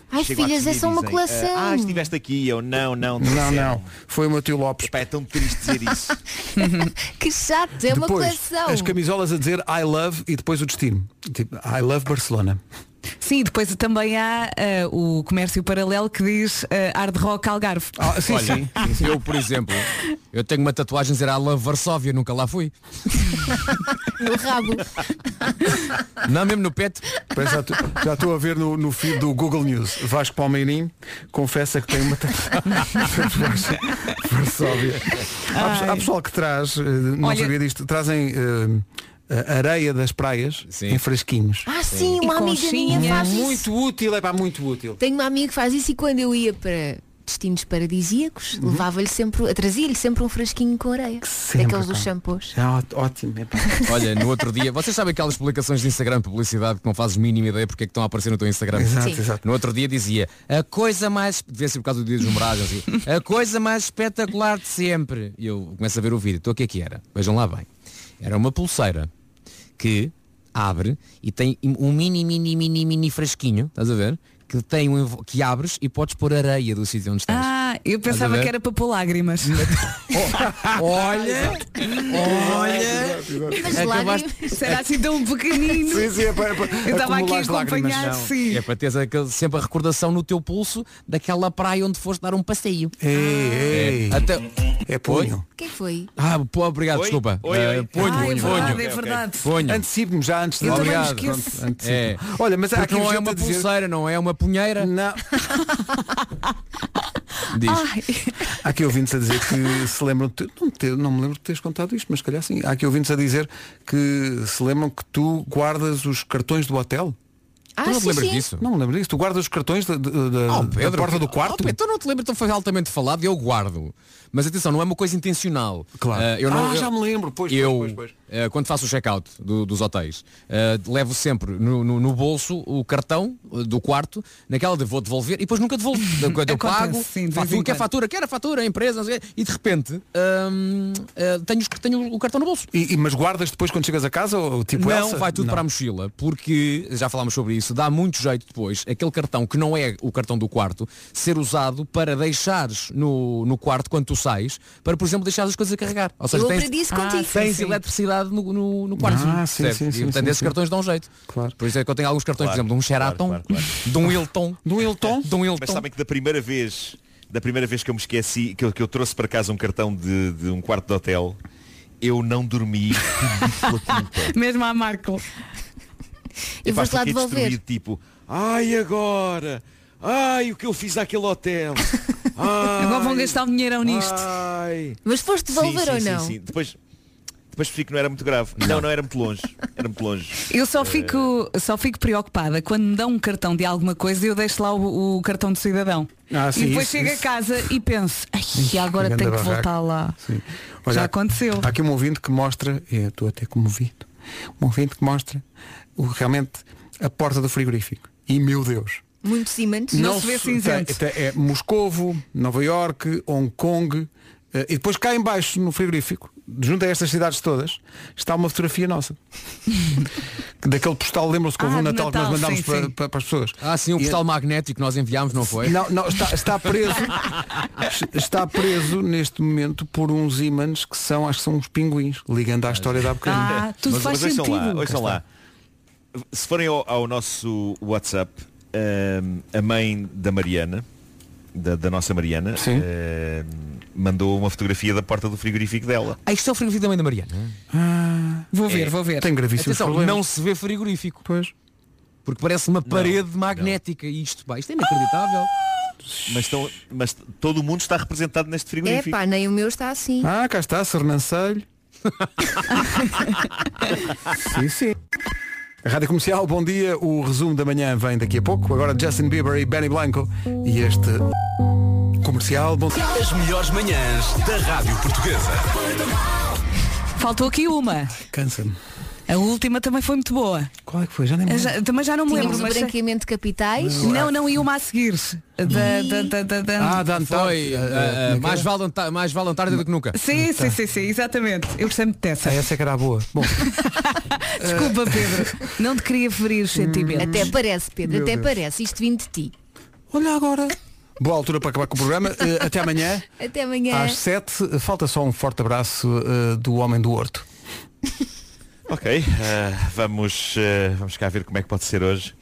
Speaker 1: Ai,
Speaker 13: Chegam à
Speaker 1: filhas,
Speaker 13: cozinha
Speaker 1: é
Speaker 13: e
Speaker 1: só uma
Speaker 13: dizem,
Speaker 1: coleção.
Speaker 13: Ah, estiveste aqui, eu não, não.
Speaker 2: Não, não. Foi o meu tio Lopes.
Speaker 13: Epá, é tão triste dizer isso.
Speaker 1: que chato, é uma
Speaker 2: Depois,
Speaker 1: coleção.
Speaker 2: as camisolas a dizer I love e depois o destino. Tipo, I love Barcelona.
Speaker 4: Sim, depois também há ah, o comércio paralelo que diz ah, Hard Rock Algarve.
Speaker 13: Ah,
Speaker 7: Olha, eu, por exemplo, eu tenho uma tatuagem a dizer I love Varsóvia, nunca lá fui.
Speaker 1: No rabo.
Speaker 7: Não, mesmo no pet.
Speaker 2: Pois já tu- já estou a ver no, no feed do Google News. Vasco Palmeirim confessa que tem uma tatuagem. Varsóvia. Há, pes- há pessoal que traz, eh, não
Speaker 4: Olha-
Speaker 2: sabia disto, trazem eh, a areia das praias em fresquinhos.
Speaker 1: Ah, sim, uma
Speaker 4: E
Speaker 1: amiga minha
Speaker 4: conchinha.
Speaker 1: faz isso.
Speaker 2: Muito É. útil, é pá, muito útil.
Speaker 1: Tenho uma amiga que faz isso e quando eu ia para, destinos paradisíacos,
Speaker 2: Uhum.
Speaker 1: levava-lhe sempre, trazia-lhe sempre um frasquinho com areia. daqueles dos
Speaker 7: pá.
Speaker 1: shampoos.
Speaker 2: Ah, ótimo. é
Speaker 7: Olha, no outro dia, vocês sabem aquelas publicações de Instagram, publicidade, que não fazes mínima ideia porque é que estão a aparecer no teu Instagram.
Speaker 2: Exato, Sim. exato.
Speaker 7: No outro dia dizia, a coisa mais, devia ser por causa do dia dos namorados, assim, a coisa mais espetacular de sempre. E eu começo a ver o vídeo, estou aqui é que era. Vejam lá bem. Era uma pulseira que abre e tem um mini, mini, mini, mini frasquinho, estás a ver? Que, tem um, envo- que abres e podes pôr areia do sítio onde estás.
Speaker 4: Ah, eu
Speaker 7: Estás a
Speaker 4: pensava
Speaker 7: ver?
Speaker 4: que era para pôr lágrimas.
Speaker 7: Olha,
Speaker 4: olha.
Speaker 7: Mas Acabaste- lágrimas-
Speaker 4: Será assim tão pequenino?
Speaker 7: Sim, sim, é para- é para
Speaker 4: eu estava aqui a
Speaker 7: acumular lágrimas,
Speaker 4: acompanhar,
Speaker 7: não.
Speaker 4: sim.
Speaker 7: É para teres aquele- sempre a recordação no teu pulso daquela praia onde foste dar um passeio.
Speaker 4: Ah.
Speaker 2: ei.
Speaker 7: É, até...
Speaker 2: é
Speaker 7: punho.
Speaker 1: Quem foi?
Speaker 7: Ah, pô, obrigado, desculpa.
Speaker 2: Oi,
Speaker 7: Eh,
Speaker 2: oi.
Speaker 7: Punho,
Speaker 2: Ah, é
Speaker 7: punho.
Speaker 2: verdade,
Speaker 7: punho.
Speaker 2: é verdade.
Speaker 7: Punho.
Speaker 2: Antecipo-me já antes de
Speaker 7: Eu também me
Speaker 2: Obrigado.
Speaker 7: esqueço.
Speaker 2: Pronto, antecipo.
Speaker 7: É.
Speaker 2: Olha, mas há
Speaker 7: Porque
Speaker 2: aqui
Speaker 7: não é
Speaker 2: gente
Speaker 7: uma
Speaker 2: a dizer-
Speaker 7: pulseira, não é uma punheira.
Speaker 2: Não. Diz.
Speaker 4: Ai.
Speaker 2: Há aqui ouvintes a dizer que se lembram de tu- não, te- não me lembro de teres contado isto, mas se calhar sim. Há aqui ouvintes a dizer que se lembram que tu guardas os cartões do hotel.
Speaker 1: Ah,
Speaker 7: Tu não te sim, lembras sim. disso?
Speaker 2: Não me lembro disso. Tu guardas os cartões da, da- da-
Speaker 4: Ah,
Speaker 7: Oh,
Speaker 2: da
Speaker 7: Pedro,
Speaker 2: porta do quarto?
Speaker 7: Oh, Pedro, então não te lembro, então foi altamente falado e eu guardo. Mas atenção, não é uma coisa intencional. Claro. eu não,
Speaker 2: Ah, já me lembro, pois,
Speaker 7: eu,
Speaker 2: pois, pois,
Speaker 7: eh, quando faço o check-out do- dos hotéis, eh, levo sempre no, no- no bolso o cartão eh, do quarto, naquela de vou devolver, e depois nunca devolvo. Da- Quando eu
Speaker 4: Acontece,
Speaker 7: pago,
Speaker 4: sim, de vez em
Speaker 7: fatura, quer
Speaker 4: quando.
Speaker 7: fatura, quer a fatura, a empresa, não sei o quê, e de repente hum, eh, tenho, os- tenho o cartão no bolso.
Speaker 2: E, e- mas guardas depois quando chegas a casa ou tipo
Speaker 7: não,
Speaker 2: Elsa?
Speaker 7: vai tudo
Speaker 2: Não.
Speaker 7: para a mochila, porque já falámos sobre isso, dá muito jeito depois aquele cartão que não é o cartão do quarto ser usado para deixares no, no quarto quando tu sais, para por exemplo deixar as coisas a carregar. Ou seja,
Speaker 1: Eu
Speaker 7: tens, Ah,
Speaker 1: aprendi isso contigo.
Speaker 7: tens
Speaker 1: Sim, sim.
Speaker 7: eletricidade no, no, no quarto.
Speaker 2: Ah, sim,
Speaker 7: percebe?
Speaker 2: sim, sim,
Speaker 7: e, portanto,
Speaker 2: sim,
Speaker 7: esses
Speaker 2: sim.
Speaker 7: cartões dão jeito. Por isso é que eu tenho alguns cartões, por exemplo, de um Sheraton, de um Hilton.
Speaker 2: De um Hilton?
Speaker 7: De um Hilton.
Speaker 13: Mas sabem que da primeira vez, da primeira vez que eu me esqueci, que eu, que eu trouxe para casa um cartão de, de um quarto de hotel, eu não dormi.
Speaker 4: Mesmo à Marco.
Speaker 1: E
Speaker 13: Epá,
Speaker 1: foste lá
Speaker 13: fiquei
Speaker 1: devolver.
Speaker 13: destruído, tipo, ai agora, ai o que eu fiz àquele hotel. Ai,
Speaker 4: Agora vão gastar um dinheirão nisto.
Speaker 13: Ai.
Speaker 1: Mas foste devolver
Speaker 13: sim,
Speaker 1: ou
Speaker 13: sim,
Speaker 1: não?
Speaker 13: Sim, sim. Depois, depois percebi que não era muito grave. Não, não era muito longe. Era muito longe.
Speaker 4: Eu
Speaker 2: É.
Speaker 4: só
Speaker 13: Eh,
Speaker 4: fico, só fico preocupada quando me dão um cartão de alguma coisa e eu deixo lá o, o cartão de cidadão.
Speaker 2: Ah, sim,
Speaker 4: e depois
Speaker 2: isso,
Speaker 4: chego
Speaker 2: isso.
Speaker 4: a casa e penso, ai, agora
Speaker 2: grande
Speaker 4: tenho que
Speaker 2: barraco."
Speaker 4: voltar lá.
Speaker 2: Sim.
Speaker 4: Já aconteceu.
Speaker 2: Há aqui um ouvinte que mostra, eu estou até comovido, um ouvinte que mostra o, realmente a porta do frigorífico. E meu Deus.
Speaker 1: Muito Siemens.
Speaker 2: tem- tem- é Moscovo, Nova Iorque, Hong Kong. eh, E depois cá em baixo, no frigorífico, junto a estas cidades todas, está uma fotografia nossa. Daquele postal, lembram-se que houve
Speaker 7: Ah,
Speaker 2: um
Speaker 7: de
Speaker 2: Natal, que nós
Speaker 7: Natal,
Speaker 2: mandámos
Speaker 7: sim,
Speaker 2: para,
Speaker 7: sim.
Speaker 2: para- para as pessoas.
Speaker 7: Ah, sim, um
Speaker 2: E-
Speaker 7: postal magnético que nós enviámos, não foi?
Speaker 2: Não, não, está, está preso. está preso neste momento por uns ímãs que são, acho que são uns pinguins, ligando à história da bocadinho.
Speaker 7: Ah,
Speaker 13: mas, mas ouçam Lá, ouçam lá. Se forem ao, ao nosso WhatsApp, hum, a mãe da Mariana, da, da nossa Mariana, hum, mandou uma fofografia da porta do frigorífico dela.
Speaker 7: Ah, isto é o frigorífico da mãe da Mariana. Ah.
Speaker 4: Vou
Speaker 13: ver, vou ver. Tem gravíssimos
Speaker 7: Atenção,
Speaker 13: problemas.
Speaker 7: não se vê frigorífico. Pois. Porque parece uma parede magnética e isto, pá, isto é inacreditável.
Speaker 13: Mas, estão, mas todo o mundo está representado neste
Speaker 1: É
Speaker 13: frigorífico.
Speaker 1: pá, nem o meu está assim.
Speaker 2: Ah, cá está, Sernancelho. sim, sim. Rádio Comercial, bom dia. O resumo da manhã vem daqui a pouco. Agora Justin Bieber e Benny Blanco. E este comercial, bom
Speaker 16: As melhores manhãs da Rádio Portuguesa.
Speaker 4: Faltou aqui uma.
Speaker 2: Cansa-me.
Speaker 4: A última também foi muito boa.
Speaker 2: Qual é que foi? Já nem me
Speaker 4: Eu
Speaker 2: lembro.
Speaker 4: já- também já não me
Speaker 1: Tínhamos um
Speaker 4: lembro,
Speaker 1: o
Speaker 4: mas. é
Speaker 1: branqueamento de capitais.
Speaker 4: Não, não, e uma a seguir. Da, da, da, da, da-
Speaker 7: Ah, da Foi, ah, ah, mais, vale anta- mais vale Antártida do que nunca.
Speaker 4: Sim, sim, sim, sim, exatamente. Eu gostei muito dessa.
Speaker 2: tá. essa é que era a boa. Bom,
Speaker 4: Desculpa, Pedro. Não te queria ferir
Speaker 2: Hum.
Speaker 4: os sentimentos.
Speaker 1: Até parece, Pedro,
Speaker 2: Meu
Speaker 1: até
Speaker 2: Deus.
Speaker 1: parece. Isto vim de ti.
Speaker 2: Olha agora. boa altura para acabar com o programa. Eh, até amanhã.
Speaker 1: Até amanhã.
Speaker 2: Às 7, falta só um forte abraço eh, do Homem do Horto.
Speaker 13: Ok, ah, vamos, ah, vamos cá ver como é que pode ser hoje.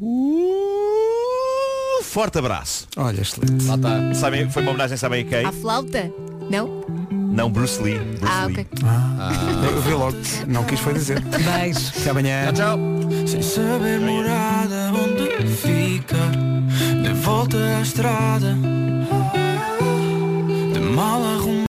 Speaker 13: Uh, forte abraço.
Speaker 2: Olha, excelente.
Speaker 7: Lá está.
Speaker 13: Sabem, foi uma homenagem, sabem a quem?
Speaker 1: À flauta? Não?
Speaker 13: Não, Bruce Lee. Bruce
Speaker 1: Ah,
Speaker 13: Lee.
Speaker 1: ok.
Speaker 2: Eu vi logo. Não quis foi dizer.
Speaker 4: Ah. Beijo.
Speaker 2: Até amanhã.
Speaker 7: Tchau.
Speaker 10: Sem saber morada onde fica De volta à estrada De mal arrumada